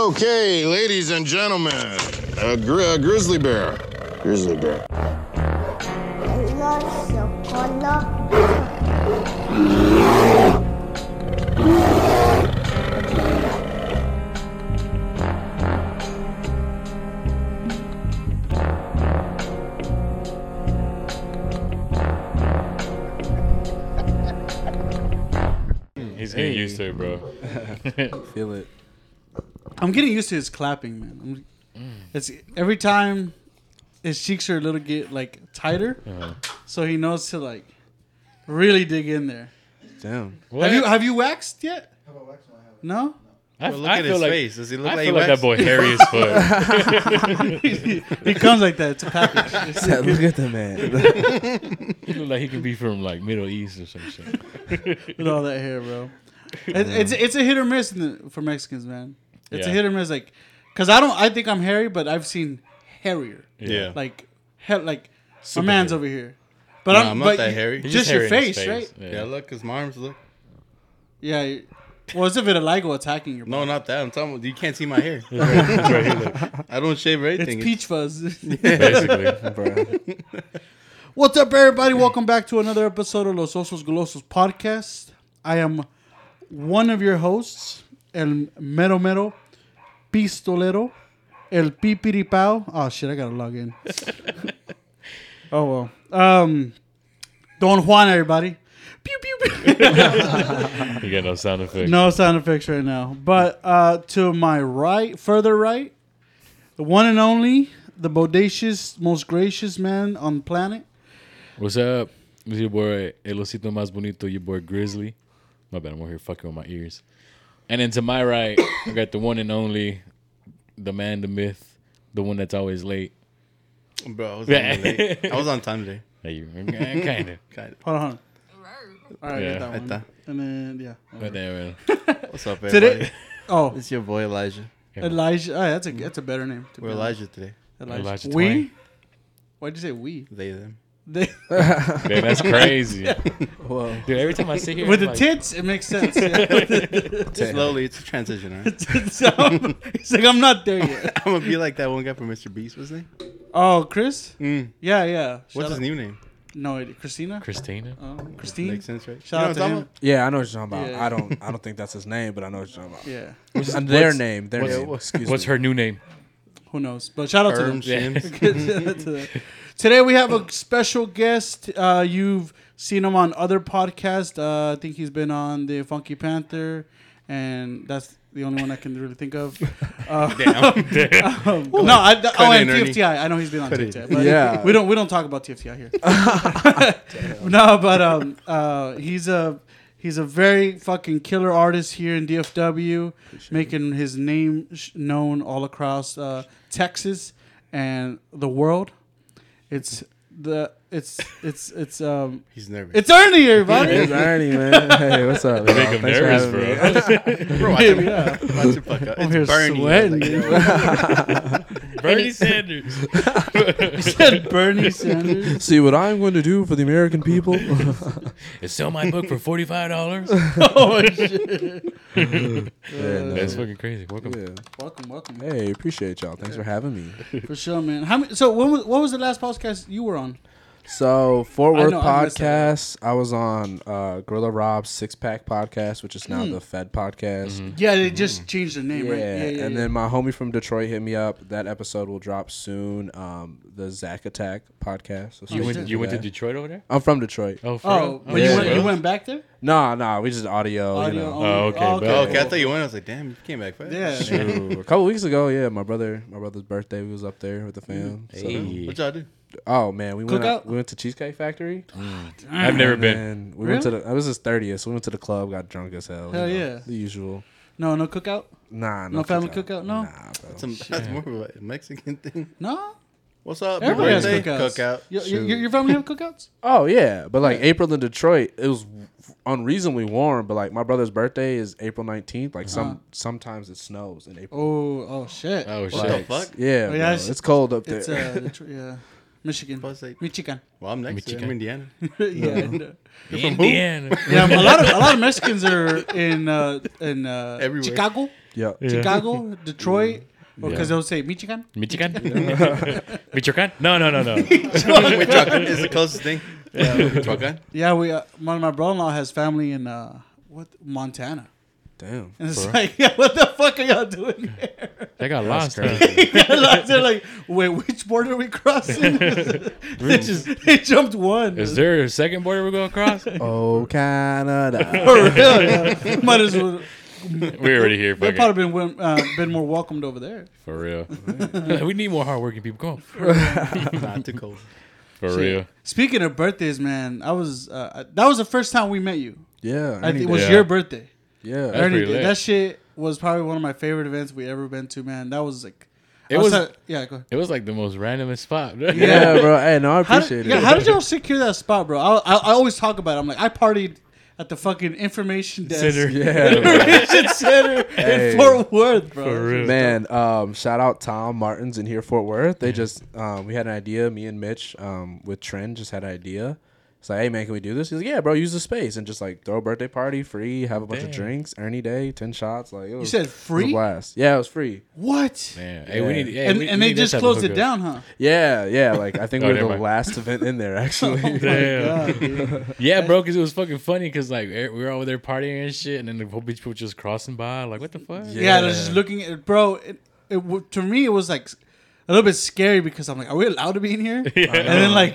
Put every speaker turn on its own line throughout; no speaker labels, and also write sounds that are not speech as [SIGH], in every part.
Okay, ladies and gentlemen, a, gri- a grizzly bear. Grizzly bear.
color, seu color.
He's getting used to it, bro.
Feel it.
I'm getting used to his clapping, man.
Mm.
I'm, it's every time his cheeks are a little get like tighter,
Uh-huh.
so he knows to like really dig in there.
Damn.
What?
Have you have you waxed yet? No, [LAUGHS]
I,
Well, look
I
at
feel
his
like,
face. Does he look
I
like he
feel like that
waxed?
boy hairy as fuck.
he comes like that. It's a package. It's a
Look
good-
at the man.
he look like he could be from like Middle East or some shit.
with all that hair, bro. It, it's it's a hit or miss in the, for Mexicans, man. It's a
Yeah.
hit or miss, like, cause I don't. I think I'm hairy, but I've seen hairier.
Yeah.
Like, he, like my man's over here. But
Nah,
I'm,
I'm not
but
that
you-
hairy.
He's
Just,
hairy
your
in his
face, right?
Yeah.
Yeah, look, his arms look.
Yeah. you- Well, it's a vitiligo attacking your.
No, not that. I'm talking. You can't see my
[LAUGHS]
hair. I don't shave or
It's
anything.
peach fuzz. [LAUGHS]
[LAUGHS] Basically.
Bro.
What's up, everybody? Welcome back to another episode of Los Osos Golosos podcast. I am one of your hosts, El Mero Mero Pistolero, El Pipiripao. Oh, shit, I gotta log in. oh, well. Um, Don Juan, everybody. Pew, pew, pew.
You got no sound effect.
no sound effects right now. But uh, to my right, further right, the one and only, the bodacious, most gracious man on the planet.
What's up? It's your boy El Osito Mas Bonito, your boy Grizzly. My bad, I'm over here fucking with my ears. And then to my right, [COUGHS] I got the one and only, the man, the myth, the one that's always late.
Bro, I was,
Yeah.
on late.
[LAUGHS]
I was on time today.
Hey, you [LAUGHS] kind of.
God,
Hold on. Hold on. All right,
Yeah.
get that one.
that.
And then yeah.
But there,
What's up, everybody?
Today, oh
It's your boy Elijah.
Elijah, oh, that's a that's a better name. to be
We're
honest.
Elijah today.
Elijah
We.
Twain.
Why'd you say we? [LAUGHS]
They them.
They,
man, that's crazy.
Whoa.
[LAUGHS] Dude, every time I sit here
with the
I'm like,
tits, it makes [LAUGHS] sense. Yeah.
Slowly, it's a transition. all
[LAUGHS]
Right?
so, it's like I'm not there [LAUGHS] yet.
I'm gonna be like that one guy from Mr. Beast. What's his name?
Oh, Chris?
Mm.
Yeah, yeah.
What's
Shout
his
out-
new name?
No, idea. Christina.
Christina.
Oh, Christine.
Makes sense, right? You
Shout
know
out
what
to
I'm
him.
Yeah, I know what you're talking about.
Yeah.
I don't. I don't think that's his name, but I know what you're talking about.
Yeah.
And their
what's-
name. Their
what's-
name. Excuse
What's
me.
her new name?
Who knows? But shout out to them.
Erm
[LAUGHS]
Shims.
Today we have a special guest. Uh, you've seen him on other podcasts. Uh, I think he's been on the Funky Panther, and that's the only one I can really think of. Uh, [LAUGHS] um, no, I, oh, and
in, Ernie.
TFTI. I know he's been on
in.
TFTI. But
Yeah.
we don't we don't talk about TFTI here. [LAUGHS] no, but um, uh, he's a he's a very fucking killer artist here in DFW, making his name sh- known all across uh, Texas and the world. It's the it's it's it's um
He's nervous.
it's Ernie, everybody. [LAUGHS]
It's Ernie, man. Hey, what's
[LAUGHS]
up?
Make him nervous, bro. [LAUGHS]
bro, watch him. Watch him fuck up. It's
here
Bernie.
sweating,
Like,
dude. [LAUGHS]
Bernie Sanders. [LAUGHS]
said Bernie Sanders.
See what I'm going to do for
[LAUGHS]
the American people? [LAUGHS]
Sell my book for forty five [LAUGHS] dollars.
Oh shit!
That's fucking crazy. Welcome.
yeah.
Welcome, welcome.
Hey, appreciate y'all. Thanks for having
[LAUGHS]
me.
For sure, man. How many, so when was, what was the last podcast you were on?
So Fort
I
Worth
know, I missed that.
podcast. I was on uh, Gorilla Rob's Six Pack podcast, which is now
Hmm.
the Fed podcast.
Mm-hmm.
Yeah, they just changed their name,
Yeah.
right? Yeah, yeah.
and
yeah.
then my homie from Detroit hit me up. That episode will drop soon. Um, the Zach Attack podcast. So
You
stay
went.
tuned
You
for
went to
that.
Detroit over there?
I'm from Detroit.
Oh, for
oh, [LAUGHS]
real?
but
yeah.
you went
bro.
you went back there.
Nah, nah, we just audio.
Audio
you know.
only.
Oh, okay, but-
oh, okay, I thought you went. I was like, damn, you came back fast.
Yeah.
Oh,
True. a couple weeks ago, yeah, my brother, my brother's birthday, we was up there with the fam. So-
Hey.
What y'all do?
oh man, we went
Mm-hmm. Cookout?
out, we went to Cheesecake Factory.
I've never been.
And we went to the. It was his thirtieth, so we went to the club, got drunk as hell.
Hell
you know,
yeah.
the usual.
No, no cookout.
Nah, no,
No family cookout, no?
Nah, bro.
Some, that's more of a Mexican thing.
No,
What's up? Your
everybody has
birthday?
cookouts.
Cookout.
Your, your- your family have cookouts?
Oh yeah, but like April in Detroit, it was unreasonably warm. But like my brother's birthday is April nineteenth. Like some
Uh-huh.
sometimes it snows in April.
Oh, oh shit.
Oh shit.
What the fuck?
Yeah,
Oh, yeah,
bro,
it's- uh,
[LAUGHS] it's cold up there.
it's uh, the tr- yeah. Michigan.
Plus, like-
Michigan. [LAUGHS]
Well, I'm next. To, it. I'm Indiana. [LAUGHS]
yeah. and, uh,
Indiana.
yeah, a lot of a lot of Mexicans are in uh, in uh,
Everywhere.
Chicago,
Yeah.
Chicago, Detroit, because
Yeah.
they'll say Michigan.
Michigan? Michoacan? No, no, no, no.
Michoacan is the closest thing. Yeah, Michoacan.
Yeah, we. Uh, my my brother-in-law has family in uh, what Montana,
Damn.
[LAUGHS] and it's like, yeah, what the fuck are y'all doing here?
They got lost.
crazy.
huh?
[LAUGHS] They're like, wait, which border are
[LAUGHS]
we crossing? [LAUGHS] they just they jumped one. [LAUGHS]
Is there a second border we're going to cross?
Oh Canada.
For [LAUGHS] real, yeah. might as well.
We're already here. Fuck
They've
it.
probably been win- uh, been more welcomed over there.
For real. we need more hardworking people. Come on.
Not too
[LAUGHS]
cold.
For real.
Speaking of birthdays, man, I was uh, that was the first time we met you.
yeah.
I think it
any-
was
Yeah.
your birthday.
yeah.
That's
Ernie
pretty
did.
lit.
That shit was probably one of my favorite events we ever been to, man. That was like,
It
I
was-
at- yeah. Go ahead.
It was like the most randomest spot.
Yeah.
Yeah, bro. Hey, no, I
How
appreciate
did,
it.
yeah, how did y'all secure that spot, bro? I, I, I always talk about. it. I'm like, I partied at the fucking information desk,
Center.
[LAUGHS]
Yeah, bro.
information center
Hey.
in Fort Worth, bro.
For real.
Man, um, shout out Tom Martins in here Fort Worth. They just um, we had an idea. Me and Mitch um, with Trend just had an idea. It's like, hey man, can we do this? He's like, yeah, bro, use the space and just like throw a birthday party, free, have a bunch
Damn.
of drinks, Ernie Day, ten shots. Like it was,
said
it was a
free?
blast. Yeah, it was free.
What?
[LAUGHS] Man, Hey, we
Yeah.
need, hey,
and
we- we
and they
need that
just
type of
closed it
hookup.
down, huh?
Yeah, yeah. Like I think
Oh,
we were
never
the
mind.
last event
[LAUGHS]
in there
Oh,
[LAUGHS] actually.
Damn.
God, dude. [LAUGHS]
Yeah, bro, because it was fucking funny because, like, we were over there partying and shit, and then the whole bitch people just crossing by. Like, what the fuck?
yeah, they're just looking at bro. It, it w- to me it was like a little bit scary because I'm like, are we allowed to be in here?
[LAUGHS] Yeah.
And then like,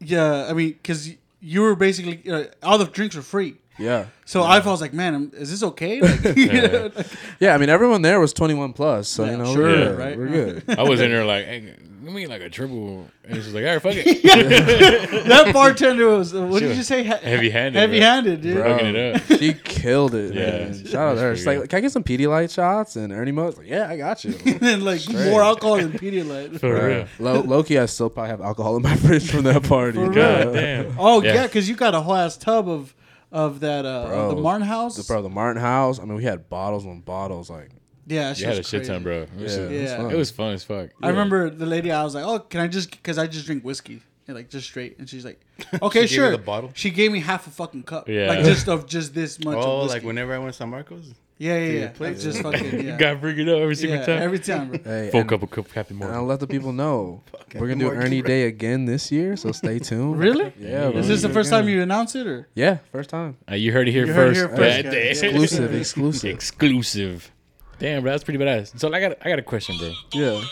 yeah, I mean, because you were basically uh, all the drinks were free.
yeah,
So I was like, man, am- is this
[LAUGHS]
okay? Like, [LAUGHS] you know, like-
yeah. I mean, everyone there was twenty one plus, so
Yeah,
you know,
sure,
we're,
Yeah. right?
we're good.
I was in there like, hey, let me like a triple, and she's like, all right, fuck
[LAUGHS]
it,
that bartender was. uh, What
She
did
was
you say?
heavy-handed, bro.
Heavy-handed, dude.
fucking it up.
Um, She killed it.
Yeah.
man. shout out to her. She's like, can I get some PD light shots? And Ernie Mo's like, yeah, I
[LAUGHS]
got you.
[LAUGHS] and like more alcohol than Pedialyte.
For
Right.
real.
Low, low key, I still probably have alcohol in my [LAUGHS] fridge from that party.
For
Yeah.
God damn.
Oh
Yeah.
yeah, because you got a whole ass tub of of that uh,
Bro,
the Martin House.
The, bro, the Martin house. I mean, we had bottles on bottles. Like,
yeah, that
You
shit
had a
was
shit
crazy.
ton, bro. It was,
yeah, it was
Yeah.
fun.
it was fun as fuck.
I remember the lady. I was like, "Oh, can I just?" Because I just drink whiskey, and like just straight. And
[LAUGHS]
she's like, "Okay,
She gave you
sure."
the bottle?
She gave me half a fucking cup.
Yeah.
Like just of just this much.
Oh,
of
like
whiskey.
whenever I went to San Marcos.
Yeah, yeah, yeah.
plate.
Like,
[LAUGHS]
just fucking.
You
Yeah.
got to bring it up every single
yeah,
time.
every time,
[LAUGHS]
bro.
hey,
Full
and-
cup of cup, Captain
[LAUGHS] And
Morgan.
I'll let the
[LAUGHS]
people know we're gonna do
Morgan,
Ernie
right.
Day again this year, so stay tuned.
Really?
Yeah.
Is
Oh,
bro.
this the first time you announce it, or
Yeah, first
[LAUGHS]
time.
Uh, you heard it here
You heard
first.
it here first,
Yeah,
guys.
damn.
Exclusive, exclusive.
Exclusive. Damn, bro, that's pretty badass. So I got, I got a question,
[LAUGHS]
bro.
Yeah,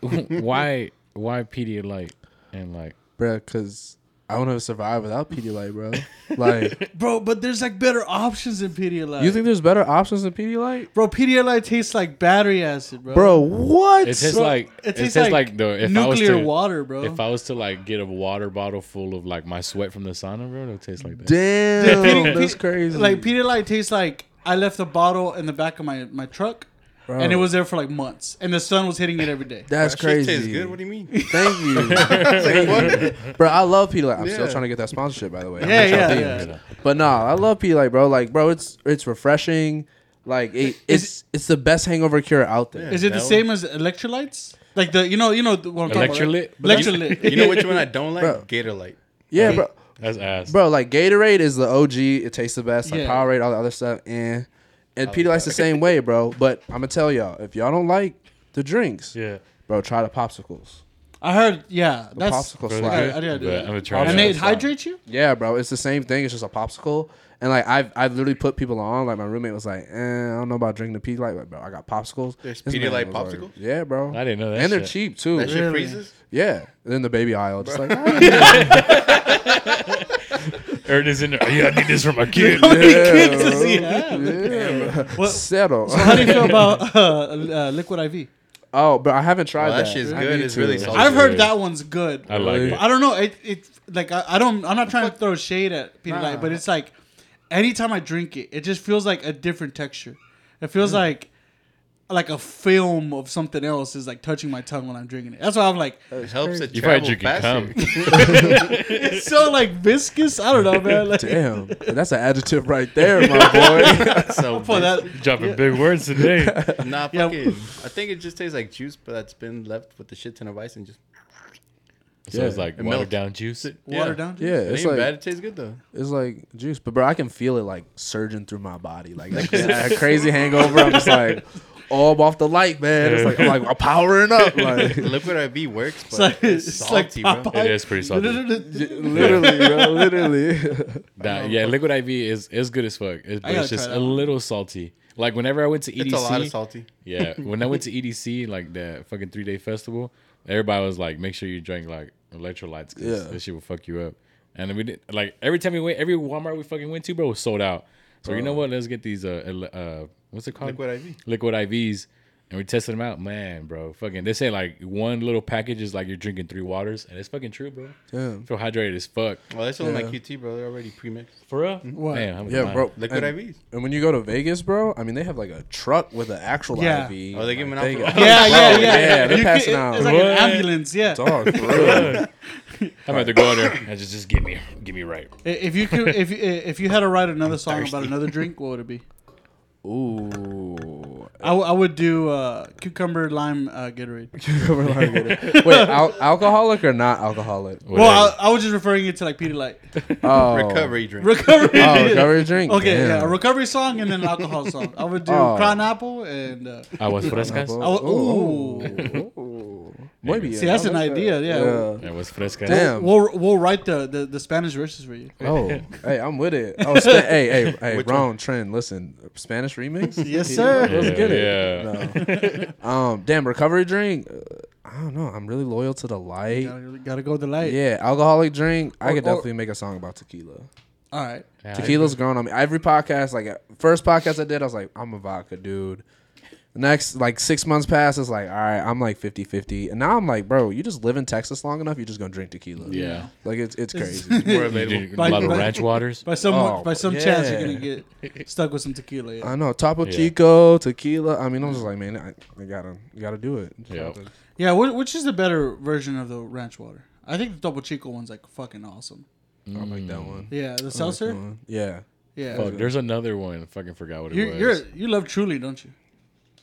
why, why Pedialyte and like,
bro. Cause I want to survive without
[LAUGHS]
Pedialyte, bro. Like,
bro? But there's like better options in Pedialyte.
you think there's better options than Pedialyte,
bro? Pedialyte tastes like battery acid, bro.
bro? What?
it tastes
Bro,
like,
it
it
tastes
tastes
like
like, the if I was
nuclear
to-
water, bro.
If I was to like get a water bottle full of like my sweat from the sauna, bro, it'll taste like that.
Damn,
Pe-
that's
pe-
crazy.
Like Pedialyte tastes like I left a bottle in the back of my my truck, and it was there for like months, and the sun was hitting it every day.
that's
That shit
crazy.
tastes good. What do you
[LAUGHS]
mean?
Thank you. [LAUGHS] Bro, I love P Light. I'm still trying to get that sponsorship, by the way. I'm
Yeah,
not trying to
yeah,
leave.
yeah.
But nah, I love P Light, bro. Like, bro, it's it's refreshing. Like, it, it's it's the best hangover cure out there.
Is it the
That
same as electrolytes? Like the you know you know the- what I'm talking
Electrolyte?
about. right? Electrolyte.
[LAUGHS]
You know which one I don't like?
Bro.
Gatorlight.
Yeah, bro.
That's ass.
Bro, like Gatorade is the OG. It tastes the best. Like
Yeah.
Powerade, all the other stuff, eh. and P Light's the same way, bro. But I'm gonna tell y'all, if y'all don't like the drinks,
Yeah.
bro, try the popsicles.
I heard yeah.
The
That's
popsicle
Really
slide.
I,
good?
I did.
But I'm gonna try
and
that.
they hydrate you.
Yeah, bro, it's the same thing. It's just a popsicle. And like I've I've literally put people on. Like my roommate was like, eh, I don't know about drinking the Pedialyte, but bro, I got popsicles.
There's
This man
Pedialyte
was like,
popsicles?
yeah, bro.
I didn't know that
And they're
shit.
cheap too.
That shit freezes.
Yeah. And then the baby aisle,
[LAUGHS]
just like "Ah, yeah,
Ernest in there. [LAUGHS] Yeah, I need this for my kid.
[LAUGHS] How many kids
bro.
does he have?
yeah.
Well,
settle.
How do you feel about [LAUGHS] uh, uh, liquid IV?
[LAUGHS] oh, but I haven't tried
Well, that
that.
shit's
I
good.
need
It's
to.
really salty.
I've heard
good.
that one's good.
I like
Really?
it.
I don't know. It it like I, I don't I'm not trying to throw shade at Peter Light, but it's like anytime I drink it, it just feels like a different texture. It feels like like a film of something else is like touching my tongue when I'm drinking it. That's why I'm like
It helps it
You probably
travel
drinking
faster.
cum.
it's so like viscous. I don't know,
[LAUGHS]
man.
[LAUGHS]
Like,
Damn. That's an adjective right there, my boy.
[LAUGHS] so
[LAUGHS] for that,
[LAUGHS] Dropping big words today.
Nah, fuck
Yeah.
it. I think it just tastes like juice, but that's been left with the shit ton of ice and just.
So it's like
It
watered
melts.
down juice.
Water down.
Yeah,
It
it's
ain't
like
bad. It tastes good though.
it's like juice, but bro, I can feel it like surging through my body.
[LAUGHS]
Like I had a crazy hangover. I'm just like, oh, I'm off the light, man. It's like I'm like I'm powering
[LAUGHS]
up. Like
Liquid IV works, but
like-
it's,
it's like
salty, bro.
Popeye.
It is pretty salty.
literally,
[LAUGHS]
bro, literally.
That, yeah, liquid IV is is good as fuck. It, but
gotta
it's just
try
a
that one.
little salty. Like whenever I went to E EDC,
It's a
E
lot of salty.
yeah, when I went to EDC, like that fucking three day festival, everybody was like, make sure you drink like electrolytes because
Yeah.
this shit will fuck you up. And then we did like every time we went, every Walmart we fucking went to, bro, was sold out. So you know what? Let's get these uh, ele- uh what's it called?
Liquid IV.
Liquid IVs. And we tested them out, man, bro. Fucking, they say like one little package is like you're drinking three waters, and it's fucking true, bro.
Damn.
Feel hydrated as fuck.
Well, that's only
Yeah.
my QT, bro. They're already pre-mixed.
For real?
What?
Damn, I'm
[LAUGHS] Mm-hmm. Yeah,
lying.
bro.
Liquid
and,
IVs.
and when you go to Vegas, bro, I mean they have like a truck with an actual
Yeah.
IV.
Oh, they give 'em
Like,
an
they
alcohol- [LAUGHS]
[LAUGHS] got-
Yeah, yeah, yeah.
yeah, they're
You
passing
could-
out.
It's like an
What?
ambulance. Yeah.
Dog, Oh, for real.
I'm about to go in there
[LAUGHS]
and just, just get me, get me right.
I- If you could, if you, if you had to write another song about another drink, what would it
[LAUGHS]
be?
Ooh.
I, w- I would do uh, cucumber lime uh, Gatorade.
[LAUGHS] Wait, al- alcoholic or not alcoholic?
Well, I, I was just referring it to like Peter Light
Oh,
Recovery drink.
[LAUGHS] recovery.
Oh, recovery drink.
[LAUGHS] Okay, yeah,
Damn.
a recovery song and then an alcohol song. I would do
[LAUGHS] Oh.
Crown Apple and uh,
I was frescas.
I would,
Oh,
ooh.
Ooh. Maybe.
See, that's
I
an
like
idea,
that.
yeah.
I was frescas.
Damn.
We'll we'll write the, the, the Spanish verses for you.
Oh, hey, I'm with it. Oh, spa- hey, hey, hey,
Which
wrong trend. Listen, Spanish remix.
Yes,
He-
sir.
Let's
Yeah,
get it. No. Um, damn, recovery drink. uh, I don't know. I'm really loyal to the light.
Gotta, gotta go with the light.
Yeah, alcoholic drink. I
Or-
could
or-
definitely make a song about tequila.
All right.
Yeah, I
Tequila's grown on me. Every podcast, like first podcast I did, I was like, I'm a vodka dude. Next, like six months past, it's like, all right, I'm like 50 50. And now I'm like, bro, you just live in Texas long enough, you're just gonna drink tequila.
Yeah.
Like it's it's
[LAUGHS]
crazy.
More
agree.
available.
You drink
Like-
a lot of
like-
ranch waters.
By some
Oh,
by some chance, you're
yeah. Uh,
gonna get stuck with some tequila. Yeah.
I know. Topo
Yeah.
Chico, tequila. I mean, I'm just like, man, I, I gotta you gotta do it. Just
Yeah.
have to-
Yeah, wh- which is the better version of the ranch water? I think the Topo Chico one's like fucking awesome.
I like that one.
Yeah, the seltzer.
That one. Yeah.
yeah,
Fuck, there's another one. I fucking forgot what it
you
was.
you're, you love Truly, don't you?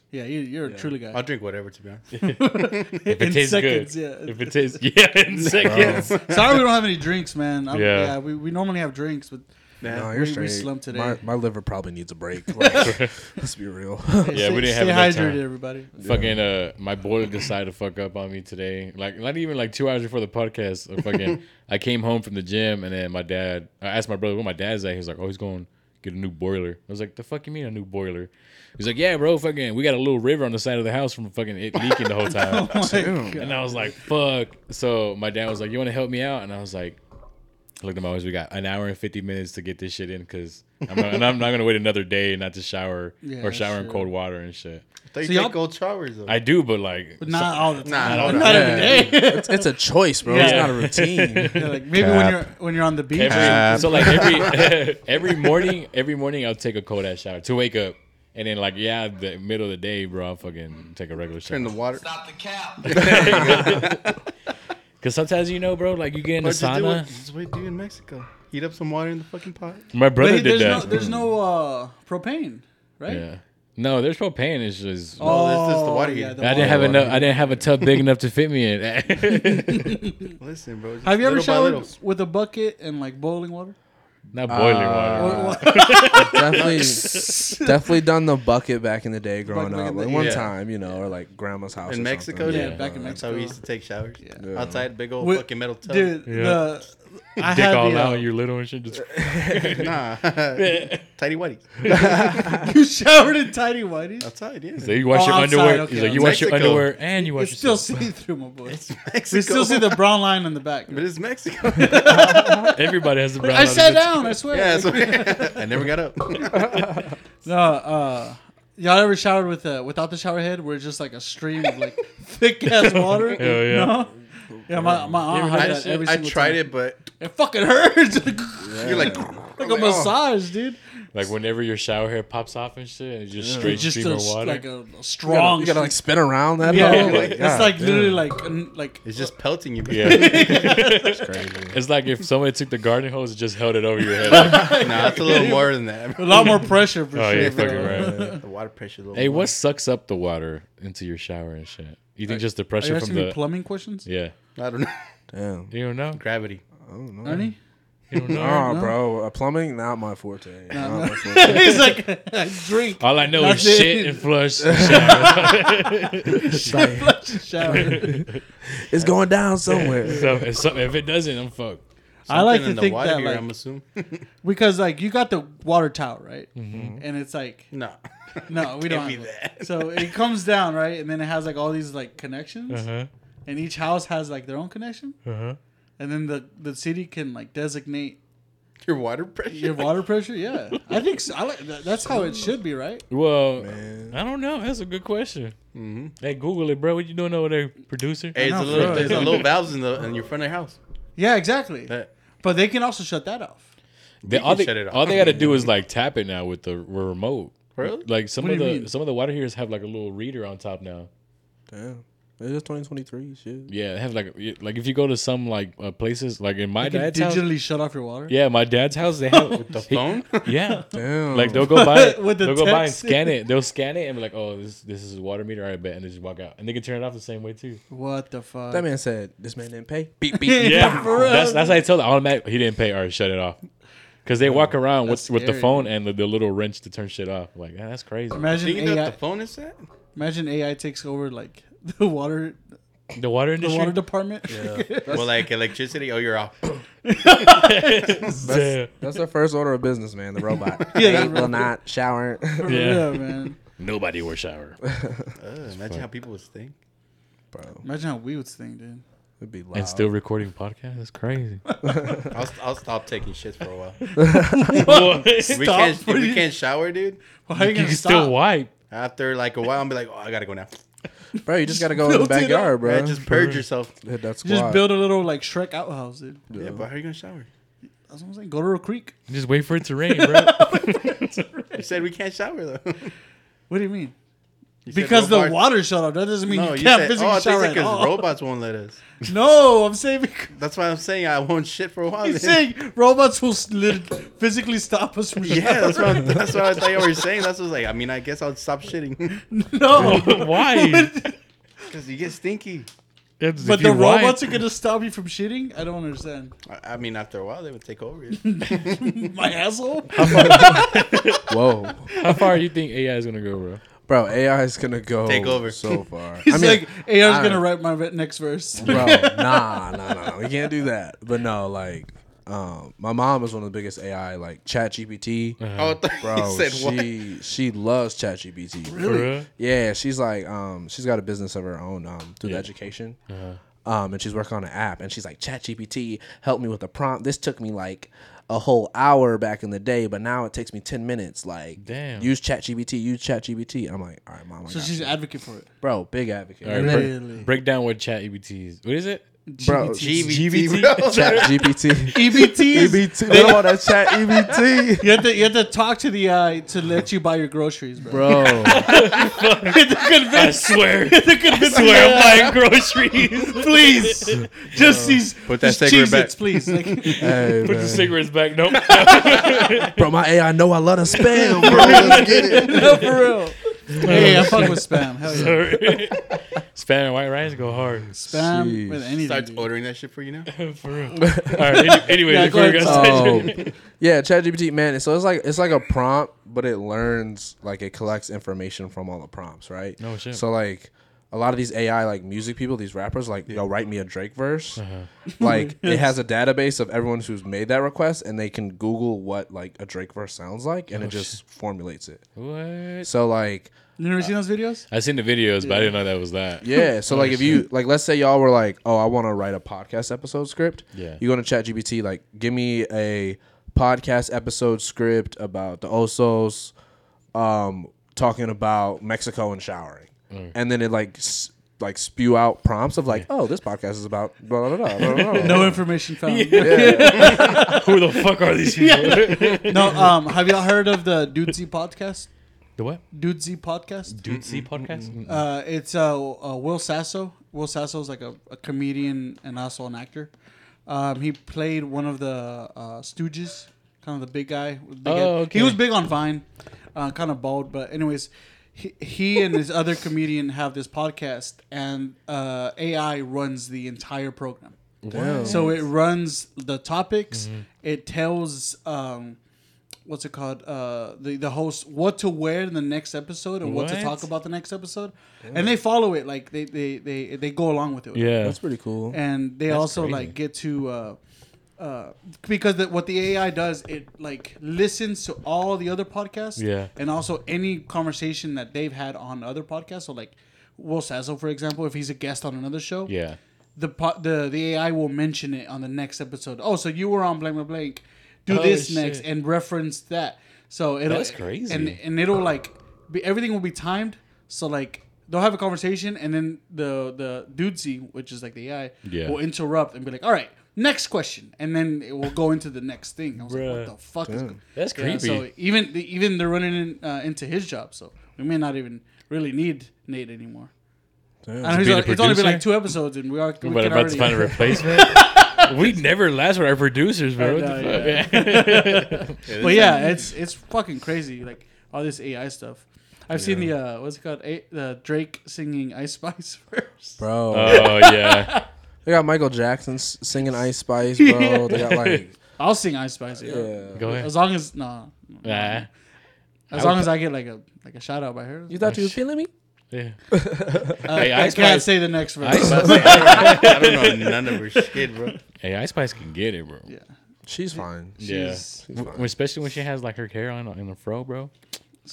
Yeah, you, you're a Truly guy. [LAUGHS]
I'll drink whatever, to be honest.
if
in
it tastes
seconds,
good.
yeah.
If it tastes, [LAUGHS] yeah, in seconds.
[LAUGHS] Sorry, we don't have any drinks, man. I'm, yeah,
Yeah.
we, we normally have drinks, but
No,
we-
you're
we
straight.
slumped today.
My, my liver probably needs
[LAUGHS]
a break. Like, let's be real.
Yeah, we didn't
stay
have enough
hydrated,
time.
everybody.
Fucking uh, my boiler decided to fuck up on me today. Like not even like two hours before the podcast. I
[LAUGHS]
fucking, I came home from the gym and then my dad. I asked my brother where my dad's at. He was like, oh, he's going to get a new boiler. I was like, the fuck you mean a new boiler? He's like, yeah, bro, fucking, we got a little river on the side of the house from fucking it leaking the whole
[LAUGHS]
time.
[LAUGHS]
And I was like, fuck. So my dad was like, you want to help me out? And I was like, I looked at my watch. We got an hour and 50 minutes to get this shit in because I'm not, and I'm not going to wait another day not to shower
Yeah,
or shower in
sure.
cold water and shit.
They
So
you
y'all-
take cold showers though.
I do, but like,
But not all the time.
nah,
not
nah.
every day.
it's, it's a choice, bro. It's
Yeah.
not a routine.
Yeah, [LAUGHS] like maybe when
Cap.
you're when you're on the beach.
every,
Cap.
so like
[LAUGHS]
every, [LAUGHS] every morning, every morning I'll take a cold ass shower to wake up. And then like, yeah, the middle of the day, bro, I'll fucking take a regular
Turn the
shower.
water.
Because sometimes, you know, bro, like you get in the
Or just do what-
sauna.
Just what they do in Mexico. Heat up some water in the fucking pot.
My brother
But he-
did
there's
that.
no there's no uh, propane, right?
yeah. No, there's propane. It's
Oh,
just.
No, this is the water
yeah,
heater.
the
I
water.
didn't have enough. I didn't have a tub big enough to fit me in.
Listen, bro. just
Have you
little
ever
by
showered
little.
with a bucket and like boiling water?
[LAUGHS]
[LAUGHS]
Not boiling
Ah.
Or-
water.
or- [LAUGHS]
definitely, definitely done the bucket back in the day growing
Bucket back
up.
in the
Like
day.
one
Yeah.
time, you know, or like grandma's house
in
or
Mexico?
something.
Yeah, back in
That's how we used
Mexico.
to take showers.
Yeah.
Outside, big old
Wi-
fucking metal tub.
Dude,
Yeah.
the I
Dick
had
all
the,
out
uh,
when you're little and shit. Just
Nah. Tidy whities.
[LAUGHS] you showered in tidy whities.
Outside, yeah.
so you wash
Oh,
your
outside,
underwear.
okay,
He's like, you wash your
Mexico.
underwear and you
You
wash your
[LAUGHS] still see through, my boy.
It's
We
[LAUGHS] Mexico.
still see the brown line on the back.
But it's
[LAUGHS]
Mexico.
Everybody has a brown.
I
out of
sat
it.
down. I swear.
yeah, that's what [LAUGHS] I never got
[LAUGHS]
up.
No, uh, y'all ever showered with uh, without the shower head, where it's just like a stream of like [LAUGHS] thick ass
[LAUGHS]
water?
Hell yeah.
No? Uh-huh. Yeah, my my aunt
I,
had that every
I
single
tried
time.
it, but
It fucking hurts. [LAUGHS]
you're like,
like
oh.
a massage, dude.
Like whenever your shower hair pops off and shit, and it's just straight
It's just
stream
a,
of water. Oh
like a, a
You gotta,
strong.
you gotta, like spin around that.
yeah,
Yeah,
[LAUGHS] it's like literally like an-
[LAUGHS]
like
It's just pelting you.
[LAUGHS]
bro.
[LAUGHS]
yeah, it's like if somebody took the garden hose and just held it over your
[LAUGHS]
head.
Oh,
Like,
[LAUGHS] nah, that's a little more than that.
a lot more pressure for
oh,
sure.
you're
bro. [LAUGHS]
fucking right.
The water pressure. a little
Hey,
more.
what sucks up the water into your shower and shit? You think just the
Are you
pressure from
asking me
the
plumbing questions?
yeah?
I don't know. [LAUGHS]
Damn.
You don't know.
Gravity.
Ernie?
You don't know.
Nah,
no.
bro. Uh, plumbing, not my forte. Not my
[LAUGHS]
forte.
[LAUGHS] He's like, I
[LAUGHS]
drink. [LAUGHS]
All I know
Nothing.
is shit and flush.
[LAUGHS]
and shower.
Shower.
It's going
[LAUGHS]
down somewhere.
so, if, so, if it doesn't, I'm fucked.
I like to
Something in the
think
water
that,
here,
like,
I'm [LAUGHS] assuming.
because like you got the water tower, right?
Mm-hmm.
And it's like,
[LAUGHS] no.
no, we don't.
be
have it.
that.
So it comes down, right? And then it has like all these like connections, and each house has like their own connection. And then the the city can like designate
Your water pressure.
your water pressure. Yeah, I think so. I like that. that's how it should be, right?
Well, I don't know. That's a good question. Hey, Google it, bro. What you doing over there, producer?
Mm-hmm. Hey, it's a
No, for
little,
real.
there's a little valves in the in your front of your house.
Yeah, exactly.
That-
But they can also shut that off.
They, all,
can
they,
shut it off.
all they gotta do is like tap it now with the remote.
Really?
Like some
What
of
do
the
you mean?
some of the water heaters have like a little reader on top now.
Damn. It is 2023. Shit.
Yeah, they have like a- like if you go to some like uh, places like in my
They can
dad's house.
digitally shut off your water.
Yeah, my dad's house they
[LAUGHS]
have
the
[LAUGHS]
phone?
[LAUGHS] yeah.
Damn.
Like they'll go buy it,
With the
they'll go buy and
text.
scan it. They'll scan it and be like, "Oh, this this is a water meter." All right, bet, and they just walk out, and they can turn it off the same way too.
What the fuck?
that man said, this man didn't pay. Beep, [LAUGHS]
Yeah,
beep.
for real.
that's that's how I tell the automatic. He didn't pay. All right, shut it off. Because they walk around with,
That's
with the
scary.
phone and the, the little wrench to turn shit off. Like, "Ah, that's crazy.
Do
Imagine
you know what
AI.
the phone is at?
Imagine AI takes over like [LAUGHS] the water,
The water
the
industry.
water department. [LAUGHS]
Well, like electricity. Oh, you're off.
[LAUGHS]
Damn.
That's our first order of business, man. The robot.
Yeah,
They will not shower.
Yeah.
yeah, man.
Nobody wore shower.
Ugh, imagine how people would think.
Bro,
Imagine how weird this thing, dude.
[LAUGHS] it'd be loud.
And still recording podcast. That's
[LAUGHS]
crazy.
I'll, I'll stop taking shits for a while. If
What?
we, can't, if we can't shower, dude,
Why are you,
You
gonna
can
stop?
still wipe.
after like a while, I'm be like, oh, I gotta go now.
Bro, you just gotta go in the
built it
backyard, bro.
Right, just purge yourself.
hit that squat.
Just build a little like Shrek outhouse, dude.
Yeah. but how are you gonna shower?
That's what I'm saying. Go to a creek.
Just wait for it to rain,
[LAUGHS]
bro. [LAUGHS]
You said we can't shower though. [LAUGHS]
What do you mean?
You said
Because the
robots-
water shut off. That doesn't mean
No,
you
you
can't
said,
physically
oh, I think
shower
it's
at all.
because robots won't let us.
no, I'm saying because
That's why I'm saying [LAUGHS] I won't shit for a while.
he's
then.
saying robots will s- lit- physically stop us
[LAUGHS]
from
Yeah, that's
showering.
what, that's what I thought you [LAUGHS] were saying. That's what I was like. I mean, I guess I'll stop shitting [LAUGHS]
[LAUGHS] No,
Why?
because you get stinky.
but the robots are gonna stop you from shitting. I
[LAUGHS]
don't understand.
I, I mean, after a while, they would take [LAUGHS] over. Oh, it.
My asshole.
Whoa,
How far you think AI is gonna go, bro?
bro, AI is gonna go
Take over.
so
[LAUGHS]
far.
[LAUGHS] He's
I mean,
like, AR's
I-
gonna write my ve- next verse.
bro, nah, nah, nah, nah, we can't do that. But no, like, um, my mom is one of the biggest AI, like Chat GPT.
Uh-huh.
Oh, I thought you [LAUGHS]
Bro,
said what?
she she loves Chat GPT.
For real?
Yeah, she's like, um, she's got a business of her own um, through the education.
Uh-huh.
Um, and she's working on an app, and she's like, ChatGPT, help me with a prompt. This took me like a whole hour back in the day, but now it takes me ten minutes. Like,
Damn.
use ChatGPT, use ChatGPT. I'm like, all right, mom,
[LAUGHS]
I
So
got
she's
you."
an advocate for
[LAUGHS]
it.
bro, big advocate.
All
And
right,
then-
Really?
break, break down what Chat EBT is. What is
[LAUGHS]
it?
bro,
GBT. bro. [LAUGHS]
ChatGPT,
E EBTs.
EBT, E they want that Chat EBT,
You have to you have to talk to the AI to let you buy your groceries, bro.
bro.
I
[LAUGHS]
swear. I swear I'm buying groceries.
[LAUGHS]
please, just these
Put that
just
cigarette back.
Cheez-Its, please. Like,
Hey,
[LAUGHS] Put
man.
the cigarettes back. Nope.
bro, my AI know I love to
[LAUGHS]
spam,
Bro,
bro.
let's get it.
[LAUGHS] no, for real. hey, I fuck with spam. Hell
[LAUGHS]
[LAUGHS] yeah.
Spam and white rice go hard.
[LAUGHS] Spam
Jeez.
with anything.
Starts
dude.
ordering that shit for you [LAUGHS] now.
For real. All right.
[LAUGHS]
Any, anyway,
Yeah,
before
go
we got
ahead,
started-
um, [LAUGHS] yeah, ChatGPT, man. So it's like it's like a prompt, but it learns like it collects information from all the prompts, right?
No shit.
So like a lot of these AI like music people, these rappers, like yo, write me a Drake verse.
Uh-huh.
[LAUGHS] Like it has a database of everyone who's made that request, and they can Google what like a Drake verse sounds like, and it just formulates it.
what?
So like
You never seen those videos?
I seen the videos, but I didn't know that was that. [LAUGHS]
Yeah. So like if you like let's say y'all were like, Oh, I want to write a podcast episode script.
Yeah.
You go to ChatGPT, like, give me a podcast episode script about the Osos um talking about Mexico and showering.
Mm.
And then it like s- like spew out prompts of like, oh, this podcast is about blah blah blah.
[LAUGHS]
blah, blah, blah.
No information found.
Who the fuck are
[LAUGHS]
these people?
No, um, have y'all heard of the Dudesy podcast?
The what?
Dudesy podcast.
Dudesy podcast?
Uh, it's uh, uh, Will Sasso. Will Sasso is like a, a comedian and also an actor. Um, he played one of the uh, Stooges, kind of the big guy. with the Big
Oh,
head.
okay.
He was big on Vine, uh, kind of bald, but anyways, he, he and his other comedian have this podcast, and uh, AI runs the entire program. So it runs the topics.
Mm-hmm.
It tells um, what's it called? Uh, the the host what to wear in the next episode and what, to
What?
talk about the next episode, and they follow it like they they they, they go along with it.
Yeah.
That's pretty cool.
And they also
crazy.
like get to. Uh, uh, because the, what the AI does, it like listens to all the other podcasts,
Yeah.
and also any conversation that they've had on other podcasts. So like Will Sasso, for example, if he's a guest on another show,
yeah.
the po- the the AI will mention it on the next episode. Oh, so you were on blank blank blank. Do
Oh,
this
shit.
next and reference that. So it'll
That's crazy.
And and it'll like be, everything will be timed. So like they'll have a conversation and then the the dudesy, which is like the AI,
Yeah.
will interrupt and be like, "All right, next question," and then it will go into the next thing. I was
Bruh.
like, "What the fuck?" Is go-"
That's
Yeah,
creepy.
so even the, even they're running in, uh, into his job. So we may not even really need Nate anymore. I know he's
be
like,
the
it's only been
producer?
like two episodes, and we are. We
But
can
about
already,
to
[LAUGHS]
find a replacement. we never last with our producers, bro.
I
What
know,
the fuck?
[LAUGHS] but yeah, it's it's fucking crazy. Like all this AI stuff. I've seen the uh, what's it called? A, the Drake singing Ice Spice [LAUGHS] first.
Bro,
[LAUGHS] oh yeah.
they got Michael Jackson s- singing Ice Spice, bro.
[LAUGHS]
They got like,
I'll sing Ice Spice. Yeah.
yeah.
[LAUGHS]
Go ahead.
As long as no,
Nah.
as long as I get like a like a shout out by her.
You thought you was feeling me?
Yeah.
Uh,
Hey,
I
Ice
can't
Spice-
say the next verse.
Ice Spice,
I don't know none of her shit, bro.
hey, Ice Spice can get it, bro.
Yeah.
She's fine.
[LAUGHS]
Yeah.
She's
W- Especially when she has like her hair on in the fro, bro.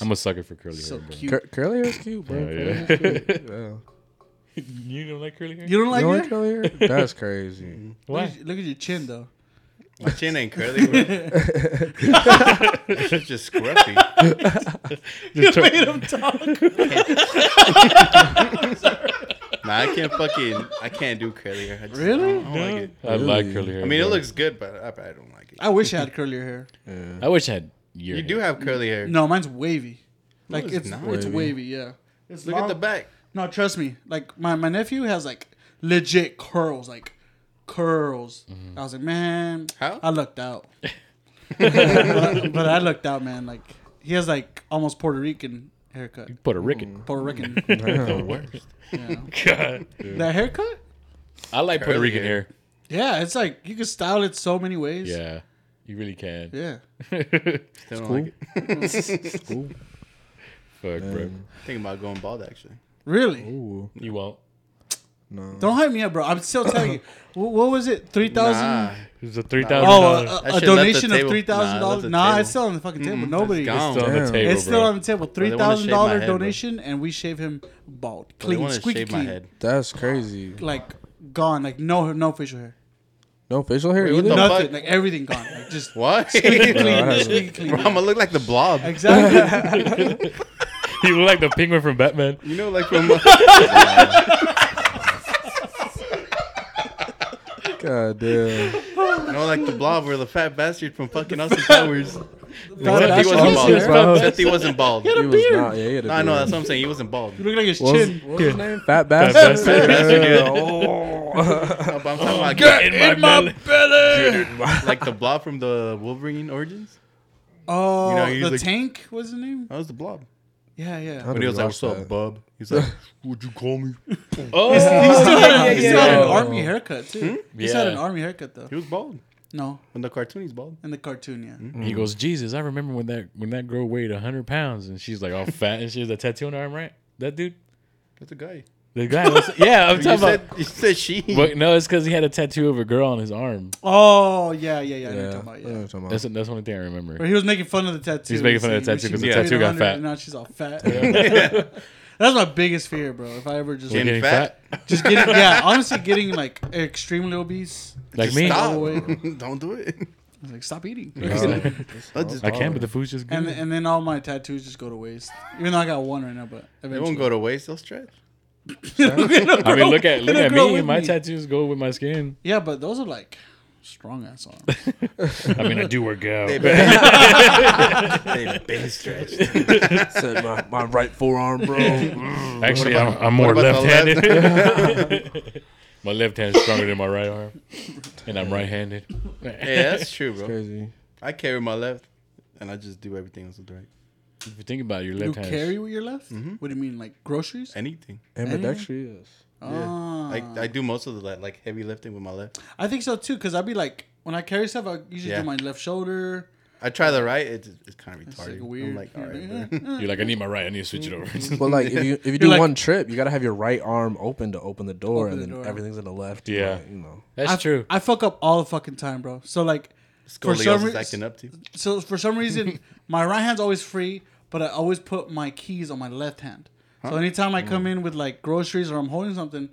I'm a sucker for curly
so
hair, bro.
cute.
Cur- curly hair's cute, bro.
Oh, yeah.
[LAUGHS]
[LAUGHS]
Yeah.
you don't like curly hair?
You don't
You
like
don't
her?
like curly hair? [LAUGHS] That's crazy.
Look,
Why?
at, look at your chin though.
My chin ain't curly, [LAUGHS] bro. It's just scruffy.
Just [LAUGHS] turn-
Nah, I can't fucking. I can't do curly hair. I just,
[LAUGHS]
I
Really?
don't like it.
I like curly hair.
I mean, it
bro.
looks good, but I, I don't like it.
I wish I had curlier hair.
I wish I had your.
You
hair.
do have curly hair.
No, mine's wavy. Like
it's
it's
not
it's
wavy.
wavy. Yeah. It's
Look at the back.
No, trust me. Like my, my nephew has like legit curls, like curls.
Mm-hmm.
I was like, man,
How?
I lucked out. but, I, but I lucked out, man. Like he has like almost Puerto Rican haircut.
Puerto Rican.
Puerto
[LAUGHS]
[LAUGHS]
Rican.
The worst.
yeah.
God.
That haircut?
[LAUGHS] I like Puerto
Curly
Rican hair.
hair.
Yeah, it's like you can style it so many ways.
Yeah. You really can.
Yeah.
[LAUGHS]
Still don't like it.
Fuck, bro.
Thinking about going bald actually.
Really?
Ooh,
You won't.
no.
Don't hype me up, bro. I'm
[LAUGHS]
still telling you. Wh- What was it? Three thousand?
Nah,
It was a three thousand.
oh,
That
a- a, a
shit left
donation
the
of
table.
three thousand
Nah, it left
dollars?
the
Nah,
table.
it's still on the fucking table.
Mm-mm,
Nobody.
it's gone.
still on the
Damn.
table,
it's still
bro.
on the table. Three
they wanna
thousand
shave
dollar
my head, bro.
donation, and we shave him bald,
They
clean,
want to
squeaky
shave my
clean,
head.
That's crazy.
like gone, like no no facial hair,
No facial hair
Wait, what
either?
the fuck?
nothing, like everything gone, like
[LAUGHS]
just
What?
clean,
Nah.
squeaky
[LAUGHS]
clean.
Bro, I'm gonna look like the blob. [LAUGHS]
Exactly.
[LAUGHS] You look like the penguin from Batman.
You know, like [LAUGHS] from.
God damn.
You know, like the blob or the fat bastard from fucking Austin Powers. Except
bastard.
he wasn't bald.
Austin Powers.
Except he wasn't bald.
He was not. Yeah, he had a
No, I know.
beard.
That's what I'm saying. He wasn't bald.
You look like his
What was,
chin.
what was his name? Fat Bastard.
Bastard.
Yeah.
No, but I'm talking about like,
In my, belly.
like the blob from the Wolverine Origins.
Oh,
You know, he's
the
like-
tank was the name.
That was the blob.
Yeah, yeah.
[LAUGHS]
Huh?
When he was like,
watch
"What's up,
that.
bub?" He's like, [LAUGHS] "Would you call me?"
He still had, he still had an
yeah.
army
Hmm?
haircut too. He still had an
Yeah.
army haircut though.
He was bald.
No,
When the cartoon, he's bald.
in the cartoon, yeah.
Hmm?
He goes, Jesus, I remember when that when that girl weighed hundred pounds and she's like all fat and she has a tattoo on her arm, right? That dude,
That's a guy.
the guy. Was, yeah, I'm
[LAUGHS] You
talking
said,
about.
you said she.
But no, it's because he had a tattoo of a girl on his arm.
Oh, yeah, yeah, yeah. I know
[LAUGHS]
what you're talking about,
I know what
yeah.
you're talking about.
That's that's the only thing I remember.
But he was making fun of the tattoo.
He's making fun of the
When she
tattoo 'cause
was
the
doing
tattoo got
100,
fat.
and Now she's all fat. [LAUGHS] That's my biggest fear, bro. If I ever just
We're
Getting
getting
fat.
fat,
just getting yeah, honestly getting like extremely obese.
[LAUGHS] like me.
stop.
Stop.
Oh,
[LAUGHS] Don't do it.
I was like, stop
[LAUGHS]
eating.
I'll just-
I can, but the food's just good.
and and then all my tattoos just go to waste. Even though I got one right now, but
It
eventually.
won't go to waste. They'll stretch.
I
[LAUGHS]
mean, look at look
It'll
at
grow
me.
with
My
me.
tattoos go with my skin.
Yeah, but those are like strong ass on.
I mean, I do
[LAUGHS]
work out.
They've been, they've been stretched.
Said my, my right forearm, bro.
[LAUGHS] Actually, I'm, I'm more
what about the
left-handed. [LAUGHS]
[LAUGHS]
my left hand's stronger than my right arm, and I'm right-handed.
Yeah, that's true, bro.
[LAUGHS] Crazy.
I carry my left, and I just do everything else with the right.
If you think about it, your
You
left hand.
carry with your left?
Mm-hmm.
What do you mean, like groceries?
Anything.
Ambidextrous.
Ah.
Like I do most of the like, like heavy lifting with my left.
I think so too, because I'd be like, when I carry stuff, I usually
Yeah.
do my left shoulder.
I try the right. It's, it's kind of retarded.
like
I'm
weird.
like, all right, bro. [LAUGHS]
[LAUGHS]
You're like, I need my right. I need to switch it over.
Mm-hmm.
But like if you if you do
like-
one trip, you gotta have your right arm open to open the door,
Open
and
the
then
door.
everything's in the left.
Yeah.
like, you know.
[LAUGHS] That's
I,
true.
I fuck up all the fucking time, bro. So like, for some
Scoliosis is
reason,
acting up to. you.
so for some reason, my right hand's always free, but I always put my keys on my left hand. So anytime I come in with like groceries or I'm holding something,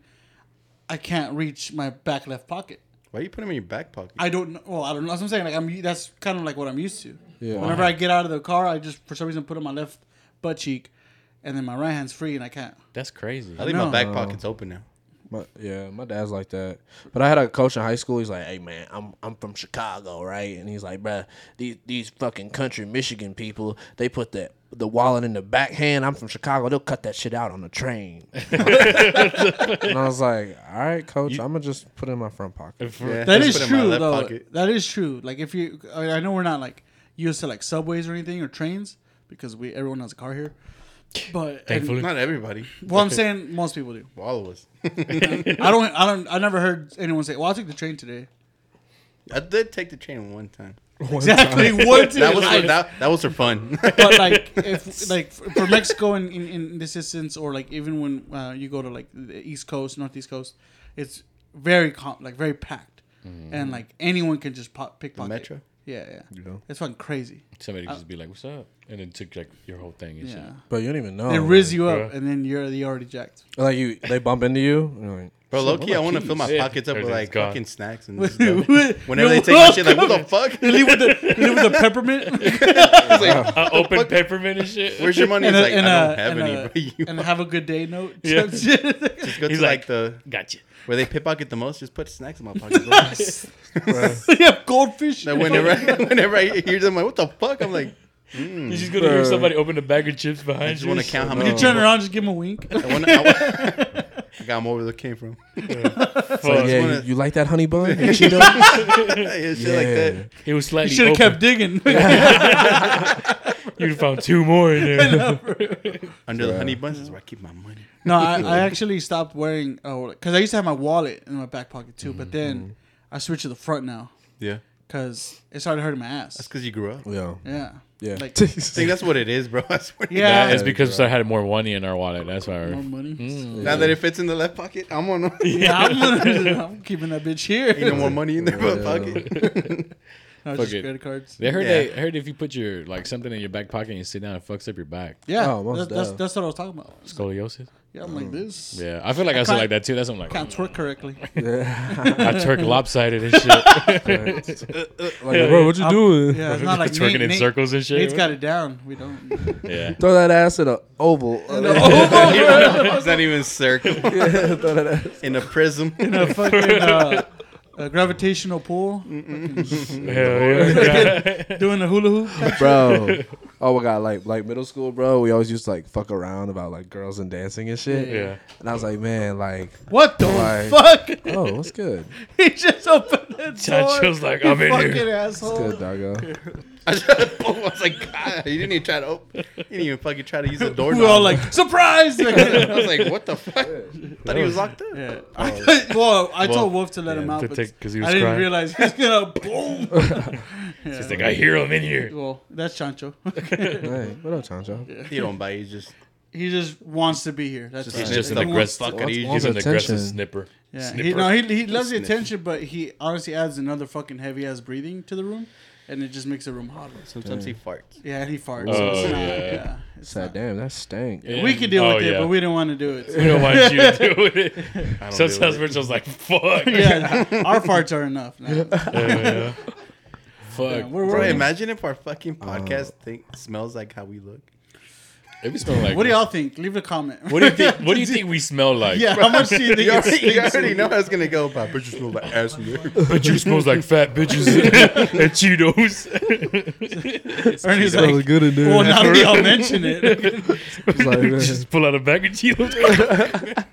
I can't reach my back left pocket.
Why you put them in your back pocket?
I don't know. Well, I don't know. That's what I'm saying. Like I'm. That's kind of like what I'm used to.
Yeah.
Whenever I get out of the car, I just for some reason put on my left butt cheek, and then my right hand's free, and I can't.
That's crazy.
I leave
No.
my back pockets open now.
My, yeah, my dad's like that. But I had a coach in high school. He's like, "Hey man, I'm I'm from Chicago, right?" And he's like, "Bruh, these these fucking country Michigan people, they put the the wallet in the backhand. I'm from Chicago. They'll cut that shit out on the train." and I was like, "All right, coach, I'm gonna just put it in my front pocket."
Yeah,
That
just
is
put it in my
true
left
though.
pocket.
That is true. Like if you, I I know we're not like used to like subways or anything or trains because we everyone has a car here. But and,
Thankfully.
Not everybody.
well, I'm saying most people do.
Well, all of us. [LAUGHS]
I don't. I don't. I never heard anyone say, "Well, I took the train today."
I did take the train one time. [LAUGHS]
Exactly. What?
That was for, that, that was for fun. [LAUGHS]
but like if like for for Mexico in, in, in this instance, or like even when uh, you go to like the East Coast, Northeast Coast, it's very com- like very packed, and like anyone can just pop pickpocket.
Mm. metro?
Yeah, yeah. It's fucking crazy.
Somebody could just be like, "What's up?" and then took like your whole thing and [LAUGHS]
Yeah.
But you don't even know.
They riz you
bro.
up, and then you're you already
[LAUGHS]
jacked.
Like you, they bump into you. And you're like,
Bro, low key, I want to fill my
keys? Yeah.
pockets up with
Everything's
like
gone.
fucking snacks
[LAUGHS]
and
With-
stuff.
with-
Whenever they
you're
take my shit, like what
[LAUGHS]
the fuck?
You leave with the you leave with the
[LAUGHS]
peppermint [LAUGHS]
It's like,
shit. Uh, open peppermint and shit.
Where's your money?
and,
He's
a,
like,
and,
I don't
a,
have
and,
any,
a-
bro. [LAUGHS] You
and have a good day note.
Yeah.
[LAUGHS]
[LAUGHS]
just go
He's
to like,
like-
the
Gotcha.
where they pit pocket the most. Just put snacks in my pocket.
[LAUGHS]
bro.
[LAUGHS]
yeah, goldfish.
That whenever I, [LAUGHS] whenever I hear them, like what the fuck? I'm like,
You're just gonna hear somebody open a bag of chips behind
Mm. I
you.
just want to count how
So-
many.
you turn around, just give him a wink.
I, wanna, I,
[LAUGHS]
wa- I got more where they came from.
Fuck.
"Yeah,
wanna-
you, you like that honey bun? And
[LAUGHS]
Cheetos?
yeah, shit like
Yeah.
that.
It was
You
slightly.
should have
[LAUGHS]
kept digging.
You found two more in there.
Under the honey buns is where I keep my money.
[LAUGHS] No, I, I actually stopped wearing because I used to have my wallet in my back pocket too, but
Mm-hmm.
then I switched to the front now
Yeah,
because it started hurting my ass.
because you grew up. I
Yo,
Yeah,
yeah. [LAUGHS]
Like-
think that's what it is, bro. [LAUGHS] I swear.
yeah.
It's because I had more money in our wallet. That's why.
More
Our,
money.
Mm.
Now that it fits in the left pocket, I'm on. [LAUGHS] Ain't
[LAUGHS]
[LAUGHS]
Yeah, I'm, gonna- I'm keeping that bitch here.
no more money in their left pocket.
[LAUGHS]
[LAUGHS]
No, it's just
Fuck it.
credit cards.
they heard.
Yeah.
They I heard if you put your like something in your back pocket and you sit down, it fucks up your back.
Yeah,
Oh, most
that- that's
definitely.
that's what I was talking about.
Scoliosis.
Yeah, I'm like this.
Mm. Yeah, I feel like I, said
can't-
like that too. That's what I'm like.
Can't
[LAUGHS]
twerk correctly.
I
[LAUGHS]
twerk lopsided and shit.
Like, bro, what you doing?
[LAUGHS] Yeah, it's not like
Twerking
Nate,
in
Nate,
circles and shit.
Nate's got it down. We don't.
yeah.
Throw that ass in an oval.
it's not even
[LAUGHS]
circle. in a prism.
A fucking uh, a gravitational pull, [LAUGHS]
Hell yeah.
doing a hula hoop.
[LAUGHS]
type
bro. Oh my god, like like middle school, bro. We always used to like fuck around about like girls and dancing and shit.
Yeah.
And I was like, man, like,
What the
Like-
fuck? [LAUGHS]
oh, what's good?
he just opened the door.
Chacho's like, I'm in
fucking
here.
asshole.
Good doggo.
I just- [LAUGHS] I was like, God, you didn't even try to open. You didn't even fucking try to use the door.
We were all like, surprise!
[LAUGHS]
[LAUGHS]
I was like, what the fuck? thought he was locked up.
Yeah.
Oh.
I- well, I told Wolf to let him out,
to
but
take- 'cause he was
I didn't
crying.
realize
[LAUGHS]
he was gonna boom.
It's like I hear him in here.
well, that's Chancho. [LAUGHS]
Hey, what up, Chancho?
You don't bite. You just
he just wants to be here. That's
Just-
all.
He's
Yeah.
just an
Like, what
aggressive.
fuck are
He's
you
just an
using?
aggressive
Attention.
snipper.
yeah. He,
snipper.
no, he, he loves the
Sniffer.
attention, but he honestly adds another fucking heavy ass breathing to the room, and it just makes the room hotter.
sometimes he farts.
Yeah, and he farts.
Oh,
it's not- uh,
yeah.
it's
Sad damn, that stank.
Yeah.
We could deal
Oh,
with it,
yeah.
but we didn't want to do
[LAUGHS]
it.
We don't want you to do [LAUGHS] it.
I don't deal with
Sometimes
it.
we're just like, fuck.
[LAUGHS] yeah, our farts are enough. Now.
Yeah. Fuck.
Yeah, Oh. we're-
Bro,
we're-
imagine if our fucking podcast thing smells like how we look.
It would smell like.
What do y'all think? Leave a comment.
What do you think? What do you think we smell like?
[LAUGHS] yeah, [LAUGHS] how much
[LAUGHS]
do you think?
You
it
already, you
stinks?
already know how it's gonna go. My bitch smell like ass in here.
[LAUGHS]
but you smells like fat bitches [LAUGHS] and Cheetos.
Ernie's like,
good in
well,
[LAUGHS]
now that
[LAUGHS]
y'all mention it,
It's like, man,
just pull out a bag of Cheetos. Fuck.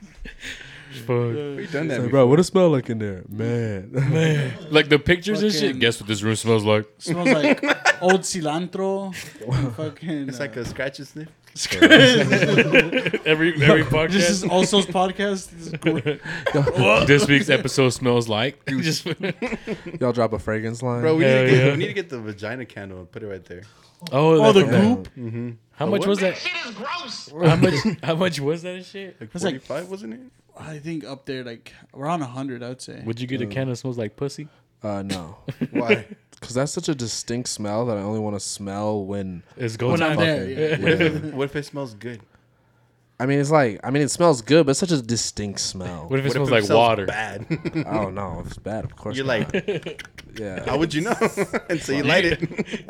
But We've done that
Like,
before.
bro, what it smell like in there, man? Man,
Like the pictures and shit.
Fucking-
Guess what this room smells like?
smells like old cilantro. fucking.
It's like a scratch and sniff.
Every every podcast.
uh, this is Also's podcast.
[LAUGHS]
This is great.
this week's episode smells like. Just,
[LAUGHS] y'all drop a fragrance line,
Bro, we need, to
Hell
get,
yeah.
we need to get the vagina candle and put it right there.
oh,
Oh,
that's
the
what that-
goop.
How much was that?
Shit is gross.
How much? How much was that shit?
Like
That's like-
45, wasn't
[LAUGHS]
it?
I think up there, like around 100, I would say. [LAUGHS]
Would you get a can that smells like pussy?
Uh, no,
Why?
because that's such a distinct smell that I only want to smell when.
It's go
When I'm
time.
there, yeah.
fucking-
what, if it, what if it smells good?
I mean, it's like I mean, it smells good, but it's such a distinct smell.
What if it
What
smells like water? [LAUGHS]
bad?
I don't know. It's bad, of course.
You're
not.
like,
yeah.
how would you know? [LAUGHS] and so you light it.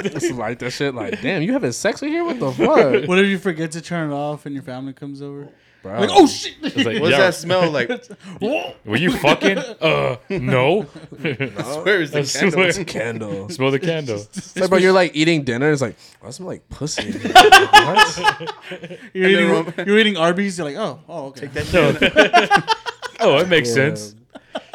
It's like that shit. Like, damn, you having sex in here? What the
[LAUGHS]
fuck,
What if you forget to turn it off and your family comes over?
bro?
Like, oh shit!
It's
[LAUGHS]
like,
What's
yeah,
that smell like?
Were you fucking? Uh, no.
Where is the candle?
Swear.
candle.
Smell the candle.
It's like, bro, you're like eating dinner. It's like, oh, I smell like pussy. in
[LAUGHS]
here." what?
You're
then
eating,
we'll-
you're eating Arby's. You're like, oh, oh, okay.
[LAUGHS] That shit-
No. oh, it makes sense.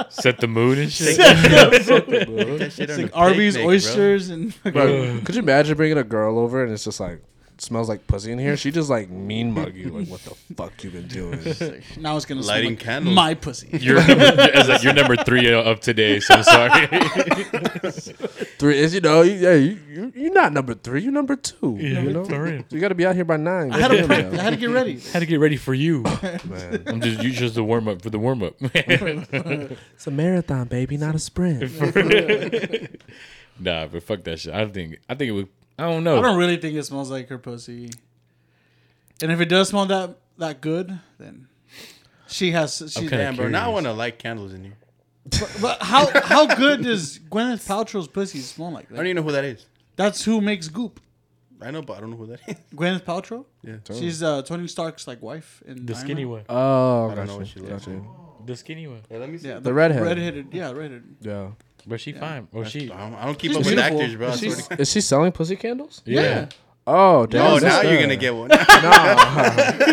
Set the mood and shit.
that shit
It's
on
like
a
Arby's
picnic, bro.
oysters and
Bro, could you imagine bringing a girl over and it's just like smells like pussy in here? She just like mean mug you. Like, what the fuck you
[LAUGHS]
been doing?
now it's gonna
Lighting
smell like
candles.
My pussy.
You're number, [LAUGHS] it's like you're number three uh, of today, so I'm sorry.
Three is you know, you, yeah, you, you you're not number three. You're number two. you know, you got to be out here by nine.
I had to
Goddamn,
prep. I
yo,
had to get ready.
Had to get ready for you.
[LAUGHS]
man.
I'm just you just the warm up for the warm up.
It's a marathon, baby, not a sprint.
[LAUGHS]
Oh,
nah, but fuck that shit. I don't think I think it would. I don't know.
I don't really think it smells like her pussy. And if it does smell that that good, then she has. She,
Okay.
Damn, bro. Now I want to light candles in here.
But how how good does Gwyneth Paltrow's pussy smell like?
I don't
That?
even know who that is.
That's who makes Goop.
I know, but I don't know who that [LAUGHS] is.
Gwyneth Paltrow.
Yeah.
She's uh, Tony Stark's like wife in
the
Iron
skinny
Man.
one.
Oh,
I don't know what she
gotcha,
looks
gotcha.
The skinny one.
Yeah, let me see.
Yeah,
The redhead.
Redheaded. Yeah, redheaded.
Yeah.
But she fine. Or she.
I don't, I don't keep
She's
up with
beautiful.
actors, bro. I
[LAUGHS]
swear to God.
Is she selling pussy candles?
Yeah.
Yeah.
Oh, damn.
Oh, now
that's
you're
her.
gonna get one. [LAUGHS]
He's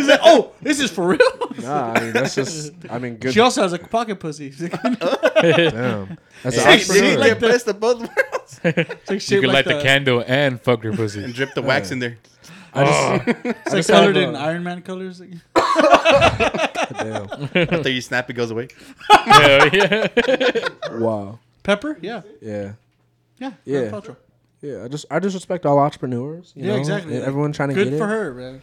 like, oh, this is for real.
[LAUGHS]
[LAUGHS]
Nah, I mean, that's just. I mean, good.
she also has a pocket pussy. [LAUGHS] It's
damn. That's an
Hey, see,
entrepreneur.
get best of both worlds.
like shaped
You could light the
that.
candle and fuck her pussy.
[LAUGHS] Drip the wax in there.
I just,
It's
[LAUGHS] I
like
just have
colored
a-
in Iron Man colors.
[LAUGHS] damn.
After you snap, it goes away.
Hell yeah.
Wow.
Pepper. Yeah.
Yeah.
Yeah.
Yeah.
Gwyneth Paltrow.
Yeah, I just I just respect all entrepreneurs. You
Yeah,
know?
exactly.
E-
Like,
Everyone trying to
Good
get
for
it.
her, man.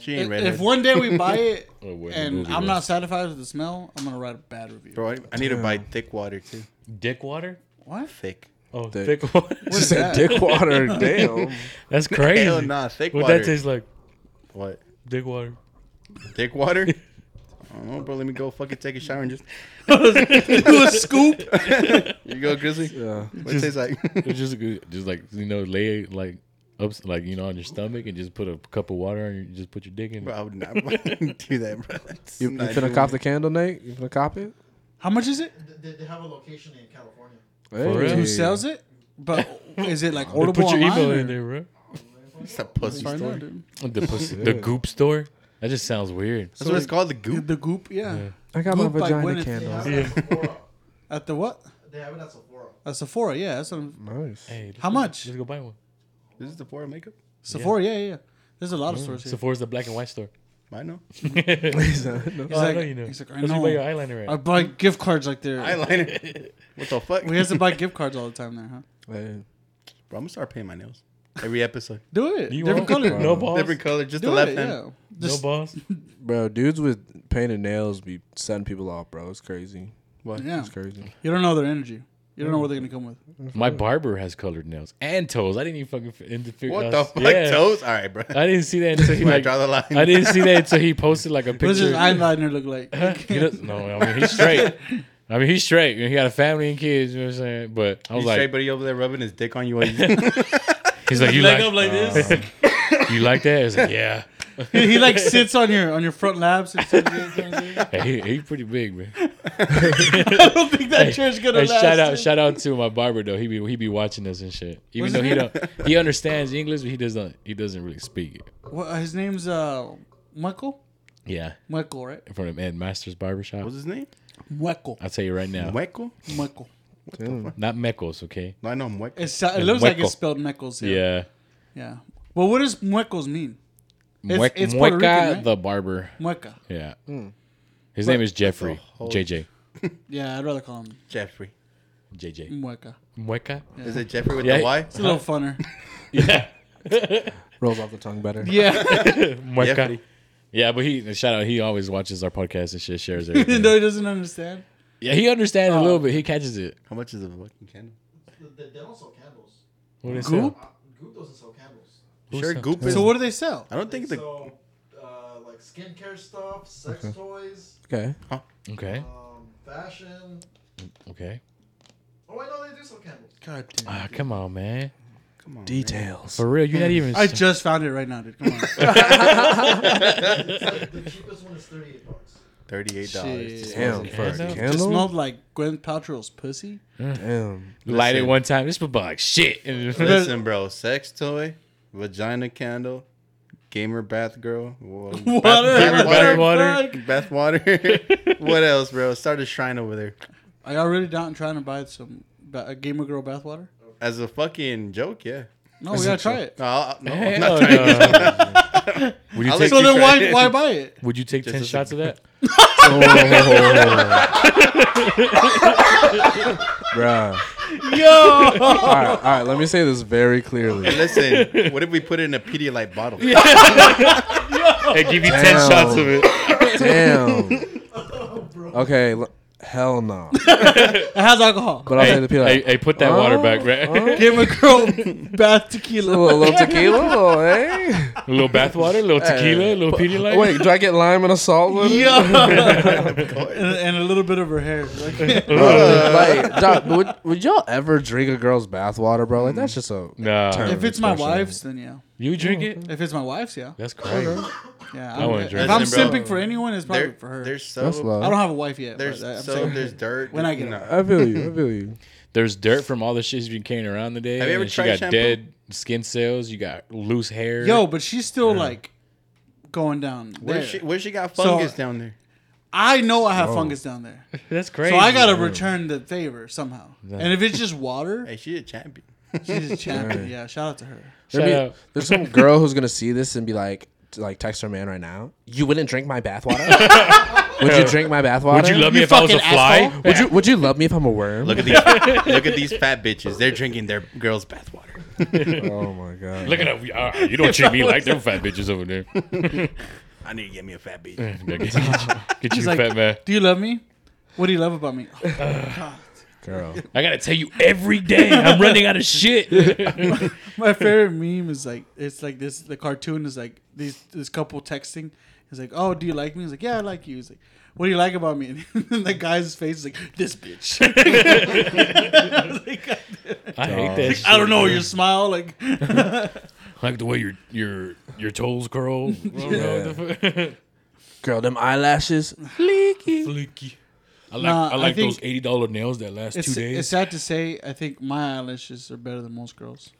She ain't
If,
ready.
if one day we
[LAUGHS]
buy it
Oh, wait,
and
movie
I'm
was.
not satisfied with the smell, I'm gonna write a bad review.
Bro, I, I need to buy thick water too.
Dick water.
What?
Thick.
Oh,
Dick.
thick, water.
[LAUGHS] She said dick
[LAUGHS]
water. damn.
That's crazy.
Hell nah, thick
What
water.
that tastes like?
What?
Dick water.
Thick water? I don't know, bro. Let me go fucking take a shower and just.
Do a scoop.
You go, Grizzly.
Yeah.
What it tastes like? [LAUGHS]
It's just good- just like you know, lay it like up like you know on your stomach and just put a cup of water on you. Just put your dick in.
bro,
it.
I would not [LAUGHS] do that, [LAUGHS] bro. That's
You, you
not
finna
doing
cop
it.
the candle, Nate? You finna cop it?
How much is it?
They, they have a location in California.
real?
Who
Who
sells it?
[LAUGHS]
But is it like
They
orderable
put your
online?
email
or-
in there, bro.
It's a pussy
Find
store.
out, dude.
The
[LAUGHS]
pussy, the goop store. That just sounds weird.
That's what it's called, the goop.
The goop, yeah.
I got
Goop
my
by
vagina
Gwyneth.
They
candle.
have it at Sephora.
At the what?
They have it at Sephora.
At Sephora, yeah. That's what I'm,
Nice.
Hey, let's
How
go-
much?
Let's go buy one.
This is the four makeup.
Sephora, yeah. yeah, yeah. There's a lot of stores here.
Sephora's the black and white
[LAUGHS]
store.
I know.
[LAUGHS]
He's
Oh,
like,
I know you know.
He's like, I
That's where you buy
know.
your eyeliner
Uh,
I
at.
buy gift cards like there.
Eyeliner. what the fuck?
we have to
[LAUGHS]
buy gift cards all the time there,
[LAUGHS]
huh?
Hey.
Bro, I'm gonna start painting my nails every episode.
Do it.
You
Different
won't?
color.
[LAUGHS] No balls.
Different color, just
Do
the left
it,
hand.
yeah.
no
Just,
balls.
Bro, dudes with painted nails be setting people off, bro. It's crazy.
What?
yeah.
It's crazy.
You don't know their energy. You don't know where they're gonna come with.
My barber has colored nails and toes. I didn't even fucking f- interfere.
What
I
the
was-
fuck?
yeah.
Toes? All right, bro.
I didn't see that
[LAUGHS]
until he
Where I
like.
draw the line.
I didn't see that until he posted like a picture.
What does his eyeliner
[LAUGHS]
look like?
He
[LAUGHS]
does- no, I mean he's straight. I mean he's straight. He got a family and kids. You know what I'm saying? But I was
He's
like,
straight buddy over there rubbing his dick on you. While you
he's like, you
Leg
like,
up like this.
you like that? I was like, yeah.
he, he, like sits on your on your front laps. And sits
[LAUGHS]
I
Hey, he, he pretty big,
[LAUGHS]
man.
don't think that chair's gonna
Hey,
last.
shout out, shout out to my barber though. He be he be watching us and shit. Even
What's
though
his
he
name?
don't, he understands English, but he doesn't he doesn't really speak it.
What, his name's uh, Michael.
Yeah,
Mueco, right?
in front of Ed Masters Barbershop.
What's his name?
Mueco.
I'll tell you right now.
Mueco?
Mueco.
Not Mecos, okay?
No, I know Mueco.
It's, uh, it looks like
Mueco.
it's spelled Mecos.
Yeah.
Yeah. Well, what does Muecos mean? It's-
Mue-
it's Puerto
Mueca
Rican, right? Hmm.
the barber.
Mueca.
Yeah. His name is Jeffrey.
whole-
JJ.
Yeah, I'd rather call him
Jeffrey.
JJ.
Mueca.
Mueca?
Is it Jeffrey with
Yeah.
the Y?
It's a
Uh-huh.
little
[LAUGHS]
funner.
Yeah.
Rolls off the tongue better.
[LAUGHS]
Yeah.
Mueca.
Jeffrey.
Yeah, but he shout out. He always watches our podcast and shit, [LAUGHS] shares
[LAUGHS]
everything.
Even though he doesn't understand.
yeah, he understands a little bit. He catches it.
How much is a fucking candle?
They, they don't sell candles.
What is
Goop?
that?
Goop doesn't sell candles.
sure, Goop is.
So what do they sell?
I don't
They
think the.
sell uh, like skincare stuff, sex toys,
Okay.
Okay.
um, fashion.
Okay.
Oh, I know they do sell
[LAUGHS]
candles.
God damn.
Ah, come on, man.
Come on.
Details.
For real, you're not even.
I just found it right now, dude. Come on.
It's like the cheapest one is thirty-eight bucks.
Thirty-eight
Shit.
dollars.
Damn. For a
Candle?
It smelled
candle.
like Gwen Paltrow's pussy.
Damn.
light it
Listen.
one time. This was like shit. [LAUGHS] And-
Listen, bro. Sex toy, vagina candle, gamer bath girl. Whoa.
[LAUGHS] What
Bath,
a-
gamer
what a
bath,
water.
fuck.
bath water. [LAUGHS] what else, bro? Start a shrine over there.
Are y'all really down trying to buy some ba- a gamer girl bathwater?
As a fucking joke, yeah.
No, we gotta try it.
No, I'll, no, I'm [LAUGHS] not
Hell no.
trying.
Would you
I'll
take
So then
Try
why
it.
why buy it?
[LAUGHS] Would you take
Just
ten
a
shots of that?
Bruh.
Yo.
All right, all right. Let me say this very clearly.
[LAUGHS]
Listen, what if we put it in a Pedialyte bottle?
I give you
Damn.
ten shots of it. [LAUGHS]
Damn. Okay. l- Hell no.
It has alcohol.
But I'll
Hey,
say the peel.
hey, hey, put that water back, right?
[LAUGHS] Gamer girl bath [LAUGHS]
A little,
tequila.
little tequila,
[LAUGHS]
little, eh?
a [LAUGHS] little bath water, a little tequila, a little Pedialyte.
Wait, do I get lime and a salt with it?
[LAUGHS]
Yo. and, and a little bit of her hair. Like,
like, Doc, would, would y'all ever drink a girl's bathwater, bro? Like, that's just a.
Nah,
if it's my wife's, then yeah.
you drink it?
If it's my wife's, yeah.
That's crazy.
Yeah.
I wanna
I'm-
drink
If I'm
it. Listen, bro.
simping for anyone, it's probably
There,
for her.
There's so
That's
I
love.
don't have a wife yet.
there's
but I- I'm
so
saying-
there's dirt.
When I get
No.
it.
I feel you. I feel you.
There's dirt from all the shit you've been carrying around the day.
Have you ever
and
tried
she got
shampoo?
dead skin cells. You got loose hair.
yo, but she's still like going down.
Where
there.
she where she got
So-
fungus down there?
I know I have fungus down there,
that's crazy.
so I gotta return the favor somehow. And if it's just
[LAUGHS]
water,
Hey, she a champion.
she's a champion. Yeah, shout out to her.
Shout
Maybe-
out.
[LAUGHS]
[LAUGHS]
There's some girl who's gonna see this and be like, t- like text her man right now. You wouldn't drink
[LAUGHS]
my bathwater. would you drink my bathwater?
Would you love me if I was a
fucking
fly?
asshole? Would you Would you love me if I'm a worm?
Look at these [LAUGHS] look at these fat bitches. They're drinking their girls' bathwater.
oh my god.
Look at that. Ah, you don't treat me like them fat bitches over
[LAUGHS]
there.
I need to get me a fat bitch.
Get you, get you
She's like,
fat man.
do you love me? What do you love about me? [LAUGHS]
Girl.
I gotta tell you every day. I'm running out of
[LAUGHS]
shit.
My favorite meme is like it's like this. The cartoon is like these this couple texting. He's like, "Oh, do you like me?" He's like, "Yeah, I like you." He's like, "What do you like about me?" [LAUGHS] And the guy's face is like, "This bitch." [LAUGHS] I, was like, "God damn."
I hate that. Shit.
I don't know your smile. Like,
I like the way your your your toes
[LAUGHS]
curl.
Girl, them eyelashes.
Flaky. I like
Nah,
I
I
like
think-
those eighty dollar nails that last two
it's,
days.
it's sad to say. I think my eyelashes are better than most girls.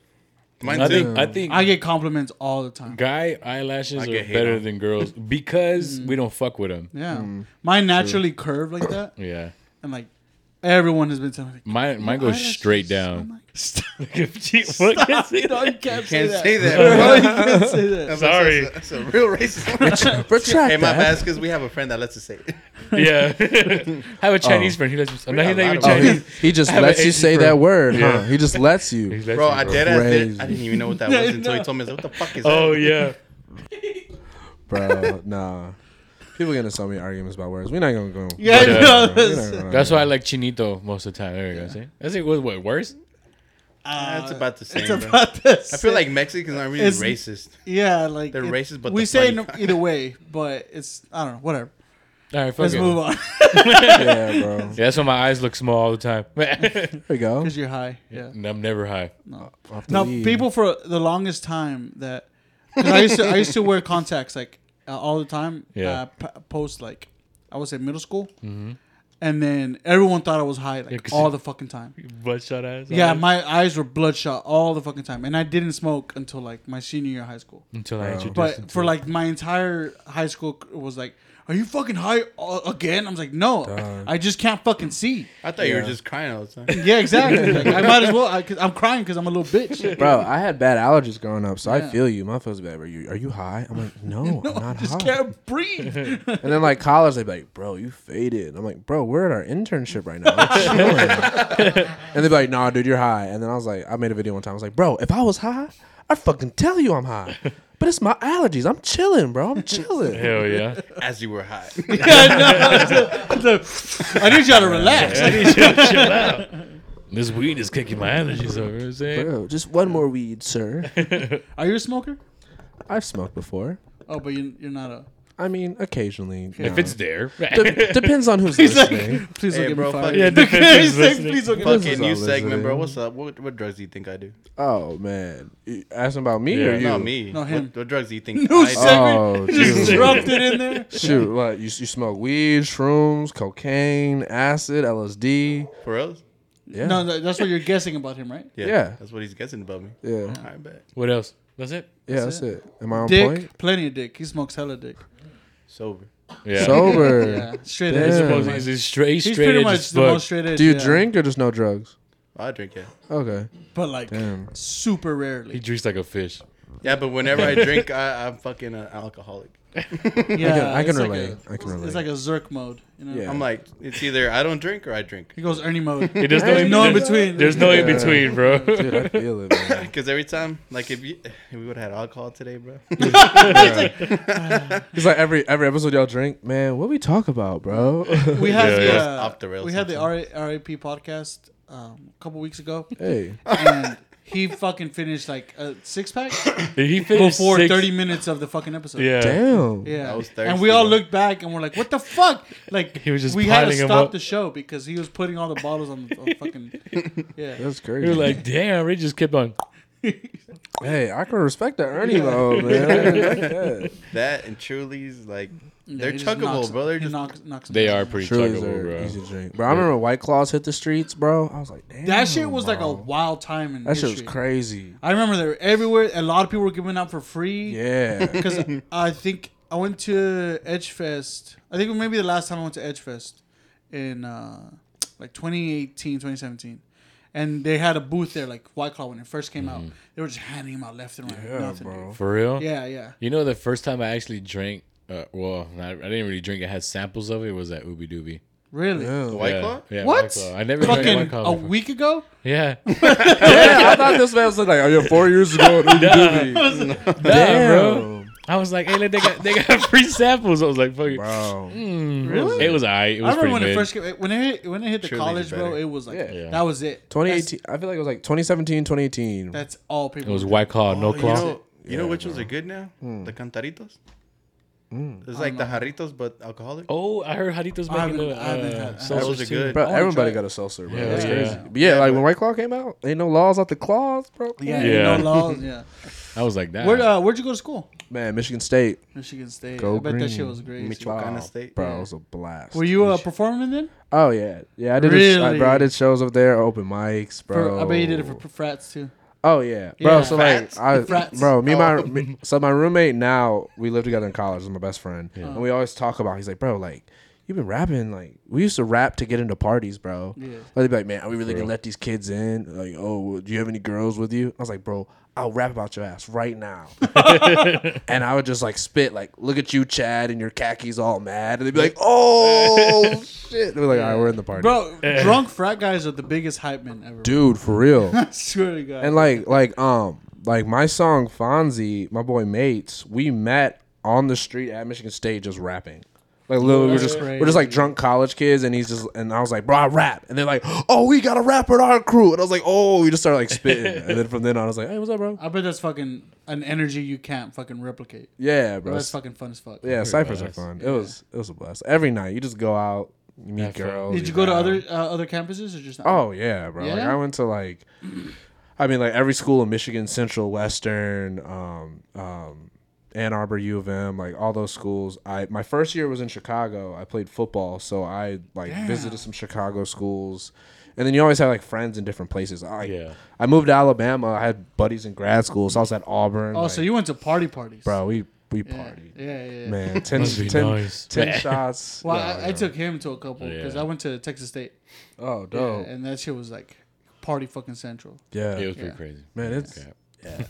Mine
I
too.
think I think
I get compliments all the time.
guy eyelashes
I
are
get hate
better
on.
than
[LAUGHS]
girls
Mm-hmm.
because we don't fuck with them.
Yeah, mine naturally curve like that,
Yeah,
and like everyone has been telling me.
mine mine goes
eyelashes.
straight down.
[LAUGHS]
Like, Stop,
[LAUGHS] Fuck.
[LAUGHS] you know, you can't say
Can't
that.
say [LAUGHS] that.
[LAUGHS]
bro.
you can't say that.
Sorry.
[LAUGHS] That's a real
[LAUGHS]
racist.
Retract
hey, my
that.
bad, because we have a friend that lets us say it.
yeah, Oh. I [LAUGHS] have a Chinese friend. He lets me. I'm not, he's not even
Oh,
Oh, he,
[LAUGHS]
Chinese.
he just
I have an
lets you
Asian
say
friend.
that word, huh?
Yeah.
He just lets you.
He lets
Bro,
me,
I dead ass did,
Crazy.
I didn't even know what that
Yeah,
was until
no.
he told me. I was like, What the fuck is
Oh
that?
yeah. [LAUGHS]
Bro, nah. People gonna sell me arguments about words. We're not gonna go.
Yeah,
Yeah.
no,
We're not
that's-
gonna-
That's why I like chinito most of the time. There you go. See, that's it. Was what worse?
uh,
That's about the same.
it's
bro.
about this.
I feel like Mexicans aren't really
It's-
racist.
[LAUGHS] yeah, like
they're racist, but
we
the
say
funny
it either way, but it's I don't know, whatever.
All right, fuck
Let's
it.
move on [LAUGHS]
[LAUGHS]
Yeah, bro.
Yeah, that's why my eyes look small all the [LAUGHS] time. and
There we go.
because you're high. Yeah.
I'm never high.
Off the
Now,
lead.
people for the longest time that 'cause I used to I used to wear contacts like uh, all the time.
Yeah.
Mm-hmm.
Uh, p- post like I was in middle school, and then everyone thought I was high like
'cause
all
you-
the fucking time.
Bloodshot eyes.
Yeah, my eyes were bloodshot all the fucking time, and I didn't smoke until like my senior year of high school.
Mm-hmm. Until I introduced him
But
to
for
it.
like my entire high school c- was like, "Are you fucking high a- again?" I was like, "No, I just can't fucking see."
I thought you were just crying all the [LAUGHS] time.
Yeah, exactly. Like, I might as well. I, cause I'm crying because I'm a little [LAUGHS] bitch.
Bro, I had bad allergies growing up, so
Yeah.
I feel you. My feels bad. Are you are you high? I'm like, no,
No,
I'm
I
not
just
high.
can't [LAUGHS] breathe.
And then like college, they'd be like, bro, you faded. And I'm like, bro, we're at our internship right now. We're chilling." and they'd be like, nah, dude, you're high. And then I was like, I made a video one time. I was like, bro, if I was high, I fucking tell you I'm high. But it's my allergies. I'm chilling, bro. I'm chilling.
Hell
[LAUGHS]
yeah.
As you were [LAUGHS] high.
I, know. I need y'all to relax. Like,
This weed is kicking my allergies over. You know what I'm saying?
Bro, just one more weed, sir.
are you a smoker?
I've smoked before.
Oh, but you're, you're not a.
I mean, occasionally. no.
If it's
[LAUGHS]
there. [LAUGHS]
De- depends on who's
He's like,
listening.
please
Hey,
don't get
bro,
me
fuck
fired.
Yeah,
the
He's like,
listening.
please don't get me
Fucking
all
new
this
segment, bro.
is?
What's up? What, what drugs do you think I do?
Oh man, You asking about me or
Yeah.
you?
No, me.
No, him.
What, what drugs do you think
New
I do?
Oh,
segment. [LAUGHS] just
dude.
dropped it in there.
Shoot, what you, you smoke weed, shrooms, cocaine, acid, LSD.
For reals?
Yeah,
No, no, that's what you're guessing about him, right?
Yeah.
That's what he's guessing about me.
yeah,
I bet.
what else? That's it.
yeah. That's it. Am I on
Dick,
point?
plenty of dick. He smokes hella dick.
Sober.
Yeah.
[LAUGHS]
Sober.
Yeah, straight
Damn.
edge.
He's
Suppose he's just straight,
He's
straight
pretty
edge
much
as
the
fuck.
most straight edge.
Do you
yeah.
drink or just no drugs?
I drink it.
Okay.
But like
Damn.
super
He
rarely.
drinks like a fish.
Yeah, but whenever I drink, I, I'm fucking an alcoholic.
Yeah,
I
Uh, it's like
can relate.
a-
I can
It's
relate.
like a Zerk mode. You know?
Yeah.
I'm like, it's either I don't drink or I drink.
He goes Ernie
[LAUGHS]
mode.
It does
There's no in between.
There's no in between, bro. [LAUGHS]
Dude, I feel it.
[LAUGHS]
Man.
Because every time, like, if, you, if we would have had alcohol today, bro.
It's like every every episode y'all drink. Man, what we talk
[LAUGHS]
about, bro?
We had
Yeah,
the,
yeah.
uh,
Off the rails
we had the RAP podcast um, a couple weeks ago,
hey,
and he fucking finished like a
[COUGHS]
six pack
Did he finish
before
six-
thirty minutes of the fucking episode.
Yeah.
damn.
Yeah,
I was
and we all
thirsty.
looked back and we're like, "What the fuck?"
[LAUGHS]
Like
He was just
we had to
piling 'em
stop
up.
the show because he was putting all the bottles on the on fucking
[LAUGHS]
yeah.
That's crazy.
We were like, damn, Ray just kept on.
hey, I can respect that
[LAUGHS]
Ernie mode, man. I can like that.
That and Truly's, like,
Yeah,
they're
he just knocks-
chuggable, bro. They're
he
just.
knocks, knocks
They
them
are
down.
pretty
Truly's
chuggable,
are
bro.
easy to drink, bro. I remember when White Claws hit the streets, bro. I was like, damn.
That shit was like a
bro.
wild time in
That shit
history.
was [LAUGHS] crazy.
I remember they were everywhere. A lot of people were giving out for free.
Yeah. [LAUGHS]
Because I think I went to Edgefest. I think maybe the last time I went to Edgefest in uh, like 2018, 2017. And they had a booth there, like White Claw, when it first came out. They were just handing them out left and right.
Mm-hmm. Yeah,
nothing,
bro.
dude.
For real?
Yeah, yeah.
You know, the first time I actually drank, uh, well, I, I didn't really drink. I had samples of it. Was at Ooby Dooby.
Really?
White
yeah.
Claw?
Yeah, White
What?
Claw. I never drank
Fucking
White Claw
a
before.
week ago?
[LAUGHS] Yeah.
yeah, I thought this man was like, oh, yeah, four years
[LAUGHS]
ago. Nah, Damn,
Damn, bro. I was like, hey, look, they got they got [LAUGHS] free samples. I was like, fuck it.
bro.
Really?
It was alright. It
I
was
remember
pretty
when
mid.
it first came, when it hit, when it hit the
Truly's
college, bro.
better.
It was like
Yeah.
Yeah.
that was it.
2018. I feel like it was like 2017, 2018.
That's, that's all people.
It was
were
White Claw, no
Oh, you
claw.
know, you know which ones are good now? The Cantaritos? It's like the Jarritos, but alcoholic.
oh, I heard Jaditos
I
making the
haven't- I haven't
uh,
had- I
Those
salsas
are
too.
good.
bro,
wanna try
everybody
it.
got a seltzer, bro.
Yeah,
that's
yeah.
crazy. But yeah, like when White Claw came out, ain't no laws out the claws, bro.
doing- Yeah,
Yeah.
yeah. No laws. Yeah.
I was like, that.
Where uh, where'd you go to school?
Man, Michigan State.
Michigan State.
Go
I bet that shit
green.
was great.
Michoacana
Wow,
State.
Bro,
Yeah.
it was a blast.
Were you uh, performing then?
Oh yeah, yeah. I did. A, I,
Really?
bro, I did shows up there, open mics,
For-
bro.
I bet you did it for p- frats too.
Oh yeah, bro.
Yeah.
So
Frats.
like, I,
Frats.
bro, me and
Oh.
my me- so my roommate now we live together in college. He's my best friend, and we always talk about. He's like, bro, like you've been rapping. Like we used to rap to get into parties, bro.
Yeah.
Like, they'd be like, man, are we really gonna let these kids in? Like, oh, well, do you have any girls with you? I was like, bro, I'll rap about your ass
[LAUGHS]
right now. and I would just like spit, like, look at you, Chad, and your khakis all mad, and they'd be like, oh shit. They'd be like, all right, we're in the party,
Bro, drunk frat guys are the biggest hype men ever.
dude, for real.
I swear to God.
And like like um like my song Fonzie, my boy Mates, we met on the street at Michigan State just rapping. Like literally, we're
That's
just
crazy.
we're just like drunk college kids, and he's just and I was like, bro, I rap, and they're like, oh, we got a rapper in our crew, and I was like, oh, we just started like spitting, and then from then on, I was like, hey, what's up, bro?
I bet that's fucking an energy you can't fucking replicate.
Yeah,
Bro,
bro.
that's fucking fun as fuck.
yeah, ciphers are
blessed.
fun. It was it was a blast. Every night you just go out, you meet
Have fun.
girls.
Did you go to
rap.
other uh, other campuses or just? Not?
Oh yeah, bro. Like
Yeah?
I went to like [CLEARS THROAT] I mean like every school in Michigan, Central, Western, um, um, Ann Arbor, U of M, like all those schools. I my first year was in Chicago. I played football, so I like visited some Chicago schools, and then you always have like friends in different places. I,
Yeah.
I moved to Alabama. I had buddies in grad school, so I was at Auburn.
Oh,
like,
so you went to party parties,
bro, we we
Yeah,
partied,
Yeah, yeah. yeah.
man. Ten,
Must be
10
nice.
10 shots.
Well,
No,
I, I
no.
took him to a couple because
Oh, Yeah.
I went to Texas State,
oh
yeah,
dope,
and that shit was like party fucking central.
yeah,
It was pretty
Yeah.
crazy.
man, it's.
Okay.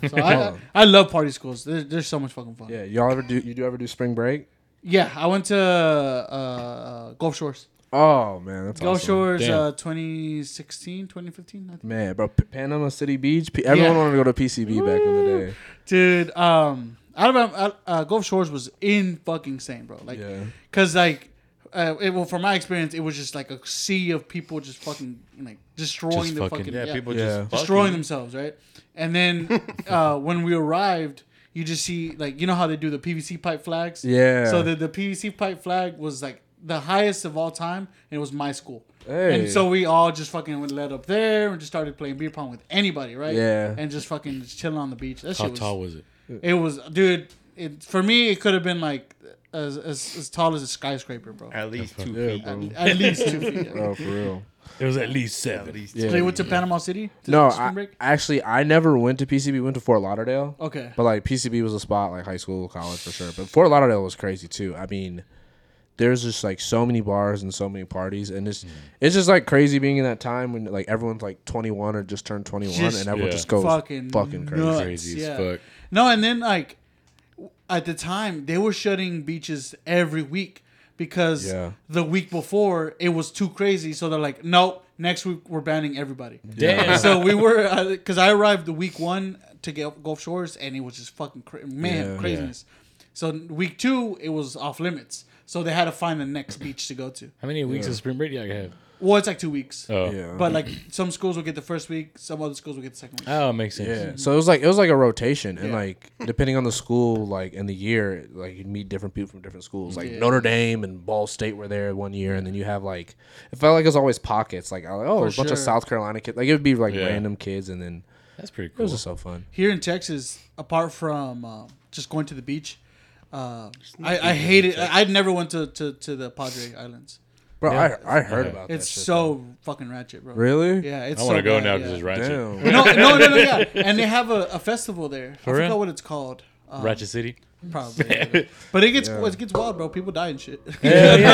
So I, I, I love party schools. They're, they're so much fucking fun.
Yeah, y'all ever do you do ever do spring break?
Yeah, I went to uh, uh, Gulf Shores.
Oh man, that's
Gulf
awesome.
Shores
Damn.
uh, 2016, 2015, I think.
Man, bro, P- Panama City Beach. P- everyone
Yeah.
wanted to go to PCB back in the day.
Dude, um, Alabama, Al- uh, Gulf Shores was in fucking insane, bro. Like,
Yeah.
cause like, uh, it, well, from my experience, it was just like a sea of people just fucking like destroying
Just
the
fucking-
fucking,
Yeah, people
Yeah.
just fucking-
destroying themselves, right? And
[LAUGHS]
then uh, when we arrived, you just see like you know how they do the PVC pipe flags.
Yeah.
So the the PVC pipe flag was like the highest of all time, and it was my school.
Hey.
And so we all just fucking went led up there and just started playing beer pong with anybody, right?
Yeah.
And just fucking just chilling on the beach. That
How
shit was,
tall was it?
It was, dude. It, for me, it could have been like as, as as tall as a skyscraper, bro.
At least two
Yeah,
feet.
bro.
At least two feet. yeah.
[LAUGHS] Bro, for real.
It was at least
At
seven.
least
Yeah.
So you went to Panama City? to
No,
spring
I,
break? Oh.
actually, I never went to PCB. Went to Fort Lauderdale.
Okay.
But like PCB was a spot, like high school, college for sure. But Fort Lauderdale was crazy too. I mean, there's just like so many bars and so many parties, and it's
Mm-hmm.
it's just like crazy being in that time when like everyone's like 21 or just turned 21,
Just
and everyone
Yeah.
just goes
fucking
fucking, crazy.
nuts,
Crazy
yeah.
as fuck.
No, and then like w- at the time they were shutting beaches every week because
Yeah.
the week before it was too crazy. So they're like, nope, next week we're banning everybody.
Damn.
So we were because I arrived the week one to get Gulf Shores and it was just fucking cra- man
Yeah.
craziness. So week two it was off limits. So they had to find the next beach to go to.
How many weeks of spring break do you have?
Well, it's like two weeks.
Oh,
Yeah.
But like some schools will get the first week, some other schools will get the second week.
oh, it makes sense.
Yeah. So it was like it was like a rotation, and
Mm-hmm. Yeah. [LAUGHS]
like depending on the school, like in the year, like you'd meet different people from different schools. Like
Yeah.
Notre Dame and Ball State were there one year, and then you have like it felt like it was always pockets. Like oh,
For
a bunch
sure.
of South Carolina kids. Like it would be like
Yeah.
random kids, and then
That's pretty
it
cool.
was just so fun.
here in Texas, apart from uh, just going to the beach, uh, I, I hate it. I, I never went to, to, to the Padre Islands.
Bro,
Yeah.
I I heard
Yeah.
about that.
It's
shit.
so fucking ratchet, bro.
really
Yeah, it's.
I want to
so
go
bad,
now
yeah.
because it's ratchet.
damn.
No, no, no,
[LAUGHS]
no, yeah. And they have a, a festival there. I forgot
real?
what it's called. Um,
Ratchet City.
probably. but it gets it gets wild, bro. People die and shit.
[LAUGHS]
[LAUGHS]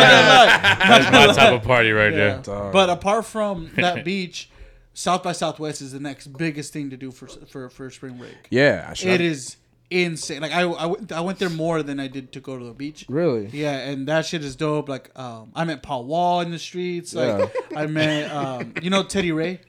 That's my type of party right
Yeah.
there.
Dog.
But apart from
[LAUGHS]
that beach, South by Southwest is the next biggest thing to do for for, for spring break.
Yeah, I should.
It is insane. Like I, I, went- I went there more than I did to go to the beach.
really.
Yeah, and that shit is dope. Like um, I met Paul Wall in the streets. Like [LAUGHS] I met um, you know Teddy Ray,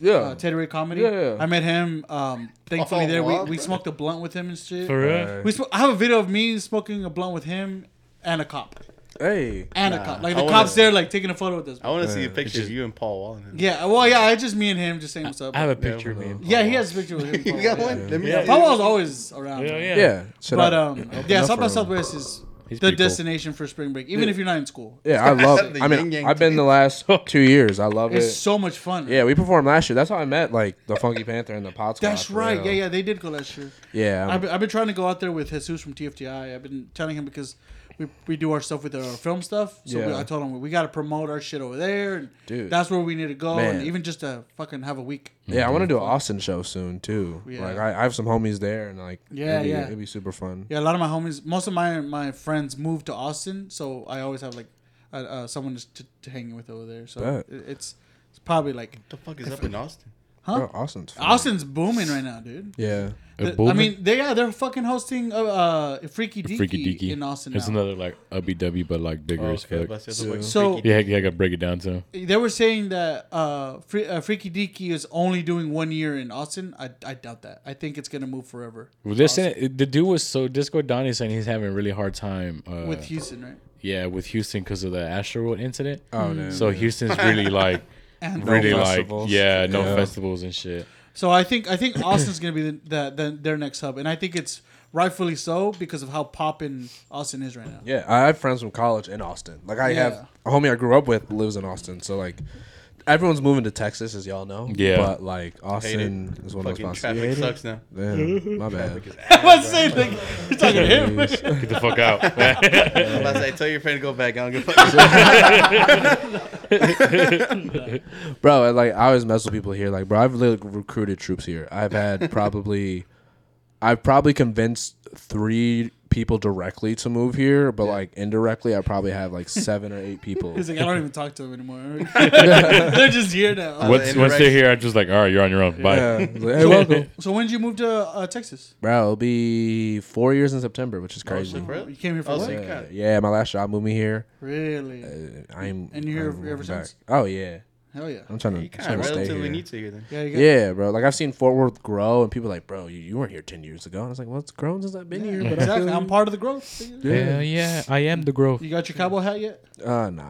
Yeah.
uh, Teddy Ray comedy.
Yeah, yeah.
I met him. Um, thankfully
Paul
there we,
Wall,
we
bro.
smoked a blunt with him and shit.
For real?
Alright.
we sm- I have a video of me smoking a blunt with him and a cop
hey.
and a cop. Like the
I wanna-
cops there like taking a photo with us.
I want to see a picture
just-
of you and Paul Wall. in it.
Yeah, well, yeah, it's just me and him just saying what's up.
I have a picture of me. and
yeah, he has a picture with
[LAUGHS]
him.
You got one? Let me
Yeah.
see.
Paul Wall's always around.
Paul. Hell
man.
yeah.
Yeah. Should
But
I-
um,
open
yeah,
up
South by
for- uh,
Southwest is
He's
the
pretty cool.
destination for spring break, even if you're not in school.
Yeah,
[LAUGHS]
I love.
The
it. I mean,
yin-yang
I've been the last two years. I love
It's
it.
so much fun.
Yeah, we performed last year. That's how I met like the Funky Panther and the Pot Squad.
that's
for
right.
real.
Yeah, yeah, they did go last year.
Yeah,
I've been, I've been trying to go out there with Jesus from TFTI. I've been telling him because we, we do our stuff with our film stuff. So we,
Yeah.
I told him we got to promote our shit over there, and
Dude.
that's where we need to go, and
Man.
even just to fucking have a week.
yeah. I want to do an Austin show soon too.
Yeah.
Like I, I have some homies there, and like
Yeah,
it'd be,
yeah.
it'd be super fun.
Yeah, a lot of my homies, most of my my friends moved to Austin, so I always have like uh, uh, someone just to, to hang with over there. So
Bet.
it, it's it's probably like
What the fuck is up in Austin?
Huh?
Bro, Oh, Austin's fun.
Austin's booming right now, dude.
Yeah,
A
The- I
booming-
mean, they yeah, they're fucking hosting uh, uh Freaky Deaky,
Freaky Deaky.
in Austin
It's
now.
another like UBW, but like bigger as
Okay,
fuck.
let's just look
So-
freaky.
Yeah, yeah, I gotta break it down to him.
They were saying that uh, Free, uh Freaky Deaky is only doing one year in Austin. I, I doubt that. I think it's gonna move forever
Well, they're saying the dude was so Disco Donnie saying he's having a really hard time uh,
with Houston, right?
yeah with Houston because of the asteroid incident.
Oh, damn.
so Houston's really
[LAUGHS]
like
And
really like
festivals.
yeah no
Yeah.
festivals and shit.
so I think I think Austin's gonna be the, the, the their next hub, and I think it's rightfully so because of how poppin' Austin is right now.
yeah. I have friends from college in Austin. Like I
Yeah.
have a homie I grew up with lives in Austin. So like, everyone's moving to Texas, as y'all know.
Yeah.
But like Austin
Hated.
is one of
Fucking
those
traffic sucks now.
Damn, my bad.
[LAUGHS] I was saying, like, you're talking to him.
Get the fuck [LAUGHS] out.
Unless I tell your friend to go back, I don't give a fuck.
bro. and, Like I always mess with people here. Like, bro, I've like, recruited troops here. I've had probably, I've probably convinced three people directly to move here, but like indirectly, I probably have like seven or eight people.
He's like, I don't even talk to him anymore. [LAUGHS] They're just here
once,
the
now.
once they're
interaction.
here, I'm just like, all right, you're on your own. Bye.
Yeah, like, hey, welcome,
So when did you move to uh, Texas?
bro. It'll be four years in September, which is crazy.
Really?
You came here for
Oh,
what?
so you
Uh,
kinda-
yeah, my last job moved me here. Uh,
Really?
Uh,
I'm
And you're here
I'm
ever
back.
since?
Oh yeah,
Hell yeah.
uh,
I'm trying to,
You kind
trying
of
to stay
relatively
here.
need to here then.
Yeah, you got,
Yeah, bro. Like I've seen Fort Worth grow, and people are like, bro, you, you weren't here ten years ago. And I was like, well, it's grown since I've been
[LAUGHS]
here. But I feel
exactly.
you.
I'm part of the growth.
Yeah, yeah, I am the growth.
You got your cowboy hat yet?
Uh, nah.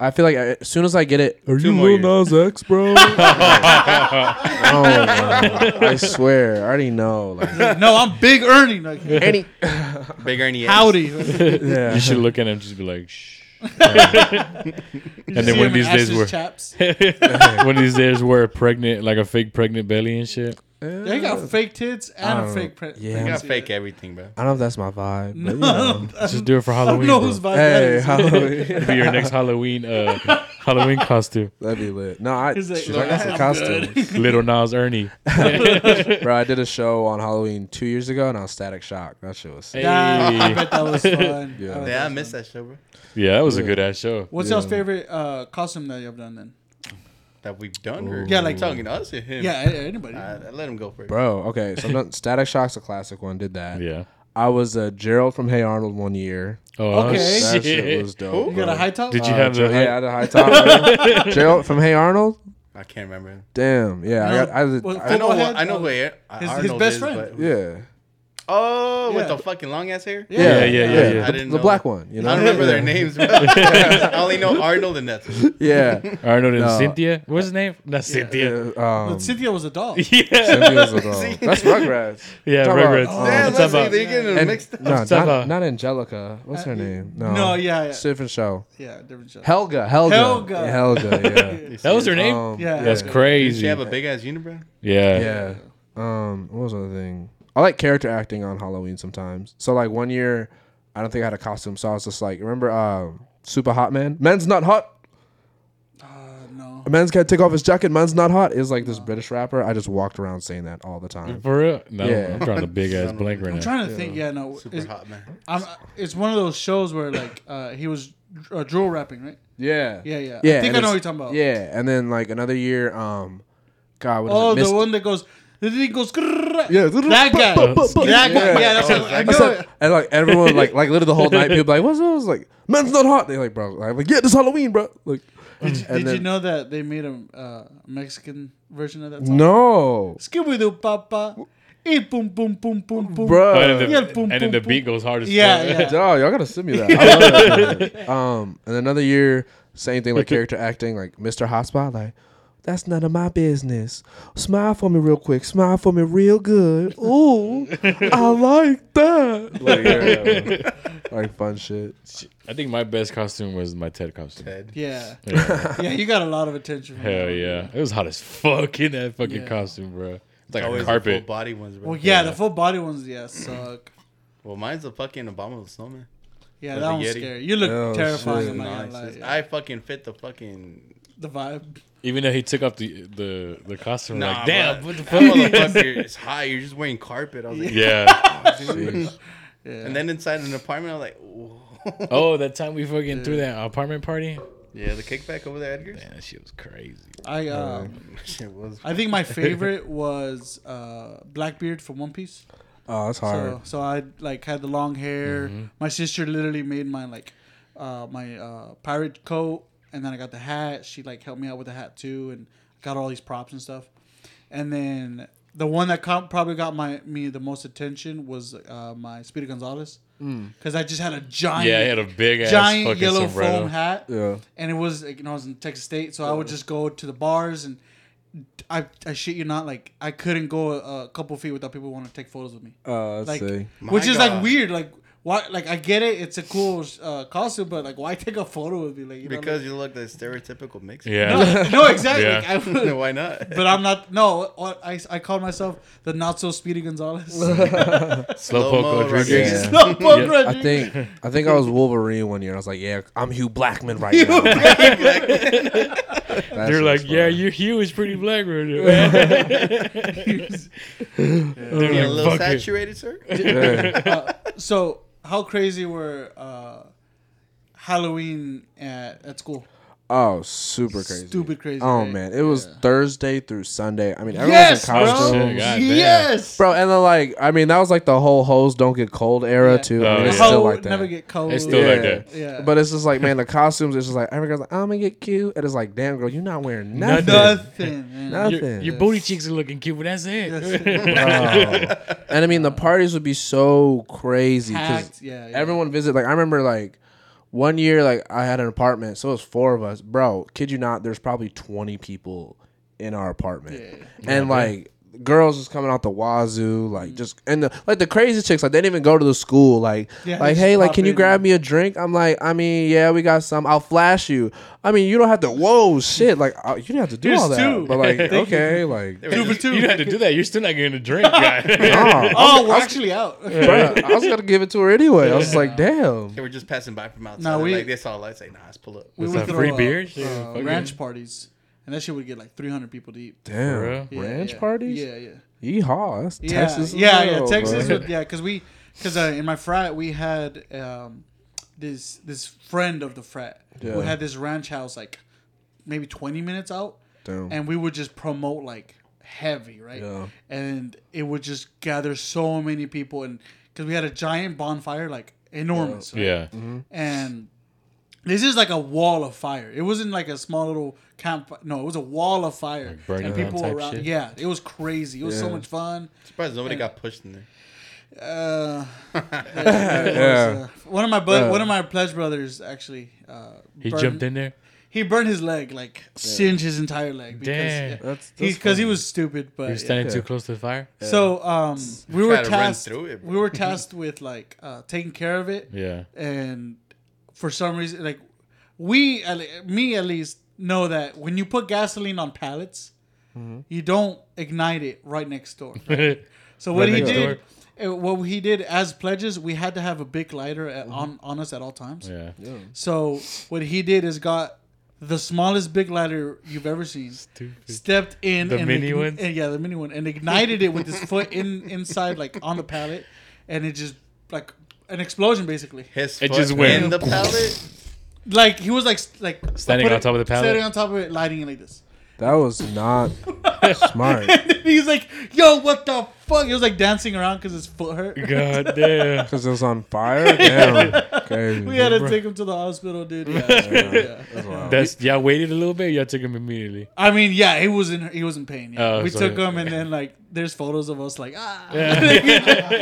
I feel like I, as soon as I get
[LAUGHS]
it, are
Two more
Lil Nas X, bro? oh, man. oh, I swear, I already know.
[LAUGHS]
Like,
no, I'm Big Ernie. Like,
[LAUGHS]
any,
Big Ernie. X.
howdy.
[LAUGHS] You
yeah,
should look at him, just be like, shh.
and
then one of these days we're-
Chaps.
[LAUGHS] One of these days, wear a pregnant, like a fake pregnant belly and shit.
They
eh.
got fake tits and a fake pre-
yeah.
You
I'm-
got fake everything, bro.
I don't know if that's my vibe. But, you know.
Just do it for
[LAUGHS] I don't
Halloween.
know
bro.
whose vibe that
hey,
is.
Halloween.
[LAUGHS]
It'd be your next Halloween,
[LAUGHS]
uh, Halloween costume.
That'd be lit. No, I,
He's like,
she's like,
"Look,
that's a
I'm
costume,
Little Nas Ernie.
[LAUGHS]
bro. I did a show on Halloween two years ago, and I was Static Shock. That shit was.
Hey.
Nah, I bet that was fun.
Yeah.
I bet
Yeah, I
that was
missed
fun.
that show, bro.
[LAUGHS] Yeah, that was a good ass show.
What's y'all's favorite uh, costume that you've done then?
That we've done. Or
Yeah, like-
talking to us or him.
Yeah, a- anybody.
I, I let him go first.
Bro, okay, so
[LAUGHS]
I'm not, Static Shock's a classic one. Did that?
Yeah.
I was uh, Gerald from Hey Arnold one year.
Oh,
Okay.
That shit
shit.
was dope.
you got
bro.
a high top?
Did you
Uh,
have the?
Gerald- yeah, I had a high top.
[LAUGHS]
bro. Gerald from Hey Arnold.
I can't remember.
Damn. Yeah.
No,
I got, I, was-
was-
I-
I know.
Football head?
What, I know who Ar-
Oh. his
Arnold
best
is,
friend.
but-
yeah.
Oh, with
Yeah.
the fucking long ass hair.
Yeah.
yeah, yeah, yeah,
The,
yeah.
I didn't
the
know
black
that.
one. You
I
know.
don't remember
yeah.
their names,
[LAUGHS]
bro. [LAUGHS] I only know Arnold and that's it.
[LAUGHS] Yeah.
Arnold and
No.
Cynthia. What's his name? Not Cynthia.
yeah.
[LAUGHS]
Um,
Uh, Cynthia was a
[LAUGHS]
doll.
Yeah,
Cynthia's
[LAUGHS]
a doll. That's Rugrats.
yeah,
Talk about-
Rugrats.
Oh,
Damn,
What's
that's
up,
they're
uh,
getting
And-
mixed up. Uh,
No,
Tava.
not, not Angelica. What's her name? No.
no, yeah, yeah.
Different show.
Yeah, different show.
Helga. Helga.
Helga.
[LAUGHS]
Yeah, Helga.
That was her
Yeah.
name.
Um,
Yeah.
That's
Did Oh, she
crazy.
have a big ass unibrow?
Yeah.
Yeah. Um, what was the other thing? I like character acting on Halloween sometimes. So like one year, I don't think I had a costume, so I was just like, remember, um, super hot man. Man's not hot.
Uh, no.
A man's gotta take off his jacket. Man's not hot. Is like this British rapper. I just walked around saying that all the time.
For real? No,
Yeah.
I'm drawing a big
[LAUGHS]
ass blank right
I'm
now.
trying to think. Yeah, no.
Super
It's,
hot man.
I'm, it's one of those shows where like uh, he was uh, drool rapping, right?
Yeah.
Yeah, yeah.
Yeah.
I think I know
and it's-
what you're talking about.
Yeah. And then like another year, um, God, what is
Oh,
it? Mist-
the one that goes. The thing goes. Yeah.
Yeah.
That guy. That guy. Yeah, that's
Oh,
what I
that
know.
guy.
it.
And like everyone, like like literally the whole night, people like, what's this? Like, man's not hot. They're like, bro, I'm like, yeah, this Halloween, bro. Like, did you,
Did you know that they made a uh, Mexican version of that song?
No,
Scooby Doo Papa. E boom boom boom boom boom.
bro.
And then
Yeah,
the,
boom,
and then
boom,
the
boom.
beat goes hard as
Yeah,
fuck.
yeah.
Dog, y'all gotta send me that. I love that. shit. um, and another year, same thing like character acting, like Mr. Hotspot, like that's none of my business. Smile for me real quick. Smile for me real good. Ooh, I like that. Like, yeah, like fun shit.
I think my best costume was my Ted costume.
Ted.
Yeah.
Yeah.
[LAUGHS] Yeah, you got a lot of attention. From
Hell
that.
yeah. It was hot as fuck in that fucking
Yeah.
costume, bro. It's like
Always
a
the full
carpet.
body ones, bro.
Well, yeah, the full body ones, yeah, suck.
Well, mine's the fucking Obama the Snowman.
Yeah,
With
that
the
one's
Yeti.
scary. You look
Oh,
terrifying.
shit.
I'm not gonna
Nice.
lie. Yeah.
I fucking fit the fucking.
the vibe.
Even though he took off the the, the costume,
Nah,
like, damn.
bro, what [LAUGHS] the
[LAUGHS]
fuck? motherfucker is high. You're just wearing carpet. I was like,
Yeah.
and then inside an apartment, I was like, Whoa.
oh, that time we fucking threw that apartment party.
[LAUGHS] yeah, the kickback over there, Edgar.
Man, that shit was crazy.
I um,
[LAUGHS] Shit was.
I think my favorite was uh, Blackbeard from One Piece.
Oh, that's hard.
So, so I like had the long hair.
Mm-hmm.
My sister literally made my like uh, my uh, pirate coat, and then I got the hat. She like helped me out with the hat too, and got all these props and stuff. And then the one that com- probably got my me the most attention was uh, my Speedy Gonzalez because I just had a giant
Mm. Yeah, he had a big ass
giant
fucking
yellow
sombrero.
foam hat.
Yeah.
And it was like, you know, I was in Texas State, so I would just go to the bars and I I shit you not, like
Oh,
I couldn't go a, a couple feet without people wanting to take photos with me.
Uh, let's
Like
see.
which is like
God.
weird, like why? Like I get it, it's a cool uh, costume, but like why take a photo with me? Like
[LAUGHS]
you
because you look like stereotypical Mexican.
Yeah.
know, like, [LAUGHS] no, exactly.
Yeah.
Like, I would-
No, [LAUGHS] Why
[LAUGHS]
not?
but I'm not. No, what- I I call myself the not so speedy Gonzalez.
[LAUGHS]
[LAUGHS]
Slowpoke
Slow-mo
Rodriguez. [LAUGHS]
Rodriguez.
No, Paul
Yeah,
Rudd,
I
dude.
think I think I was Wolverine one year. I was like, yeah, I'm Hugh Blackman
[LAUGHS]
right now. That
They're
shit
like,
was
yeah,
funny.
your hue is pretty black right [LAUGHS] here, man.
You
They're
a
like,
little
fuck it. [LAUGHS]
saturated, sir.
[LAUGHS]
Yeah.
So how crazy were uh, Halloween at, at school?
Oh, super crazy.
Stupid crazy,
Oh
right?
man, it was Thursday through Sunday. I mean, everyone
Yes,
was in
bro.
costumes.
Shit, God damn.
yes,
Bro, and then like I mean that was like the whole hoes don't get cold era
Yeah.
too. I
Oh,
mean, it's
yeah.
still
Cold,
like that.
Never get cold.
It's still like
Yeah.
that.
Yeah.
But it's just like man, the costumes. It's just like every girl's like I'm gonna get cute, and it's like damn girl, you're not wearing nothing.
nothing. man.
Nothing.
Your, your booty cheeks are looking cute, but that's it.
Bro. and I mean the parties would be so crazy
Packed,
because
yeah, yeah.
everyone visit. Like I remember like one year like I had an apartment, so it was four of us. Bro, kid you not, there's probably twenty people in our apartment, and like. Girls just coming out the wazoo,
Mm.
like just and the like the crazy chicks, like they didn't even go to the school, like
Yeah, they
like
just
hey, like
pop
can you
in.
grab me a drink? I'm like, I mean, yeah, we got some. I'll flash you. I mean, you don't have to. Whoa, shit, like uh, you didn't have to do
Here's
all that,
two.
but
[LAUGHS]
like
Thank you.
okay, like
You,
Stupid too.
you don't have to do that. You're still not getting a drink, [LAUGHS] guy.
nah.
Oh, we're actually out.
Bruh, [LAUGHS] I was gonna give it to her anyway. I was like, damn.
They were just passing by from outside.
No, we-
like they saw lights. Like, nah, let's pull up.
We
It's
would
like
throw,
free
uh,
beer? Shit,
uh,
fuck
ranch
it.
parties, and that shit would get like 300 people deep.
Damn.
Yeah,
Ranch
yeah.
parties?
Yeah, yeah,
Yeehaw. That's
yeah,
Texas. as
yeah,
well,
yeah. Texas, [LAUGHS]
bruh.
would, yeah, because we, because uh, in my frat we had um, this this friend of the frat who
Yeah.
had this ranch house like maybe 20 minutes out,
Damn.
and we would just promote like heavy, right?
Yeah.
And it would just gather so many people, and because we had a giant bonfire, like enormous, right?
yeah.
and this is like a wall of fire. It wasn't like a small little camp. No, it was a wall of fire.
Like burning
and
man
people
type
around.
shit?
Yeah, it was crazy. It was so
Yeah.
much fun.
Surprised nobody got pushed in there. [LAUGHS]
Uh,
Yeah.
one of my bud,
Yeah.
one of my pledge brothers actually. Uh,
He
burned-
jumped in there.
He burned his leg, like singed his entire leg because
Damn.
yeah,
That's-
he-
that's
'cause he
funny.
was stupid. But
You're
yeah.
standing too close to the fire.
so
[LAUGHS]
um, we were
Try to run
tasked.
through it, bro.
we
[LAUGHS]
were tasked with like uh, taking care of it.
[LAUGHS] Yeah.
and for some reason, like we, at le- me at least, know that when you put gasoline on pallets, you don't ignite it right next door. So
[LAUGHS]
what
Right
he
next
did, uh, what he did as pledges, we had to have a big lighter at, on on us at all times.
yeah.
So what he did is got the smallest big lighter you've ever seen.
Stupid.
Stepped in
The
and
mini
igni-
ones?
and- yeah, the mini one, and ignited it with his foot in inside, like on the pallet, and it just like an explosion, basically.
His
It
foot
just went-
in the pallet. [LAUGHS]
Like he was like s- like
Standing
put
on
it-
top of the pallet?
standing on top of it, lighting it like this. [LAUGHS]
That was not smart.
He's like, "Yo, what the fuck?" He was like dancing around because his foot hurt.
God damn.
Because it was on fire? Damn. Crazy.
[LAUGHS] [LAUGHS] We had to take him to the hospital, dude. Yeah,
[LAUGHS]
yeah. [LAUGHS]
That's y'all waited a little bit. Y'all took him immediately.
I mean, yeah, he was in he was in pain. Yeah.
Oh,
we
so-
took him, and then like there's photos of us [LAUGHS] like ah
[LAUGHS]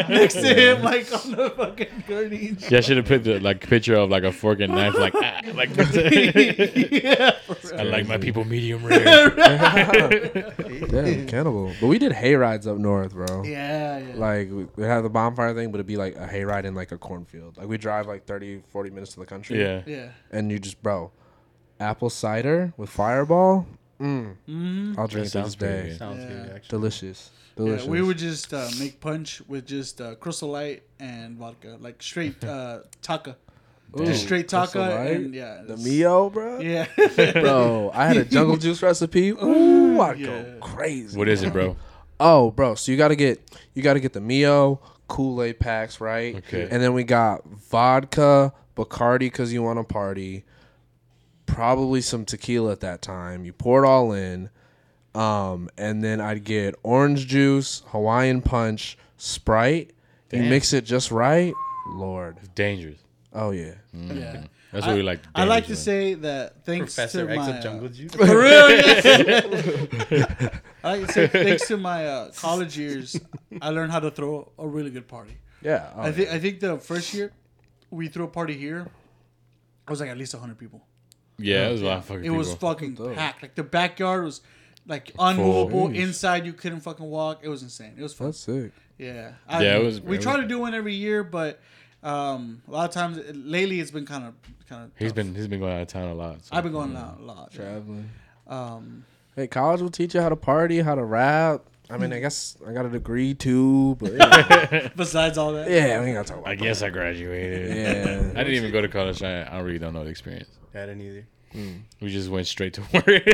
next to him, like on the fucking gurney. [LAUGHS] and shit.
Y'all should have put the like picture of like a fork and knife, like [LAUGHS] ah, like
yeah,
I like my people medium rare.
Damn, cannibal. But we did hay rides up north, bro.
yeah, yeah.
Like, we we had the bonfire thing, but it'd be like a hayride in like a cornfield. Like, we drive like 30, 40 minutes to the country.
yeah.
yeah.
and you just bro, apple cider with Fireball. Mm. I'll drink it to
sounds
this
pretty
day.
good.
Sounds
Yeah.
good, actually.
Delicious,
Mm-hmm. Yeah,
delicious.
we would just uh, make punch with just uh, Crystal Light and vodka, like
[LAUGHS]
straight uh, taka,
Oh,
just straight taka,
Crystal Light?
and yeah,
the
it's-
Mio,
[LAUGHS]
bro.
Yeah,
[LAUGHS] Bro, I had a
[LAUGHS]
jungle juice recipe. Ooh, I'd go crazy.
What is it, bro?
Oh, bro, so you gotta get you gotta get the Mio Kool Aid packs, right?
Okay.
And then we got vodka, Bacardi, cause you want to party. Probably some tequila at that time. You pour it all in, um, and then I'd get orange juice, Hawaiian punch, Sprite. You mix it just right. Lord,
Dangerous.
oh yeah,
yeah.
That's what we like.
I like to
dangerous
say that thanks
Professor
to
X
my
of Jungle
[LAUGHS] uh,
[LAUGHS] Juice.
for real, yes. I like to say thanks to my uh, college years, I learned how to throw a really good party.
yeah. oh,
I think I think the first year we threw a party here, it was like at least hundred people.
one. Yeah, it was a lot of fucking
It was
people.
fucking packed. Like the backyard was like unmovable. Inside you couldn't fucking walk. It was insane. It was fun.
that's sick.
yeah. I,
Yeah, it was-
We
it
try
was-
to do one every year, but Um, a lot of times lately, it's been kind of kind of.
He's been he's been going out of town a lot. so-
I've been
Mm.
going out a lot. yeah.
Traveling.
Um,
Hey, college will teach you how to party, how to rap. I
Hmm.
mean, I guess I got a degree too, but yeah,
[LAUGHS] besides all that,
yeah we ain't gotta talk about
I
it.
guess I graduated. [LAUGHS]
Yeah.
I didn't even go to college. I, I really don't know the experience.
I didn't either.
We just went straight to [LAUGHS] work.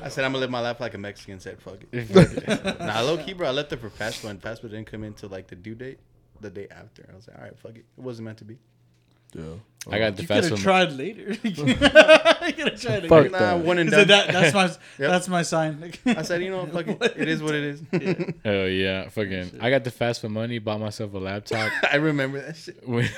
I said I'm gonna live my life like a Mexican. Said fuck it. [LAUGHS] nah, low key, bro. I left it for Passport, and Passport didn't come in till like the due date, the day after. I was like, all right, fuck it. It wasn't meant to be.
I got the
you could
fast
have
one.
tried later. [LAUGHS] you could have tried again.
Fuck
Nah,
that.
one and
He
done.
said, that,
[LAUGHS]
that's my that's my sign. [LAUGHS]
I said, you know, what, fuck it. It is what it is.
Oh yeah, fucking! I got the fast for money. Bought myself a
[LAUGHS]
laptop.
[LAUGHS] I remember that shit.
went,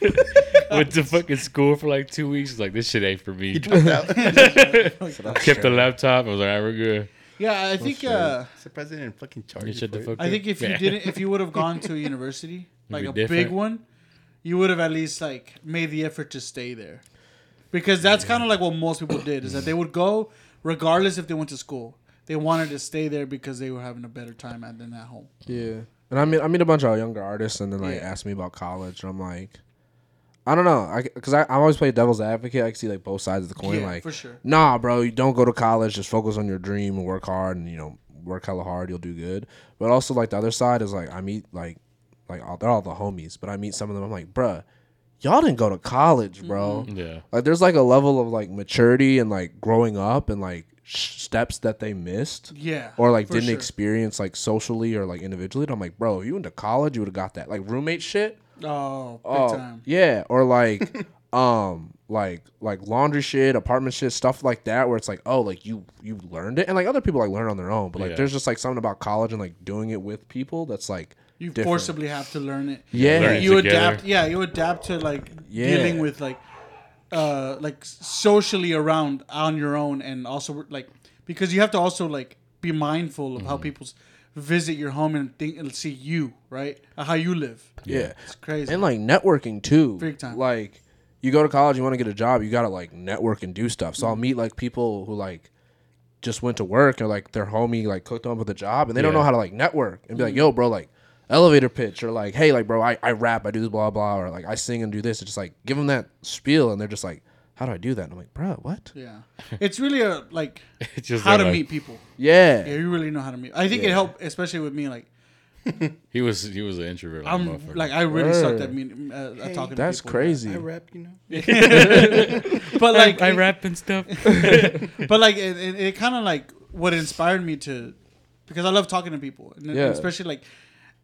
[LAUGHS] went to fucking school for like two weeks. Like this shit ain't for me. [LAUGHS]
[LAUGHS]
Kept the laptop. I was like, all right, we're good.
yeah, I think uh,
Surprised they didn't fucking charge
You
you.
shut
For
the
it.
fuck
I think if you
Yeah.
didn't, if you would have gone
[LAUGHS]
to a university, like
be
a big
different.
one, you would have at least like made the effort to stay there, because that's kind of like what most people did is that they would go regardless if they went to school. They wanted to stay there because they were having a better time at than at home.
Yeah. And I meet I meet a bunch of younger artists, and then like ask me about college, and I'm like, I don't know, I because I I always play devil's advocate. I can see like both sides of the coin.
Yeah,
like,
for sure.
Nah, bro, you don't go to college. Just focus on your dream and work hard, and you know, work hella hard. You'll do good. But also like the other side is like I meet like like all, they're all the homies, but I meet some of them. I'm like, bruh, y'all didn't go to college, bro.
Mm-hmm.
Yeah.
Like there's like a level of like maturity and like growing up and like sh- steps that they missed
Yeah,
or like
for
didn't
sure.
experience like socially or like individually. And I'm like, bro, if you went to college, you would have got that like roommate shit.
Oh, big
Oh,
time.
yeah,
[LAUGHS]
or like, um, like like laundry shit, apartment shit, stuff like that, where it's like, oh, like you you learned it, and like other people like learn on their own, but like
Yeah.
there's just like something about college and like doing it with people that's like
You
different.
forcibly have to learn it.
Yeah. Learn it
you
together.
adapt. Yeah, you adapt to like
Yeah.
dealing with like, uh, like socially around on your own, and also like because you have to also like be mindful of how
Mm-hmm.
people visit your home and think and see you right, Uh, how you live.
yeah.
It's crazy.
and like networking too.
Big time.
Like you go to college, you want to get a job, you gotta like network and do stuff. So I'll meet like people who like just went to work or like their homie like cooked them up with a job and they don't know
Yeah.
how to like network and be like, yo, bro, like elevator pitch or like, hey, like bro, I, I rap, I do this blah blah or like I sing and do this. It's just like give them that spiel and they're just like, how do I do that? And I'm like, bro, what?
yeah, it's really a
[LAUGHS]
like
It's just
how to
like-
meet people.
Yeah.
Yeah, you really know how to meet. I think it helped, especially with me. Like
He was he was an introvert. Like, a
I'm
motherfucker.
like I really sucked at
Word.
meeting uh, at talking.
That's
to people.
crazy.
I rap, you know.
But like
I
it-
rap and stuff.
[LAUGHS] but like it, it, it kind of like what inspired me to because i love talking to people and and
Yeah.
especially like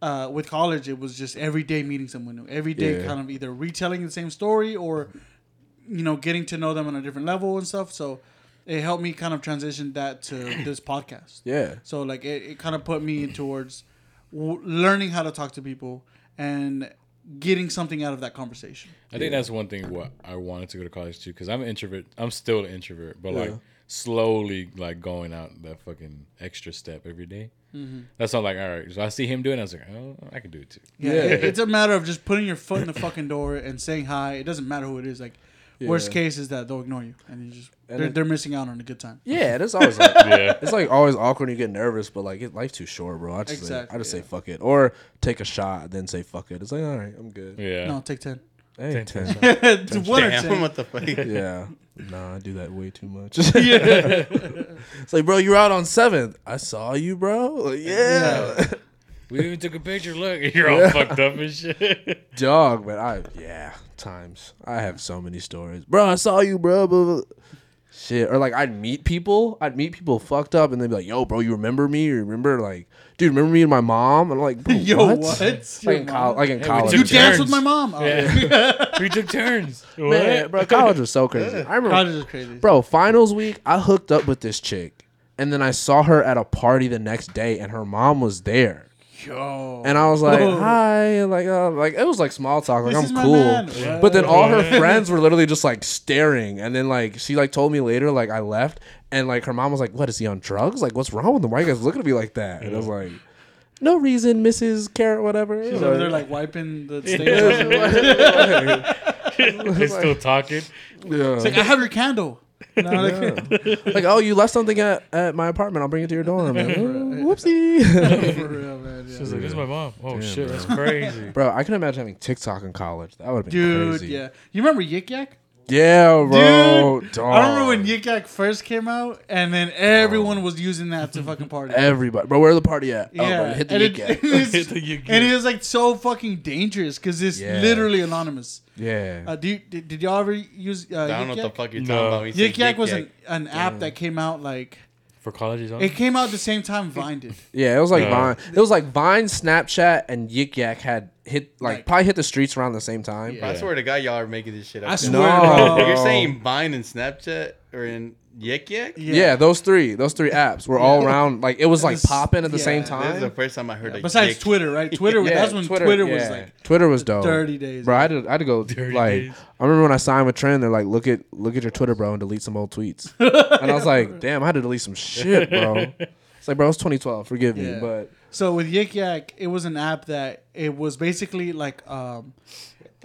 uh, with college it was just every day meeting someone new every day
Yeah.
kind of either retelling the same story or you know getting to know them on a different level and stuff so it helped me kind of transition that
[CLEARS THROAT]
to this podcast
Yeah.
so like it, it kind of put me towards w- learning how to talk to people and getting something out of that conversation
I think that's one thing what I wanted to go to college to because I'm an introvert. I'm still an introvert, but like slowly like going out that fucking extra step every day.
Mm-hmm.
That's not like all right. So I see him doing. it, I was like, oh, I can do it too.
Yeah, it- it's a matter of just putting your foot in the fucking door and saying hi. It doesn't matter who it is. Like, worst
Yeah.
case is that they'll ignore you, and you just they're,
it-
they're missing out on a good time.
Yeah, it is always like
Yeah.
it's like always awkward when you get nervous, but like it, life's too short, bro. I just say, I
Exactly,
just
yeah.
say fuck it, or take a shot, then say fuck it. It's like all right, I'm good.
Yeah.
No, take ten.
Hey, ten.
[LAUGHS] One or
Damn,
ten.
what the fuck?
[LAUGHS] yeah, nah, I do that way too much. [LAUGHS] yeah, it's like bro, you're out on seventh. I saw you, bro. Like, yeah.
We even took a picture. Look, [LAUGHS] you're all fucked up and shit.
dog. But I yeah, times I have so many stories, bro. I saw you, bro. Blah, blah. Shit, or like I'd meet people, I'd meet people fucked up, and they'd be like, "Yo, bro, you remember me? You remember like, dude, remember me and my mom?" And I'm like,
[LAUGHS]
bro,
Yo,
what?
what? Your
Like in, col-
mom?
like in
we
college,
You
took
dance
Turns.
with my mom. Oh,
we took turns.
Man,
What?
bro, college
[LAUGHS]
was so crazy. I remember,
College is
[LAUGHS]
crazy.
bro. Finals week, I hooked up with this chick, and then I saw her at a party the next day, and her mom was there.
Yo.
And I was like,
Whoa.
hi, and like, uh, like it was like small talk, like
Oh. This is
I'm
my
cool.
man.
But then all her friends were literally just like staring, and then like she like told me later, like I left, and like her mom was like, what is he on drugs? Like what's wrong with him? Why you guys looking at me like that? And I was like, no reason, Mrs. Carrot, whatever.
She's over there like wiping the stage.
[LAUGHS]
They still talking.
Yeah.
Like, I have your candle. No, like, [LAUGHS]
like oh, you left something at, at my apartment. I'll bring it to your dorm. Like, "Oh, whoopsie.
[LAUGHS]
[LAUGHS]
for real, man.
She's like, "This is my mom." Oh shit, that's crazy.
Bro, I can imagine having TikTok in college. That would have been
Dude,
crazy.
yeah. You remember Yik Yak?
Yeah, bro.
Dude,
dog.
I remember when Yik Yak first came out, and then everyone was using that to fucking
[LAUGHS]
party.
everybody. Bro, where the party at? Oh,
yeah,
bro, hit the
and,
Yik
it,
Yak.
Hit the
and
Yik
it's- and it [LAUGHS] is like so fucking dangerous because it's
Yeah.
literally anonymous.
Yeah.
Uh, do you, did, did y'all ever use uh,
I don't know what
Yik
the
Yak?
fuck you're
No.
talking about. when you
Yik
say
Yak was
Yik
an, an app that came out like
For colleges,
it came out the same time Vine did.
Yeah, it was like
No.
Vine. It was like Vine, Snapchat, and Yik Yak had hit like
Like-
probably hit the streets around the same time.
I swear to God, y'all are making this shit up.
I
now.
swear.
No.
to
You're
God.
saying Vine and Snapchat or in Yik Yak?
[LAUGHS] Yeah. those three, those three apps were all around. Like it was like
This-
popping at the same
yeah.
This is the
time.
first time I heard a
Besides
Yik-
Twitter, right? Twitter.
Yeah,
that's when Twitter, was
yeah.
like
Twitter was dope.
30 days.
Bro, I had to, I had to go like
days.
I remember when I signed with Trend, they're like, look at look at your Twitter, bro, and delete some old
[LAUGHS]
tweets. and I was like, damn, I had to delete some shit, bro. It's like, bro, it's 2012. Forgive me,
Yeah.
but
So with Yik Yak, it was an app that it was basically like um,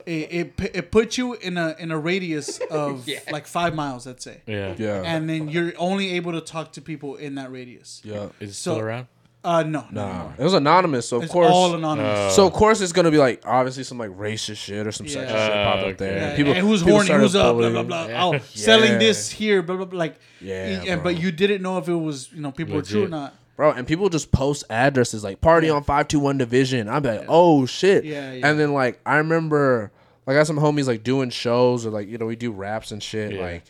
it, it pu- it put you in a in a
[LAUGHS]
radius of like five miles, let's say,
yeah,
yeah,
and then you're only able to talk to people in that radius.
yeah.
Is it
So-
still around?
Uh, no, no, no.
Nah, it was anonymous, so of
It's
course
all anonymous.
So of course it's gonna be like obviously some like racist shit or some sexist
Yeah.
shit
Uh,
popped up there.
okay.
Yeah,
And people,
and who's
people
horny?
started
Who's up? Blah blah
bullying.
blah. Oh, selling
Yeah.
this here, blah blah blah. Like,
Yeah,
y- and-
bro.
but you didn't know if it was you know people were true or
Legit.
not.
bro. And people just post addresses like party on five two one division. I'm like, oh shit.
Yeah, yeah.
And then like I remember like I got some homies like doing shows or like you know we do raps and shit like.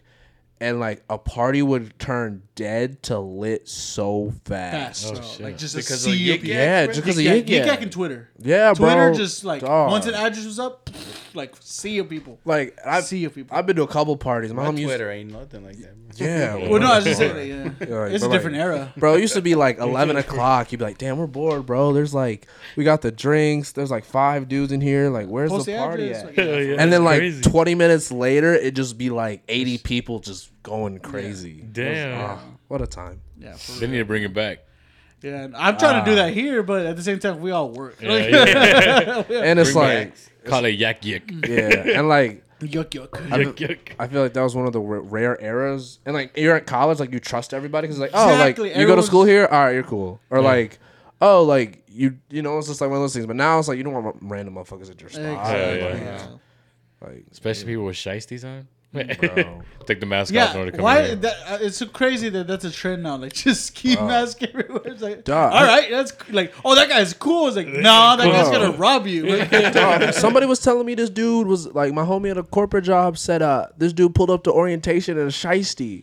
And like a party would turn dead to lit so fast.
Fast, bro.
shit.
like just a
Because of
sea
Yik Yak?
of
Yeah, just because of Yik
Yik Yak
Yak.
and Twitter.
Yeah, bro.
Twitter just like
Dog.
once an address was up, like sea of people.
like I've,
sea of people.
I've been to a couple parties. My
My
homie used-
Twitter ain't nothing like that. bro.
Yeah.
Well, no, I was
[LAUGHS] bro.
just saying, yeah.
like,
it's a
but, like,
different era.
Bro, it used to
[LAUGHS]
be like 11 o'clock. You'd be like, damn, we're bored, bro. There's like, we got the drinks. There's like five dudes in here. Like, where's
Post
the
the
party
address,
at?
like-
Hell yeah,
and
that's
then like
crazy.
20 minutes later, it'd just be like 80 people just going crazy.
Damn.
Ah, what a time.
Yeah, for
They need to bring it back.
real. yeah. and I'm trying to
Ah.
do that here, but at the same time, we all work.
[LAUGHS] Yeah,
Like,
yeah.
And it's like,
Max.
Call it yak
Mm.
yuck.
yeah. And like,
yuck, yuck.
I,
[LAUGHS] Yuck
feel-
yuck.
I feel like that was one of the r- rare eras. And like, you're at college, like, you trust everybody because, like, oh,
Exactly,
like, you go to
everyone's-
school here, all right, you're cool. Or like, oh, like, you, you know, it's just like one of those things. But now it's like, you don't want random motherfuckers at your spot.
Exactly.
Yeah,
Like,
Yeah.
like
Especially people with shisties [LAUGHS] on.
bro.
Take the mask off in order to
Yeah,
come
why?
in.
That, uh, it's so crazy that that's a trend now. Like, [LAUGHS] just ski mask everywhere. It's like,
Dog.
all right, that's c- like, oh, that guy's cool. It's like, nah, that guy's
cool.
gonna rob you.
[LAUGHS]
Like,
Dog, somebody was telling me this dude was like my homie at a corporate job said uh this dude pulled up to orientation in a shiesty.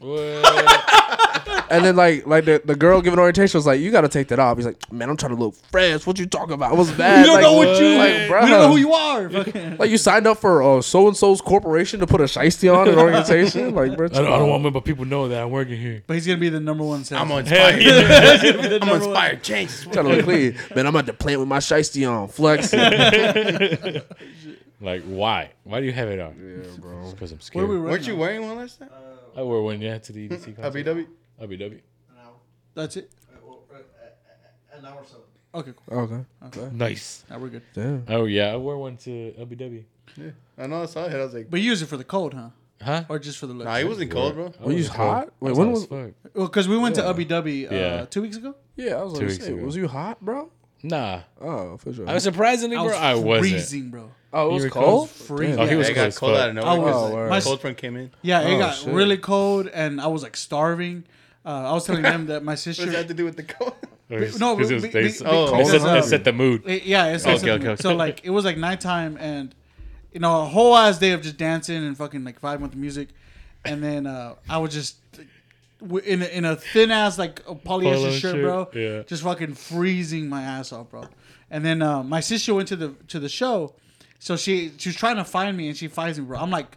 And then like like the, the girl giving orientation was like, You gotta take that off. He's like, Man, I'm trying to look fresh. What you talking about? I was bad.
you don't
like,
know what you.
like,
we don't know
bruh.
who you are. Fucking-
like you signed up for uh, so and so's corporation to put a shiesty on
[LAUGHS]
in orientation? Like bro,
I don't, I don't want my people know that I'm working here.
but he's gonna be the number one. Sales.
I'm
[LAUGHS] I'm
inspired. I'm
number
inspired. Change.
trying to look clean. Man, I'm at the plant with my shiesty on, flexing.
[LAUGHS] Like, why? Why do you have it on? Yeah, bro. Because I'm
what
scared.
are we right
Weren't you
now? Uh,
wearing one last time?
I wore one, yeah, to the EDC
Hmm.
concert.
LBW?
LBW.
That's it.
uh, An hour or so.
Okay, cool.
okay.
Nice.
Now we're good.
Damn.
Oh, yeah, I wore one to LBW.
I know I saw it. I was like,
But you use it for the cold, huh?
Huh?
Or just for the look?
nah, it wasn't cold, bro.
Were
you hot? Wait, when was-
Well, because we went to Ubby Dubby uh,
Yeah.
two weeks ago.
Yeah, I was
Two
like,
weeks
say,
ago.
was you hot, bro?
Nah.
Oh, for sure.
I was surprisingly, bro, I wasn't.
freezing, bro.
oh, it
You
was
were
cold.
cold?
Freezing.
Oh, he
yeah.
was
It
cold
got
as
cold
fuck.
out of nowhere.
I
Oh,
was,
word.
my
my cold front came in.
Yeah, it
Oh,
got
shit.
really cold, and I was like starving. Uh, I was telling them that my sister.
What does that have to do with the cold?
No,
no,
we-
because
we-
it, they,
we-
s-
Oh,
it, set,
because,
it
um,
set the
[LAUGHS]
mood.
It- yeah, it's
Okay,
like something-
okay, okay.
so like it was like nighttime and you know a whole ass day of just dancing and fucking like vibing with the music, and then uh, I was just w- in a, in a thin ass like a polyester
Polo
shirt,
shirt,
bro,
yeah.
just fucking freezing my ass off, bro. And then uh, my sister went to the to the show, so she she was trying to find me and she finds me, bro. I'm like.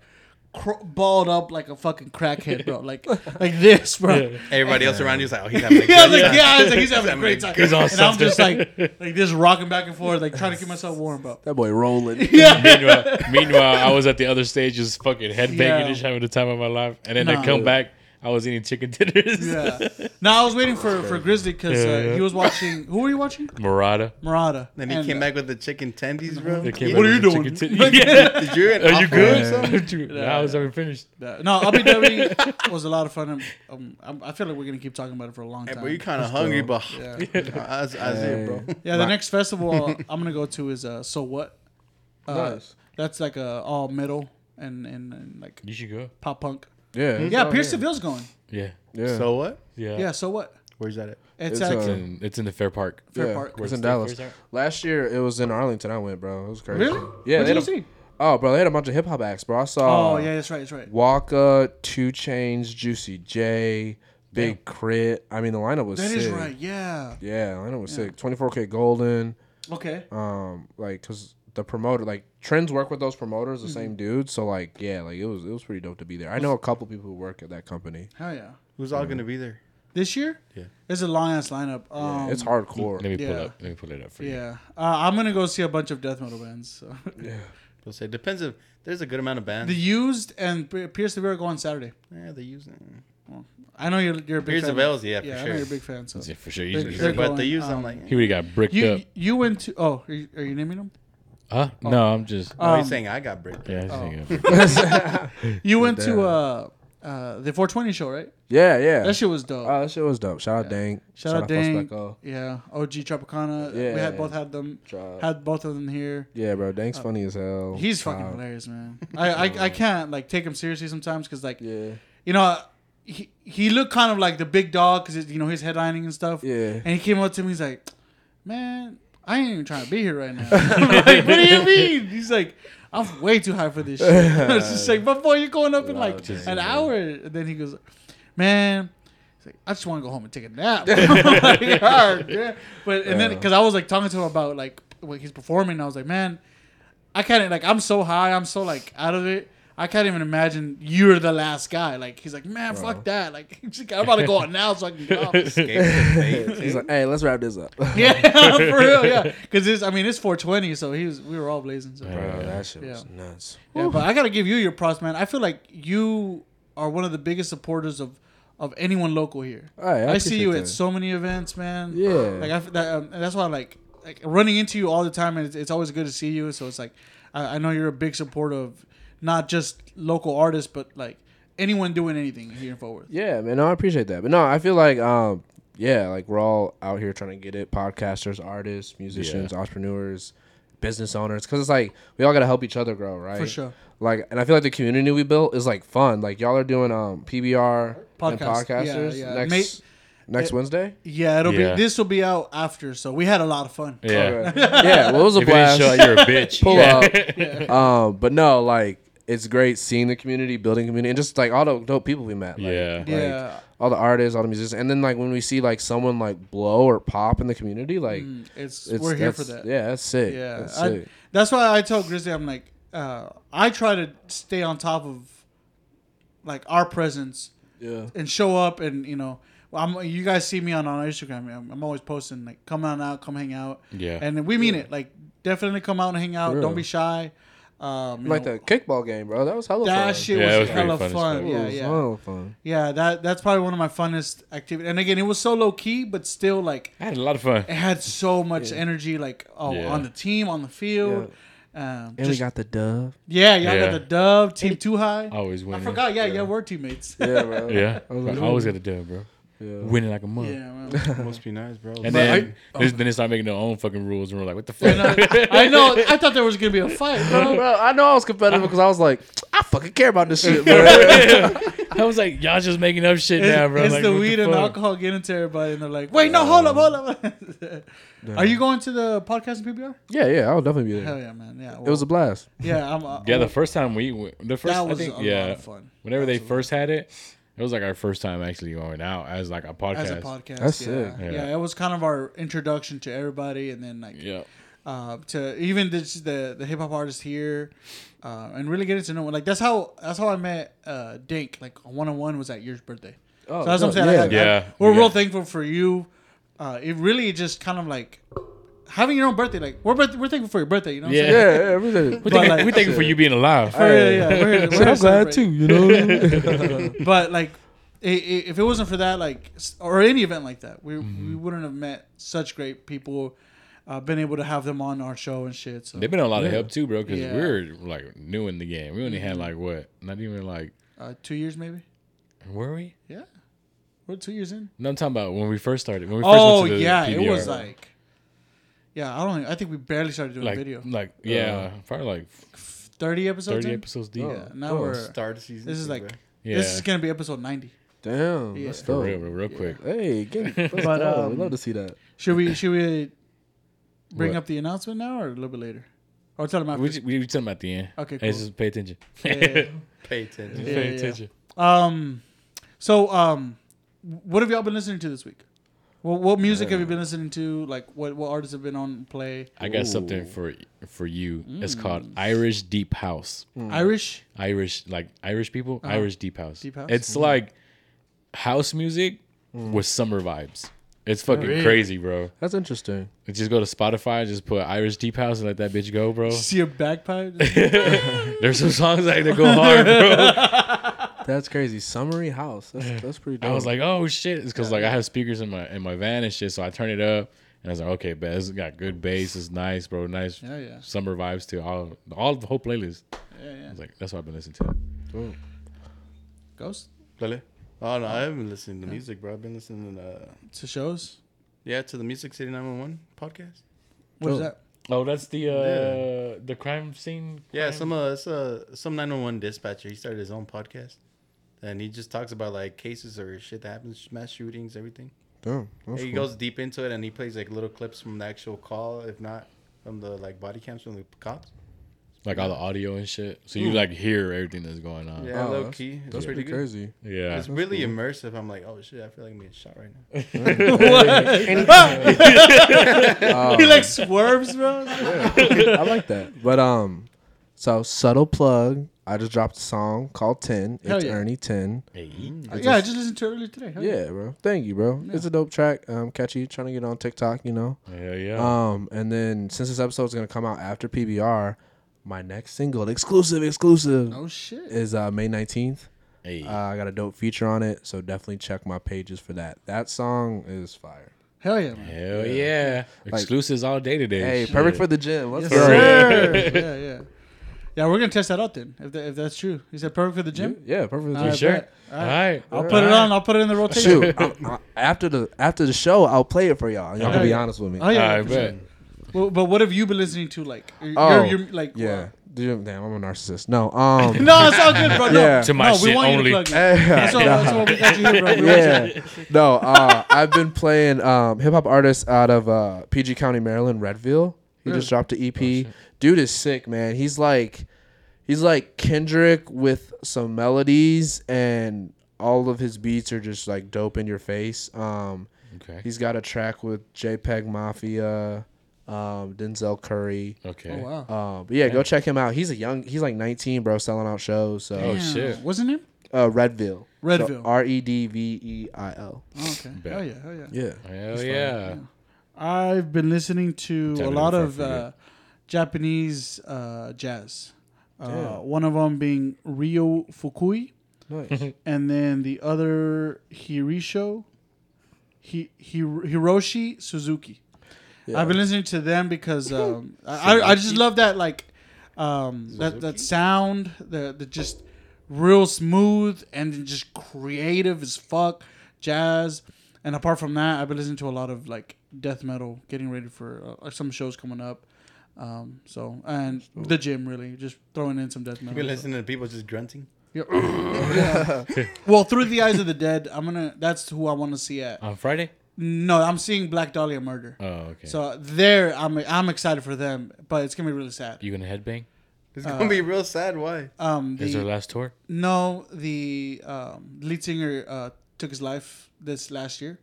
Cr- balled up like a fucking crackhead, bro. Like, [LAUGHS] like this, bro.
Everybody else around you was like, oh,
[LAUGHS]
he's having a good
Yeah, I was
time.
like, yeah, I was like, he's having a great time.
He's all
and I'm just
something.
like,
[LAUGHS]
like this rocking back and forth, like trying to keep myself warm, bro.
That
[LAUGHS]
boy rolling.
meanwhile, meanwhile, I was at the other stage just fucking headbanging
Yeah.
and just having the time of my life. And then
Nah.
I come back I was eating chicken tenders.
Yeah. No, I was waiting for, for Grizzly because
Yeah,
uh,
yeah.
he was watching. Who were you watching?
[LAUGHS] Murata.
Murata.
Then he
And,
came
uh,
back with the chicken tendies, bro.
They came
Yeah.
back
What are
with
you
the
doing?
chicken [LAUGHS] ten- yeah.
Did you?
Are you good? [LAUGHS]
Yeah.
I was having finished.
Uh, No, WWE was a lot of fun. Um, um, I'm- I feel like we're gonna keep talking about it for a long
Hey, [LAUGHS]
time.
bro, you kind of hungry, but [LAUGHS]
Yeah.
I, was, I was there, bro.
yeah, the next festival
[LAUGHS]
I'm gonna go to is uh, so what? Uh,
Nice.
That's like a all metal and, and, and like
You should go.
pop punk.
Oh, Yeah.
Yeah, Pierce DeVille's going.
Yeah.
Yeah.
So what?
Yeah.
Yeah, so what?
Where's that at?
It's,
It's,
at
It's
uh,
in, it's in the Fair Park.
Fair
yeah,
Park.
It's in
Where
Dallas.
Staples are?
Last year it was in Arlington. I went, bro. It was crazy.
Really?
Yeah.
What
they
did you
had a-
see?
Oh, bro, they had a bunch of hip hop acts, bro. I saw.
Oh yeah, that's right, that's right.
Waka, Two Chains, Juicy J, Big Crit. I mean, the lineup was
That
sick.
is right. Yeah.
Yeah, the lineup was sick. 24K Golden.
Okay.
Um, like, cause the promoter, like, Trends work with those promoters,
Mm-hmm.
the same dude. So like, yeah, like it was it was pretty dope to be there. I know a couple people who work at that company.
Hell yeah.
Who's all gonna be there?
This year? Yeah. It's a long ass lineup. Um,
it's
Let
hardcore.
me pull
Yeah.
up. Let me pull it up for you.
Yeah. Uh, I'm gonna go see a bunch of death metal bands. [LAUGHS] So.
We'll say depends if there's a good amount of bands.
the Used and P- Pierce the Veil go on Saturday.
yeah, they use it.
I know you're you're a big
Pierce
fan.
the Veils, yeah, for
yeah, I know
sure.
you're a big fan. So
Yeah, for sure.
They're-
He
they're
but
going,
they use.
um,
I'm like,
would have got bricked
you
up.
you went to oh are you, are you naming them?
Huh? No, I'm just.
oh,
um,
he's saying I got bricked.
yeah, I was
Oh.
thinking.
[LAUGHS] You went to uh uh the 420 show right?
Yeah, yeah.
That shit was dope.
Oh, that shit was dope. Shout out Dang.
Shout, out Dang.
Fosbeco.
Yeah, OG Tropicana. we
Yeah.
had both had them
Drop.
had both of them here.
Yeah, bro. Dang's funny as hell.
Oh. He's fucking
Uh,
hilarious, man. I, I I can't like take him seriously sometimes because like
Yeah.
you know, he, he looked kind of like the big dog because you know he's headlining and stuff.
Yeah.
And he came up to me. He's like, "Man, I ain't even trying to be here right now." I'm like, what do you mean? He's like, "I'm way too high for this shit." [LAUGHS] it's just like, "But boy, you're going up in like an hour." And then he goes, "Man." he's like, I just want to go home and take a nap. [LAUGHS] I'm like, "All right, yeah." But and then because I was like talking to him about like what he's performing, I was like, man, I can't like I'm so high, I'm so like out of it. I can't even imagine you're the last guy. Like he's like, man, fuck that. Like [LAUGHS] he's like, I'm about to go out now so I can get
[LAUGHS]
off. [LAUGHS]
He's like, hey, let's wrap this up. [LAUGHS] Bro,
yeah, for real, yeah. Because it's I mean it's 420, so he was we were all blazing. So. Yeah.
that shit was
Yeah.
nuts.
but I gotta give you your props, man. I feel like you are one of the biggest supporters of of anyone local here.
Alright, I
I, see you
appreciate
at
that.
so many events, man.
Yeah.
like I f that, um, that's why like like running into you all the time, and it's, it's always good to see you. So it's like I, I know you're a big supporter of not just local artists, but like anyone doing anything here in Fort Worth.
Yeah, man, no, I appreciate that. But no, I feel like um yeah, like we're all out here trying to get it. Podcasters, artists, musicians, entrepreneurs, business owners cuz it's like we all got to help each other grow, right?
For sure.
Like and I feel like the community we built is like fun. Like y'all are doing um PBR and
Podcast, yeah,
podcasters
yeah.
next next Wednesday?
Yeah, it'll
Yeah.
be this will be out after, so we had a lot of fun.
Yeah.
[LAUGHS]
yeah, well, it was a
If you didn't
blast.
show out,
[LAUGHS]
you're a bitch.
Pull
yeah.
up. [LAUGHS] um, but no, like it's great seeing the community, building community, and just like all the dope people we met.
[LAUGHS]
Like,
Yeah.
like,
Yeah.
all the artists, all the musicians, and then like when we see like someone like blow or pop in the community, like
It's, Mm.
it's,
we're here
that's-
for that.
Yeah, that's sick.
Yeah,
that's
I-
sick.
that's why I tell Grizzly, I'm like, uh, I try to stay on top of like our presence
Yeah,
and show up, and you know, well, I'm you guys see me on on Instagram. I'm, I'm always posting like, come on out, come hang out.
Yeah.
and we mean it. Like, definitely come out and hang out.
Yeah.
Don't be shy. Um, you
like
know,
the kickball game, bro. That was hella fun.
That shit
Yeah, it was
was,
pretty
hella
fun as
fun.
fuck.
It
Yeah,
was
yeah,
hella fun.
yeah. That that's probably one of my funnest activities. And again, it was so low key, but still like
I had a lot of fun.
it had so much energy, like oh,
Yeah.
on the team, on the field. Um,
And
just-
we got the dove.
yeah, y'all
Yeah.
got the Dove team too high.
I always
I
winning.
forgot. Yeah, yeah, we're teammates. [LAUGHS]
[LAUGHS] Yeah, bro.
Yeah.
was like,
I always got a dub, bro. Winning like a mug. [LAUGHS]
yeah, oh. man.
Must be nice, bro.
And then, this, then they start making their own fucking rules, and we're
[LAUGHS]
like, what the
And
fuck?
I, I know. I thought there was gonna be a fight,
Bro,
[LAUGHS]
bro.
[LAUGHS] bro, I know I was competitive because I was like, I fucking care about this shit, [LAUGHS] bro.
I was like, y'all just making up shit
[LAUGHS]
now, bro.
it's
Like,
the
what
weed and
fuck?
alcohol getting to everybody, and they're like, "Wait, no, hold up, hold up." [LAUGHS] Are you going to the podcast in PBR?
yeah, yeah, I'll definitely be there.
Hell yeah, man. Yeah,
It was a blast.
[LAUGHS] yeah. I'm, uh,
Yeah, the first time we went, the first,
that was
I think,
a
yeah,
lot of fun
whenever they first had it, it was like our first time actually going out as like a podcast.
as a podcast.
That's
yeah.
sick.
Yeah.
Yeah.
it was kind of our introduction to everybody, and then like
Yeah,
uh, to even this, the the hip hop artists here, uh, and really getting to know like that's how that's how I met uh, Dink. Like one on one was at your birthday.
Oh,
so that's what I'm
dope.
saying. Like, I-
Yeah.
I-
Yeah.
we're
We
real
got-
thankful for you. Uh, it really just kind of like having your own birthday. Like we're birth- we're thankful for your birthday. You know. What
Yeah.
I'm saying?
yeah, yeah, we did.
we thank,
like- Oh,
we thank you for you being alive.
[LAUGHS]
For real, yeah, we're- we're
I'm glad
celebrating.
too, you know.
but like i- i- if it wasn't for that, like, s- or any event like that, we we wouldn't have met such great people, uh, been able to have them on our show and shit. So
They've been a lot of help too, bro, because
Yeah. Mm-hmm.
we're like new in the game. We only had like what? Not even like
uh, two years maybe.
were we?
Yeah, we're two years in.
No, I'm talking about when we first started. When we first
Oh
went to the
yeah, it
PBR.
was like, yeah, I don't. think- I think we barely started doing
like
video. Uh,
like yeah, probably like
Thirty episodes.
30
in?
episodes deep.
Yeah, now
Oh,
we're.
Start season.
This is
two,
like
bro.
Yeah,
this is gonna be episode ninety.
Damn,
Oh. Yeah.
let's
for
go.
real, real, real quick.
Hey, get let's
But,
go.
um,
We'd love to see that.
Should we should we bring
What?
up the announcement now or a little bit later? Or tell them after.
We just, we, we tell them at the end.
Okay,
Hey,
cool.
just pay attention.
Yeah.
Pay attention.
Yeah,
pay
yeah, yeah.
attention.
Um, so um, what have y'all been listening to this week? What what music have you
Uh,
been listening to? Like what what artists have been on play?
I got something for for you. It's
Mm.
called Irish Deep House.
Irish.
Irish like Irish people, Irish deep house.
Uh-huh. Deep house? Mm-hmm. Mm.
It's like house music with summer vibes. It's fucking crazy, bro.
That's interesting.
Just go to Spotify, just put Irish deep house and let that bitch go, bro.
See a bagpipe.
[LAUGHS] There's some songs like that go hard, bro.
That's crazy. Summary house. That's, that's pretty. Dope.
I was like, oh shit, it's because like I have speakers in my in my van and shit, so I turn it up and I was like, okay, but it's got good bass, it's nice, bro, nice
Yeah, yeah.
summer vibes to all all the whole playlist.
yeah, yeah.
I was like, that's what I've been listening to.
Ghost
Really? Oh no, I haven't listened to music, bro. I've been listening to uh,
to shows.
yeah to the Music City 911 podcast.
What is
Oh.
that?
Oh, that's the uh
Yeah.
the crime scene.
Yeah, some uh, it's, uh, some 911 dispatcher. He started his own podcast, and he just talks about like cases or shit that happens, mass shootings, everything.
Damn,
And
that's
he
cool.
goes deep into it, and he plays like little clips from the actual call, if not from the like body cams from the cops.
like all the audio and shit. So you like hear everything that's going on.
Yeah,
Oh,
low
that's-
key. It's
That's
pretty,
pretty
good.
crazy.
Yeah.
It's really immersive. I'm like, oh shit, I feel like I'm being shot right now.
[LAUGHS] he like swerves, bro.
[LAUGHS]
I like that. But um, so subtle plug. I just dropped a song called Ten.
Hell
It's
yeah.
Ernie Ten.
yeah, I just listened to it earlier today. Hell
Yeah, bro. Thank you, bro. It's a dope track. Um, catchy. Trying to get on TikTok, you know.
Yeah, yeah.
Um, and then since this episode is gonna come out after PBR, my next single, exclusive, exclusive,
Oh shit.
is uh, May nineteenth.
hey.
Uh, I got a dope feature on it, so definitely check my pages for that. That song is fire.
Hell yeah,
[LAUGHS]
man.
Hell yeah. Exclusives all day today.
Hey,
Shit.
perfect for the gym. Let's
Yes,
go.
sir. yeah, yeah. Yeah, we're gonna test that out then. If, that, if that's true, he said perfect for the gym.
[LAUGHS] Yeah, perfect for the
I
gym.
You sure?
bet.
All right.
I'll put it on. I'll put it in the rotation.
Shoot, I'm- I- after the after the show, I'll play it for y'all. Y'all can be
Yeah.
honest with me.
Oh yeah,
I
for sure.
bet.
Well, but what have you been listening to? Like, you're,
Oh,
you're, you're like,
Yeah, Dude, damn, I'm a narcissist. No, [LAUGHS]
[LAUGHS]
um,
no, it's all good, bro. No,
Yeah.
To my
no, we
shit
want
only.
You to plug in.
yeah,
That's,
[LAUGHS]
what, that's what we got you here, bro. We want you-
yeah. no, uh, I've been playing um, hip hop artists out of uh, PG County, Maryland, Redville. He just dropped an EP. Dude is sick, man. He's like, he's like Kendrick with some melodies, and all of his beats are just like dope in your face. Um,
Okay.
He's got a track with JPEG Mafia, um, Denzel Curry.
okay.
Oh
Oh,
wow.
Uh, but yeah, go check him out. He's a young, he's like 19, bro, selling out shows. So
Damn.
Oh, shit.
What's his name?
uh, Redville,
Redville.
R E D V E I L.
Oh, okay.
Bet.
Hell yeah. Hell yeah.
Yeah.
Hell yeah.
I've been listening to
Tell
a
me
lot
before I
of uh, Japanese uh, jazz. Uh, one of them being Ryo Fukui,
Nice. [LAUGHS]
and then the other Hirisho, Hi, Hi, Hiroshi Suzuki. I've been listening to
[LAUGHS]
them because um, I, I- I just love that like um, that that sound the the just real smooth and just creative as fuck jazz. And apart from that, I've been listening to a lot of like death metal, getting ready for uh, some shows coming up. Um, so and the gym really just throwing in some death metal.
You're
so.
listening to people just grunting.
Well, through
[LAUGHS]
the eyes of the dead, I'm gonna. That's who I want to see at.
On Friday?
No, I'm seeing Black Dahlia murder.
Uh. Oh, okay.
So there, I'm I'm excited for them, but it's gonna be really sad.
you gonna headbang?
It's
Uh,
gonna be real sad. Why?
Um,
Is their
the,
last tour?
no, the um, lead singer uh, took his life this last year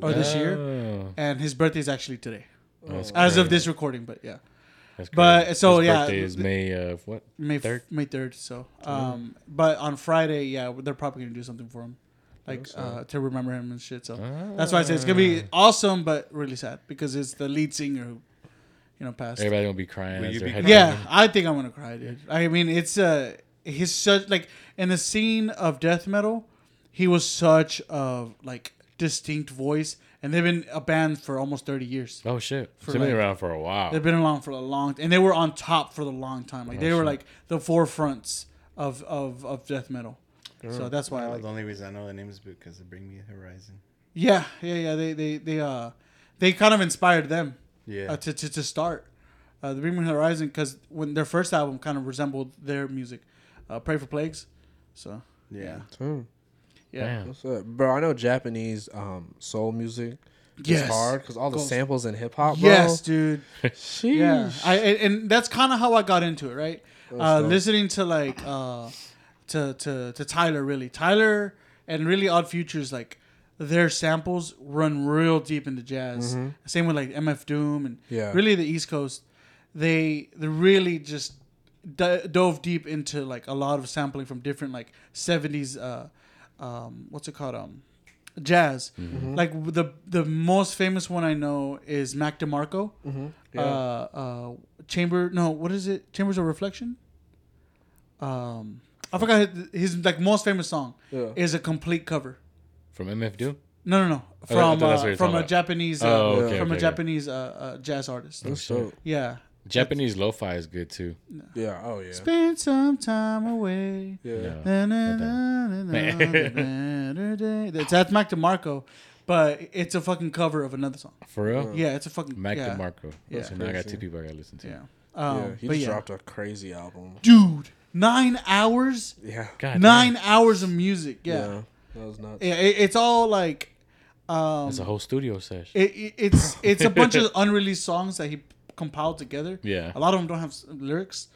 or this year,
Oh,
and his birthday is actually today,
that's
as of
crazy.
this recording. But yeah,
That's
but,
crazy.
so,
His
yeah,
birthday is
the-
May of what?
May
Third?
third. May third. So, um, but on Friday, yeah, they're probably gonna do something for him, like uh, to remember him and shit. So that's why I say it's gonna be
Ah.
awesome, but really sad because it's the lead singer who, you know, passed.
Everybody gonna be crying.
Will
As
you
they're
be
headbanging.
Yeah, I think I'm gonna cry, dude. I mean, it's uh, he's such like in the scene of death metal, he was such a like distinct voice, and they've been a band for almost thirty years.
Oh shit.
For
She's been
like-
around for a while.
They've been along for a long, and they were on top for the long time. Like they were like the forefronts of of, of death metal. So that's why I like.
the only reason I know the name is because they bring me Horizon.
Yeah, yeah, yeah. They they they uh they kind of inspired them.
Yeah.
Uh, to, to to start, uh, the Bring Me Horizon because when their first album kind of resembled their music, uh, Pray for Plagues. So
Yeah.
Hmm.
yeah.
Damn.
What's up? Bro, I know Japanese um, soul music
Yes.
is hard because all the
Goes-
samples in hip hop, bro.
Yes, dude.
Sheesh.
Yeah, I and, and that's kind of how I got into it, right? Uh,
dope.
listening to like uh, to to to Tyler, really Tyler, and really Odd Futures, like their samples run real deep into jazz. Same with like MF Doom and
Mm-hmm. Yeah.
really the East Coast. They they really just d- dove deep into like a lot of sampling from different like seventies. Uh, um, what's it called? Um, jazz.
Mm-hmm.
Like w- the the most famous one I know is Mac DeMarco.
Mm-hmm.
Uh, uh, Chamber. No, what is it? Chambers of Reflection. Um, I forgot his- his like most famous song
Yeah.
is a complete cover.
From MF Doom?
No, no, no.
I thought
From
that's what
uh,
you were
from
talking
a
about.
Japanese uh,
Oh, okay,
from
okay,
a
yeah.
Japanese uh, uh, jazz artist.
That's dope.
Yeah.
Japanese lo fi is good too.
Yeah. Oh, yeah.
Spend some time away.
yeah.
No.
Na, na, na, na, na, na, na, na. That's that's Mac DeMarco, but it's a fucking cover of another song.
For real?
Yeah, it's a fucking
Mac
yeah,
DeMarco.
Yeah.
So now I got two people I gotta listen to.
Yeah. Um,
yeah. He
but
just
yeah.
dropped a crazy album.
dude, nine hours,
Yeah.
God
nine hours of music. Yeah,
Yeah. That was nuts.
yeah. It, it's all like, um,
It's a whole studio
[LAUGHS]
session.
it, it-
[LAUGHS]
it's it's a bunch of unreleased songs that he compiled together.
Yeah.
a lot of them don't have s- lyrics,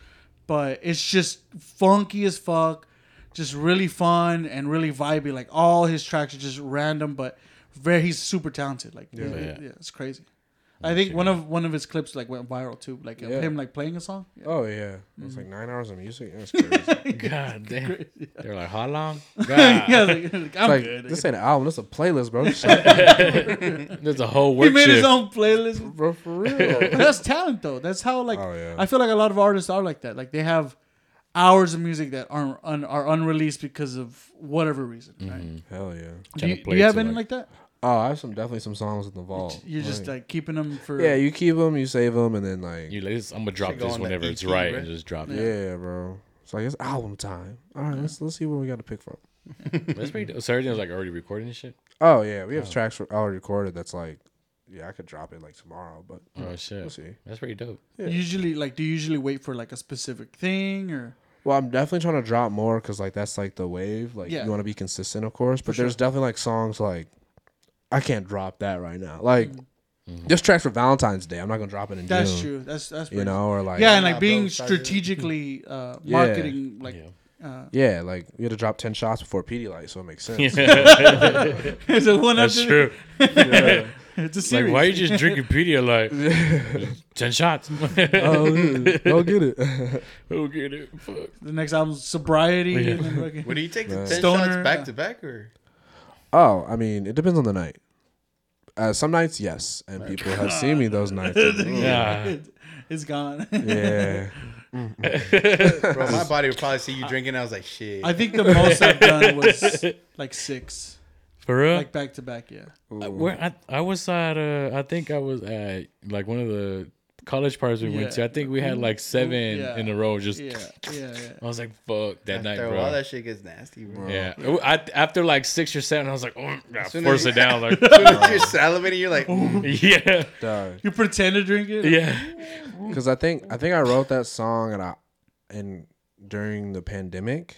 but it's just funky as fuck, just really fun and really vibey. Like all his tracks are just random, but very he's super talented. Like yeah,
Yeah.
yeah it's crazy. I think one of one of his clips like went viral too, like of
Yeah.
him like playing a song. Yeah.
Oh, yeah. It
Mm-hmm.
was like nine hours of music.
[LAUGHS]
That's crazy.
God damn. They're like, how long?
[LAUGHS] yeah,
God.
like, I'm
like,
good.
this ain't an album. This is a playlist, bro.
[LAUGHS]
Shut up,
There's a whole
he
work
made his
shift.
own playlist.
bro. For
[LAUGHS]
real.
But that's talent though. That's how like
Oh, yeah.
I feel like a lot of artists are like that. Like they have hours of music that aren't un, are unreleased because of whatever reason. Right?
Hell yeah.
Do,
Kinda
you, do
played
you have
Mm-hmm. to,
any
like-
like, that?
Oh, I have some definitely some songs in the vault.
You're just like keeping them for
yeah, you keep them, you save them, and then like,
You like, this- I'm gonna drop
Should go
this
on the
whenever
E
it's
EP,
right
bro.
and just drop it.
yeah, bro. So I guess album time. All right, let's let's see what we got to pick from.
That's pretty dope. So everything's like already recording and shit?
Oh yeah, we have tracks for, already recorded. That's like, yeah, I could drop it like tomorrow, but
Oh shit.
we'll see.
That's pretty dope.
usually like do you usually wait for like a specific thing or
Well, I'm definitely trying to drop more because like that's like the wave. Like
Yeah.
you want to be consistent, of course. But there's definitely like songs like I can't drop that right now. Like this track's for Valentine's Day. I'm not gonna drop it in
Mm-hmm. that's
June.
true. That's that's
You
pretty-
know, or like
yeah, and like
Nah,
being
bro, sorry, dude.
strategically uh,
[LAUGHS] Yeah.
marketing like [LAUGHS] uh,
yeah, like we had to drop ten shots before PD light, so
[LAUGHS]
it makes sense. [LAUGHS]
it's a one
That's
after-
true.
[LAUGHS] It's a
Like,
series.
why are you just drinking Pedialyte? [LAUGHS] Ten shots.
Oh, yeah. I'll
[LAUGHS]
get it.
Who get it? Fuck.
the next album's sobriety. And then fucking-
[LAUGHS]
What do you take the ten
Stoner,
shots back
yeah.
to back or?
oh, I mean, it depends on the night. Uh, some nights, yes, and people have seen me those nights.
[LAUGHS]
Yeah.
It- it's gone.
yeah,
Bro, my body would probably see you drinking. I was like, shit.
[LAUGHS]
I think the most I've done was like six,
For real?
like back to back. Yeah.
Uh, Where I, I was at, uh, I think I was at like one of the college parties we
Yeah.
went to. I think we had like seven
Yeah.
in a row. Just
Yeah. Yeah. yeah.
I was like, fuck that night,
After a
bro.
while, that shit gets nasty, bro.
yeah, I, after like six or seven, I was like, oh, I
soon
force
as-
it down, like,
[LAUGHS] You're salivating. You're
[LAUGHS]
like,
yeah,
dog.
You pretend to drink it.
yeah.
Because I think I think I wrote that song and I and during the pandemic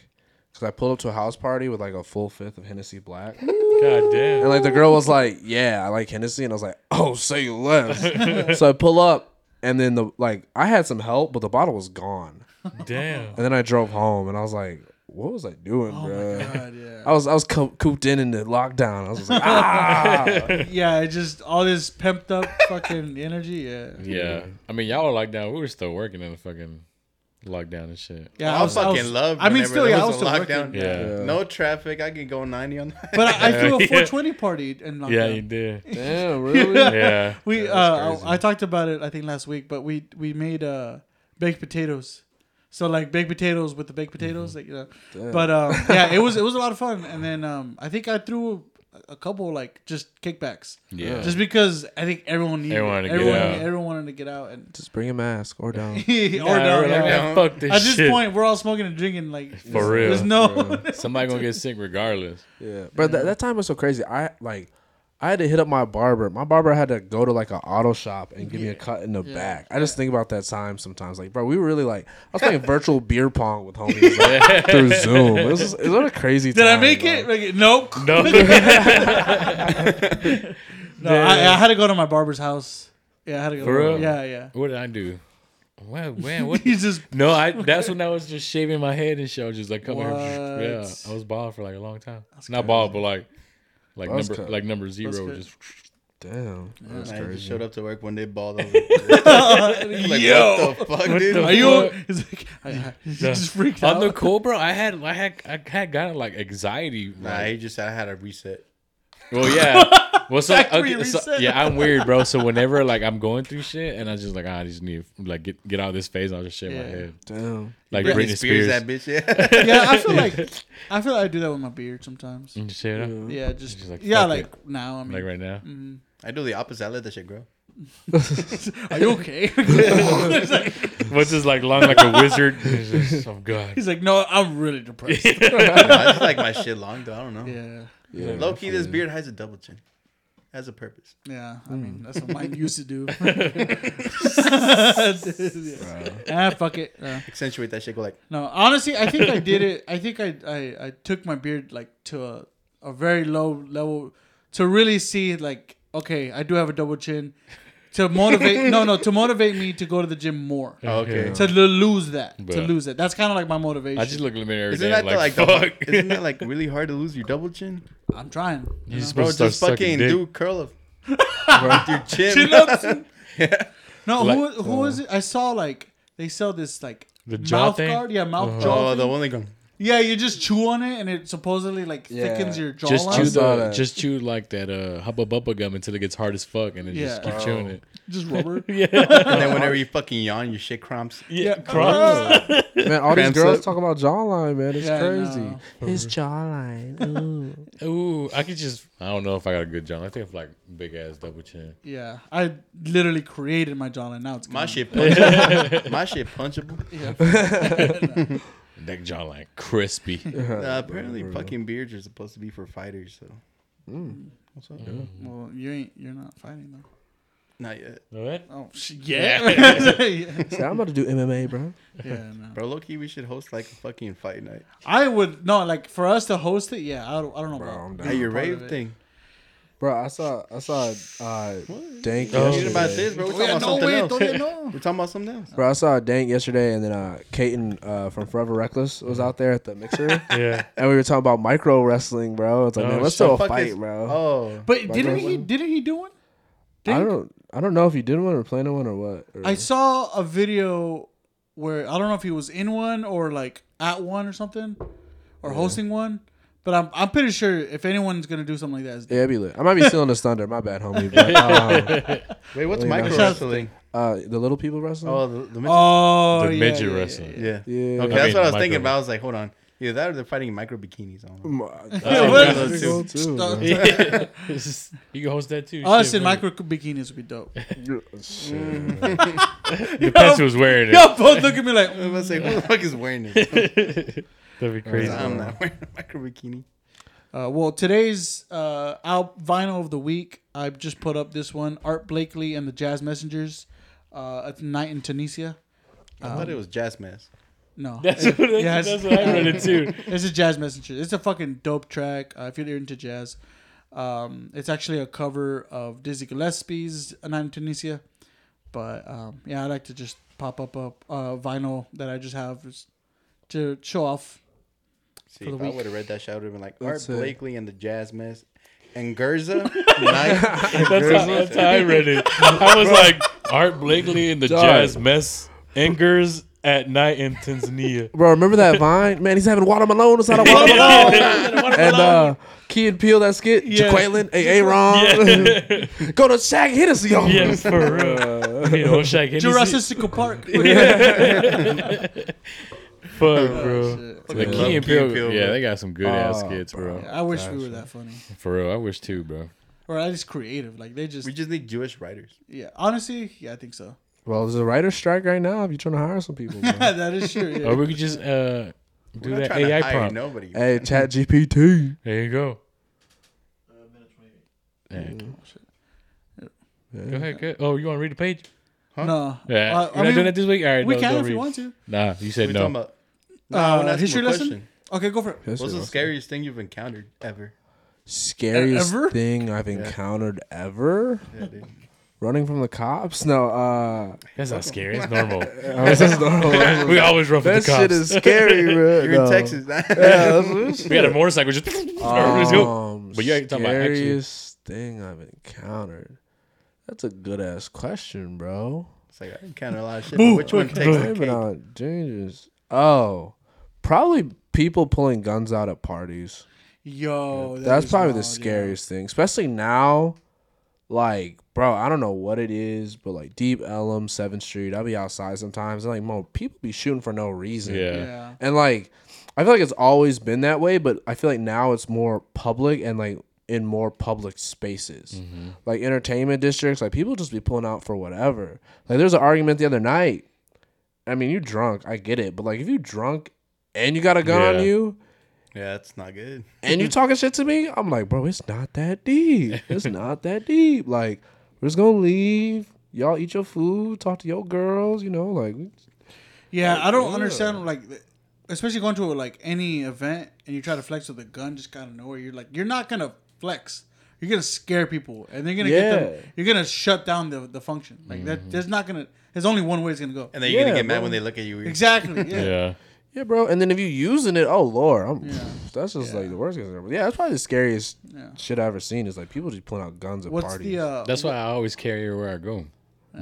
because I pulled up to a house party with like a full fifth of Hennessy Black and
God damn.
like the girl was like, "Yeah, I like Hennessy," and I was like, "Oh,
[LAUGHS]
say less." so I pull up and then the like I had some help, but the bottle was gone.
Damn.
And then I drove home and I was like, "What was I doing,
Oh
bro?"
my god. Yeah.
I was I was co- cooped in in the lockdown. I was just like, ah,
Yeah. It just all this pumped up fucking energy. Yeah.
Yeah. I mean, y'all were locked down. We were still working in the fucking lockdown and shit.
Yeah.
I fucking love.
I mean,
whenever
still,
there
yeah, I was
was a
still working.
lockdown.
Yeah.
No traffic. I can go 90 on that.
But I, I threw
[LAUGHS]
a
Yeah.
420 party and
Yeah, you did.
damn,
[LAUGHS]
really?
Yeah.
oh, We uh, I, I talked about it I think last week, but we we made uh baked potatoes. So like baked potatoes with the baked potatoes, like, you know. But um, yeah, it was it was a lot of fun. And then um, I think I threw a, a couple like just kickbacks.
Yeah.
Just because I think everyone needed
Everyone
everyone
wanted to get
everyone,
out.
everyone wanted to get out and
Just bring a mask or don't.
[LAUGHS] or down, yeah.
Yeah, Fuck this
At this
shit.
point, we're all smoking and drinking. Like
For real.
there's [LAUGHS] no.
Somebody gonna get sick regardless.
Yeah, but that, that time was so crazy. I like, I had to hit up my barber. My barber had to go to like an auto shop and give me a cut in the back. I just think about that time sometimes. Like, bro, we were really like, I was playing virtual beer pong with homies like, through Zoom. It was, it was a crazy.
Did I
time,
make
bro.
it? Like, nope. [LAUGHS]
No. [LAUGHS]
No, I, I had to go to my barber's house. Yeah, I had to go.
For
to
real?
Yeah, yeah.
what did I do? Well, man, what?
He's just
No, I. That's when I was just shaving my head and shit. I was just like coming here.
What?
Yeah, I was bald for like a long time. Not bald, but like, like
Buzz
number,
cut.
like number zero.
[LAUGHS]
cut.
Just
Damn, that was
I just
crazy.
showed up to work one day bald. I [LAUGHS] was like, like,
Yo.
what the fuck, dude?
the
Are you?
Fuck.
He's like, I, I, he's
Yeah.
just freaked
on
out.
the cool, bro. I had, I had, I had gotten like anxiety.
Nah,
like-
he just I had a reset.
[LAUGHS] Well, [LAUGHS] yeah. Well, so,
Factory
okay, so-
reset.
yeah, I'm weird, bro. So whenever like I'm going through shit, and I just like ah, I just need to, like get get out of this phase, I'll just shave my
Yeah.
head.
Damn.
Like
Britney,
Britney,
Spears,
Spears,
that bitch. Yeah. [LAUGHS]
yeah, I
[LAUGHS]
feel like I feel like I do that with my beard sometimes.
And Mm-hmm. just shave it up.
Yeah, just
She's like,
yeah,
fuck
like now. I mean,
Like right now,
I do the opposite. I let that shit grow. [LAUGHS]
are
[LAUGHS]
you okay? [LAUGHS]
what's this like long like a wizard? [LAUGHS] It's just, oh god,
he's like, no, I'm
[LAUGHS]
really depressed.
No, I just like my shit long though. I don't know.
yeah,
Low key, this beard has a double chin, has a purpose.
yeah. I mean, that's what mine used
[LAUGHS]
to do. [LAUGHS] Ah, fuck it. Yeah.
Accentuate that shit. Go like,
[LAUGHS] No, honestly, I think I did it. I think I, I, I took my beard like to a, a very low level to really see like okay, I do have a double chin to motivate. no, no, to motivate me to go to the gym more.
okay.
To lo- lose that, to
Bruh.
lose that. That's kind of like my motivation.
I just look in the mirror every
Isn't
day.
that
I'm
the, like,
like,
the-
fuck?
isn't that like really hard to lose your double chin?
I'm trying.
[LAUGHS] You're just
Bro,
supposed to
just
start
fucking
sucking
do
dick.
curl
[LAUGHS]
up. with your chin.
Chin-ups? No,
Like- uh-huh.
who who was it? I saw like they sell this like
The jaw
mouth
thing? Uh-huh.
guard. Yeah, mouth
[LAUGHS]
jaw.
Oh, the one that go.
Yeah, you just chew on it and it supposedly like thickens your jawline.
Just chew
saw
the,
that.
just chew like that uh hubba bubba gum until it gets hard as fuck, and then just
Yeah.
keep chewing it.
just rubber.
And then whenever you fucking yawn, your shit cramps.
Yeah, crumbs.
Man, all these
Cramps
girls
up.
talk about jawline, man. It's
Yeah, I
crazy. [LAUGHS]
know.
His jawline. Ooh.
Ooh, I could just. I don't know if I got a good job. I think I've like big ass double chin.
Yeah, I literally created my jawline. Now it's
My
gone. [LAUGHS]
shit punchable. My shit punchable.
That jaw like
[LAUGHS]
crispy. [LAUGHS]
Uh, apparently, fucking beards are supposed to be for fighters. So what's up?
Well, you ain't. You're not fighting though.
Not yet,
What?
Oh [LAUGHS] sh- yeah. yeah.
[LAUGHS]
[LAUGHS]
Say, I'm about to do MMA, bro.
no.
bro. Low key, we should host like a fucking fight night.
I would no like for us to host it. Yeah, I don't, I don't know about.
I'm down.
Hey, your
part of
rave
it.
thing.
Bro, I saw, I saw, uh, Dank.
Oh.
Shit about
yesterday.
this, bro. We're
Oh,
talking
yeah,
about
no
something
way,
else.
don't you know?
We're talking about something else.
Bro, I saw Dank yesterday, and then uh, Kaiten uh, from Forever Reckless was out there at the mixer.
Yeah.
[LAUGHS]
and we were talking about micro wrestling, bro. It's like,
Oh,
man, let's
shit.
do
The
a
fuck
fight,
is-
bro.
Oh,
But
Like
didn't he?
wrestling?
Didn't he do one?
I
Dink?
don't, I don't know if you did one or planned one or what. or-
I saw a video where I don't know if he was in one or like at one or something, or hosting one. But I'm I'm pretty sure if anyone's gonna do something like that, it's
yeah, it'd be lit. I might be stealing his thunder. My bad, homie. But, um,
wait, what's
Really
micro
nice.
wrestling?
uh, the little people wrestling. [LAUGHS]
Oh, the, the midget-
oh
the
yeah,
midget
yeah, yeah,
wrestling.
yeah.
yeah. Okay,
yeah.
I
that's
mean,
what I was
micro-
thinking about. I was like, hold on. Either that or they're fighting in micro bikinis. I don't know.
Mm, uh,
Yeah,
what
what-
is-
that's cool, too,
Uh,
bro.
you can host that too.
Us
shit,
in
bro.
micro bikinis would be dope.
Depends who's wearing it.
Y'all both look at me like,
I [LAUGHS]
mm,
was
[LAUGHS]
like, who the fuck is wearing this?
That'd be crazy.
I'm not wearing a micro bikini.
Uh, well, today's uh, out vinyl of the week, I just put up this one Art Blakely and the Jazz Messengers. Uh, at night in Tunisia.
I thought it
Um,
was jazz mask.
No,
That's what,
Yeah, it's-
that's what I read it too.
[LAUGHS] it's a jazz messenger. It's a fucking dope track. Uh, if you're into jazz, um, it's actually a cover of Dizzy Gillespie's "A Night in Tunisia." But um, yeah, I like to just pop up a uh, vinyl that I just have just to show off.
See,
For the
if I
week.
would have read that shit, I would have been like, Art
That's it.
Blakely and the jazz mask. And
[LAUGHS]
Gerza, night,
That's how, that's how I read it. I was like, Art Blakely and the
Dog.
Jazz Mess Ingers at night in
[LAUGHS]
Tanzania.
Bro, remember that Vine? Man, he's having Water Malone inside of Water Malone. and uh, Key and Peel that skit.
Yeah.
Jaqueline, hey, Aaron. [LAUGHS] Go to Shaq, hit us, yo.
yeah, [LAUGHS] for real. You know, Shaq Hennessy.
Uh,
[LAUGHS]
Jurassic Park.
Fuck, bro. The Key
Fucking love
and
Key and
Peele-
Peele,
yeah,
bro.
they got some good ass
Oh,
kids, bro.
I wish we were that funny,
For real, I wish too, bro.
or at least creative. Like they just,
We just need Jewish writers.
yeah. Honestly, yeah, I think so. [LAUGHS]
Well, there's a writer's strike right now if you're trying to hire some people. bro.
[LAUGHS]
that is true. Yeah.
Or we could just uh, do
We're not
that
trying
AI
to hire
prompt.
nobody.
hey, Chat GPT.
There you go.
Uh, minute 28.
Yeah. Oh, Go ahead. Go. Oh, you want to read the page?
No,
Yeah.
Uh,
We're not doing it this week. All right.
we
no,
can
don't
if you
read.
want to.
Nah, you said
we
no.
talking about?
Uh,
No, that's
history
my
lesson?
question.
Okay, go for it.
That's
What's the
awesome.
scariest thing you've encountered ever?
Scariest
Ever?
thing I've encountered ever?
Yeah, dude.
Running from the cops? No, uh,
That's not scary. It's normal.
that's just normal.
[LAUGHS] we always rough
that
with the cops.
shit
[LAUGHS]
is scary, bro.
You're
No.
in Texas.
Yeah, that's-
we had a motorcycle just. [LAUGHS] Let's go.
Um,
But yeah, you're talking about actually-
scariest thing I've encountered. That's a good ass question, bro.
[LAUGHS]
[LAUGHS]
It's like I encountered a lot of shit. But which
[LAUGHS]
one takes the
Maybe
cake?
not dangerous. Oh, probably people pulling guns out at parties.
Yo, that
That's
is
probably the
wild, yeah.
scariest thing, especially now. Like, bro, I don't know what it is, but like Deep Elm, Seventh Street, I'll be outside sometimes. And like, mo, people be shooting for no reason.
Yeah.
Yeah.
And like, I feel like it's always been that way, but I feel like now it's more public and like in more public spaces,
Mm-hmm.
like entertainment districts. Like people just be pulling out for whatever. Like there's an argument the other night. I mean, you drunk, I get it, but like if you drunk and you got a gun
Yeah.
on you
Yeah, that's not good.
and you talking shit to me, I'm like, bro, it's not that deep. It's not that deep. Like we're just gonna leave. Y'all eat your food, talk to your girls. You know, like
Yeah, I don't understand like, the- especially going to like any event and you try to flex with a gun just kind of nowhere. You're like, you're not gonna flex. You're gonna scare people, and they're gonna get
Yeah.
them. You're gonna shut down the the function. Like that, there's not gonna. There's only one way it's gonna go.
And then you're
Yeah,
gonna get mad
bro.
when they look at you. weird.
Exactly. Yeah.
Yeah.
Yeah, bro. And then if you using it, oh lord, I'm,
Yeah.
that's just like the worst. Case scenario. But yeah, that's probably the scariest
Yeah.
shit I ever seen. Is like people just pulling out guns at
What's
parties.
the? Uh,
That's why I always carry her where I go.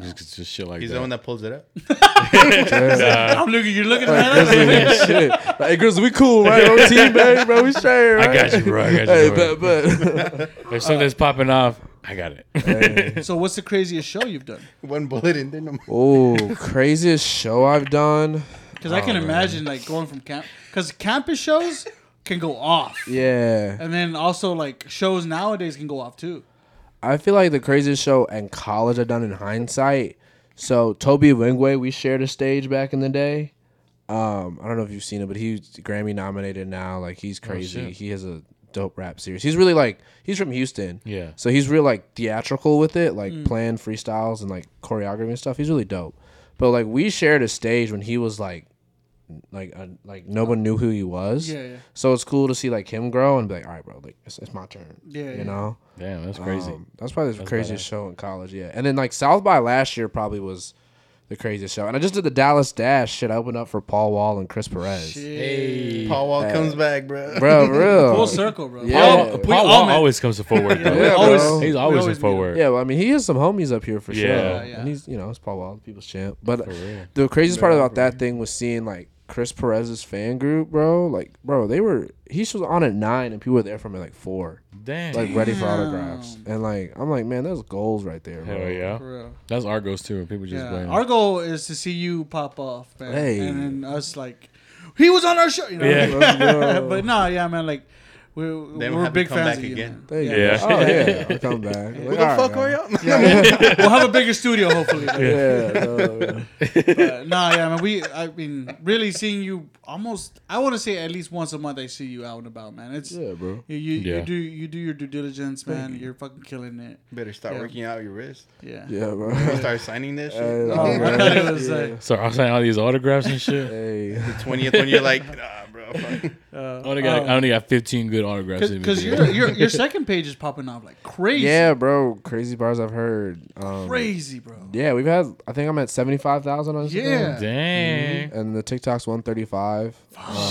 Just, 'cause just shit like
He's
that.
the one that pulls it up. [LAUGHS]
[LAUGHS] I'm looking. You're looking at me.
[LAUGHS] Yeah, shit. Like, hey, Grizzly, we cool, right? We're team, baby, bro. We straight,
I
right?
got you, bro. I got you.
Hey,
bro.
but but
If something's
uh,
popping off, I got it.
So, what's the craziest show you've done?
One bullet and then I'm
[LAUGHS] oh, craziest show I've done.
Because I can imagine like going from camp. Because campus shows can go off,
Yeah,
and then also like shows nowadays can go off too.
I feel like the craziest show in college I've done in hindsight. So Toby Wingway, we shared a stage back in the day. Um, I don't know if you've seen it, but he's Grammy nominated now. Like he's crazy.
Oh, shit.
he has a dope rap series. He's really like he's from Houston.
Yeah.
So he's real like theatrical with it, like
Mm.
playing freestyles and like choreography and stuff. He's really dope. But like we shared a stage when he was like like uh, like no one knew who he was.
Yeah, yeah.
So it's cool to see like him grow and be like, all right, bro, like it's, it's my turn.
Yeah,
You
yeah.
know.
Damn, that's crazy.
Um, that's probably the craziest show in college, yeah. And then like South by last year probably was the craziest show. And I just did the Dallas Dash shit. I opened up for Paul Wall and Chris Perez.
Paul Wall comes back, bro. [LAUGHS]
Bro, for real.
Full circle, bro.
Yeah.
All-
Paul
we
Wall
all met-
always comes to forward.
[LAUGHS]
Though.
Yeah,
always-
bro.
He's always,
we always
in
meet him.
forward.
Yeah, well, I mean, he has some homies up here for sure.
Yeah.
Yeah.
And he's, you know, it's Paul Wall, the people's champ. But the craziest part about that thing was seeing, like, Chris Perez's fan group, bro. Like, bro, they were, he was on at nine and people were there from at, like, four,
Damn.
like, ready for autographs. And, like, I'm like, man, those goals right there, bro.
[LAUGHS] Hell yeah.
For real.
That's Argos too. and People just
Yeah.
blame.
Our goal is to see you pop off, man.
Hey.
And then us like, he was on our show. You know? [LAUGHS]
Yeah.
but no, yeah, man. Like, we're
Then
we're
have
big
you come
fans
back
of you.
again.
man.
Thank you.
Yeah.
Oh, yeah. I'll come back. Like,
Who the
all right,
fuck
man.
are y'all? [LAUGHS]
[LAUGHS] we'll have a bigger studio hopefully. But,
Yeah,
[LAUGHS]
no, yeah. [LAUGHS]
but, no, yeah, man. We, I mean, really seeing you almost. I want to say at least once a month. I see you out and about, man. It's
Yeah, bro.
You, you,
Yeah.
you do you do your due diligence, man. You're fucking killing it.
Better start
Yeah.
working out your wrist.
Yeah. [LAUGHS]
Yeah, bro. [LAUGHS]
Start signing this shit.
Oh,
Hey,
my God, it was like,
So I'm signing all these autographs and shit.
hey.
Twentieth when you're like, nah, bro. fuck."
I, only got, I only got 15 good autographs. in me,
because
dude.
your your your second page is popping off like crazy, [LAUGHS]
Yeah, bro. Crazy bars I've heard. Um,
crazy, bro.
Yeah, we've had. I think I'm at seventy five thousand on Instagram.
Yeah.
Dang.
And the TikTok's one thirty five.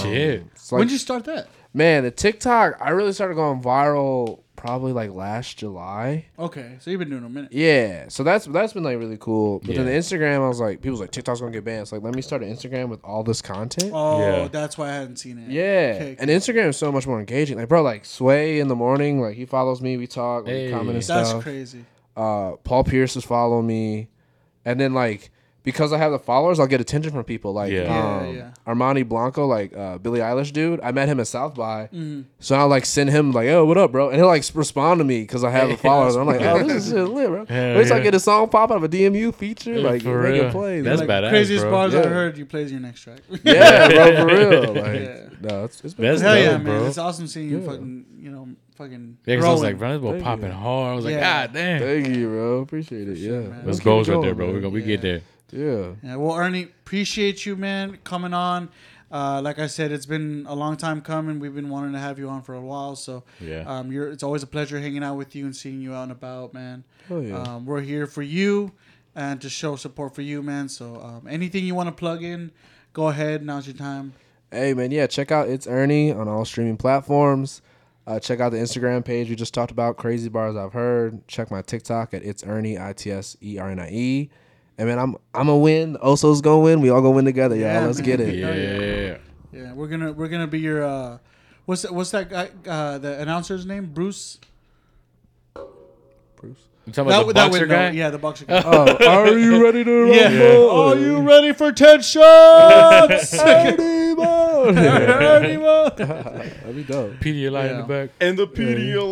Shit.
It's like,
When'd you start that?
man, the TikTok. I really started going viral. probably like last July.
Okay, so you've been doing it a minute.
Yeah, so that's that's been like really cool. But then the
Yeah.
Instagram, I was like, people's like TikTok's gonna get banned. So like, let me start an Instagram with all this content.
Oh,
Yeah.
that's why I hadn't seen it.
Yeah,
Okay,
and Instagram is so much more engaging. Like, bro, like Sway in the morning, like he follows me, we talk, we comment and
Hey.
that's
stuff.
crazy.
Uh, Paul Pierce is following me, and then like because I have the followers, I'll get attention from people. Like,
Yeah.
Yeah,
um,
yeah.
Armani Blanco, like uh, Billie Eilish dude. I met him at South by,
Mm-hmm.
so I'll like send him like, "Yo, what up, bro?" And he'll like s- respond to me because
[LAUGHS]
I have the followers. I'm like, "Oh, this is shit lit, bro."
Hell
At least I
yeah.
get a song pop out of a DMU feature, like
for
make it
real.
play.
That's [LAUGHS]
like,
badass,
Craziest
bro.
bars I've
Yeah.
heard. You plays your next track. [LAUGHS]
yeah, bro, for real. Like,
Yeah.
no, it's, it's been
That's
Hell
dope,
yeah, man!
bro.
It's awesome seeing you
Yeah.
fucking, you know, fucking.
Yeah, 'cause I was like,
growing.
bro, this boy
Thank
popping
you.
hard. I was like,
Yeah.
God damn.
Thank you, bro. Appreciate it. Yeah,
man.
Those
Keep it
goals right
going,
there, bro. We're gonna we get
Yeah.
there.
Yeah.
Yeah, well, Ernie, appreciate you, man, coming on. Uh, like I said, it's been a long time coming. We've been wanting to have you on for a while, so
Yeah.
um, you're, it's always a pleasure hanging out with you and seeing you out and about, man.
Oh, yeah.
um, we're here for you and to show support for you, man. So um, anything you want to plug in, go ahead. Now's your time.
Hey man, yeah, check out It's Ernie on all streaming platforms. Uh, check out the Instagram page we just talked about, Crazy Bars I've Heard. Check my TikTok at It's Ernie, I T S E R N I E. And man, I'm I'm gonna win. Oso's gonna win. We all gonna win together, y'all.
Yeah,
Let's
man.
get it.
Yeah.
Yeah.
Yeah, we're gonna we're gonna be your uh, what's that, what's that guy uh, the announcer's name? Bruce.
You talking about Oh, the
that
boxer
would know.
guy?
Yeah, the
[LAUGHS]
boxer guy.
Oh, are you ready to
[LAUGHS]
rumble?
Yeah.
Are you ready for
[LAUGHS]
tension? Ernie mode. Ernie mode. That'd be dope.
Pedialyte in the back.
And the PDL.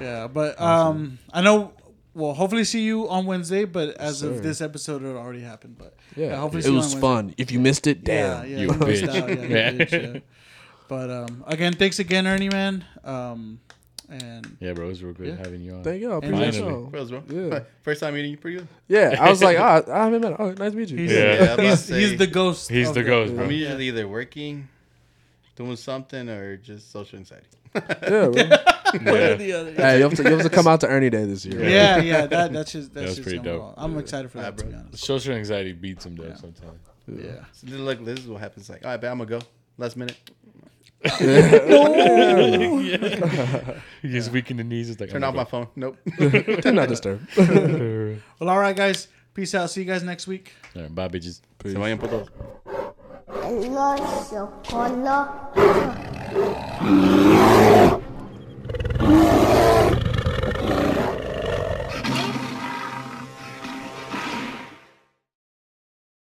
Yeah, but um, I know. Well, hopefully see you on Wednesday. But as of this episode, it already happened. But
Yeah,
hopefully
it was fun. If you missed it,
Yeah,
damn.
yeah,
you
you missed
bitch.
out. Yeah, you
Yeah.
bitch, yeah. But um, again, thanks again, Ernie man. Um, and
Yeah, bro. It's real good having you on.
Thank y'all.
And
Appreciate
finally.
y'all.
Bro,
Yeah.
First time meeting you, pretty good.
Yeah, I
[LAUGHS]
was like, ah, I haven't met. him. Oh, nice to meet you.
he's,
Yeah.
Yeah, I'm about
he's,
to say.
he's the ghost.
He's
of
the ghost, bro.
I'm usually either working, doing something, or just social anxiety.
Yeah, bro.
[LAUGHS]
Yeah.
hey, you have, to, you have to come out to Ernie Day this year.
Yeah.
Yeah, yeah, that that's just that's,
was
just
pretty
gonna
dope.
roll. I'm excited for that. to
bro.
be honest.
Social anxiety beats him though sometimes.
Yeah.
So then, look, this is what happens. Like, all right, bet I'm gonna go. Last minute,
He gets weak in the knees. It's like
turn
I'm
off oh my
gonna
phone. Nope. [LAUGHS]
[LAUGHS] Do not disturb.
go.
Well, all right, guys. Peace out. See you guys next week.
All right, bye, bitches.
Se vayan por todos.
El oso con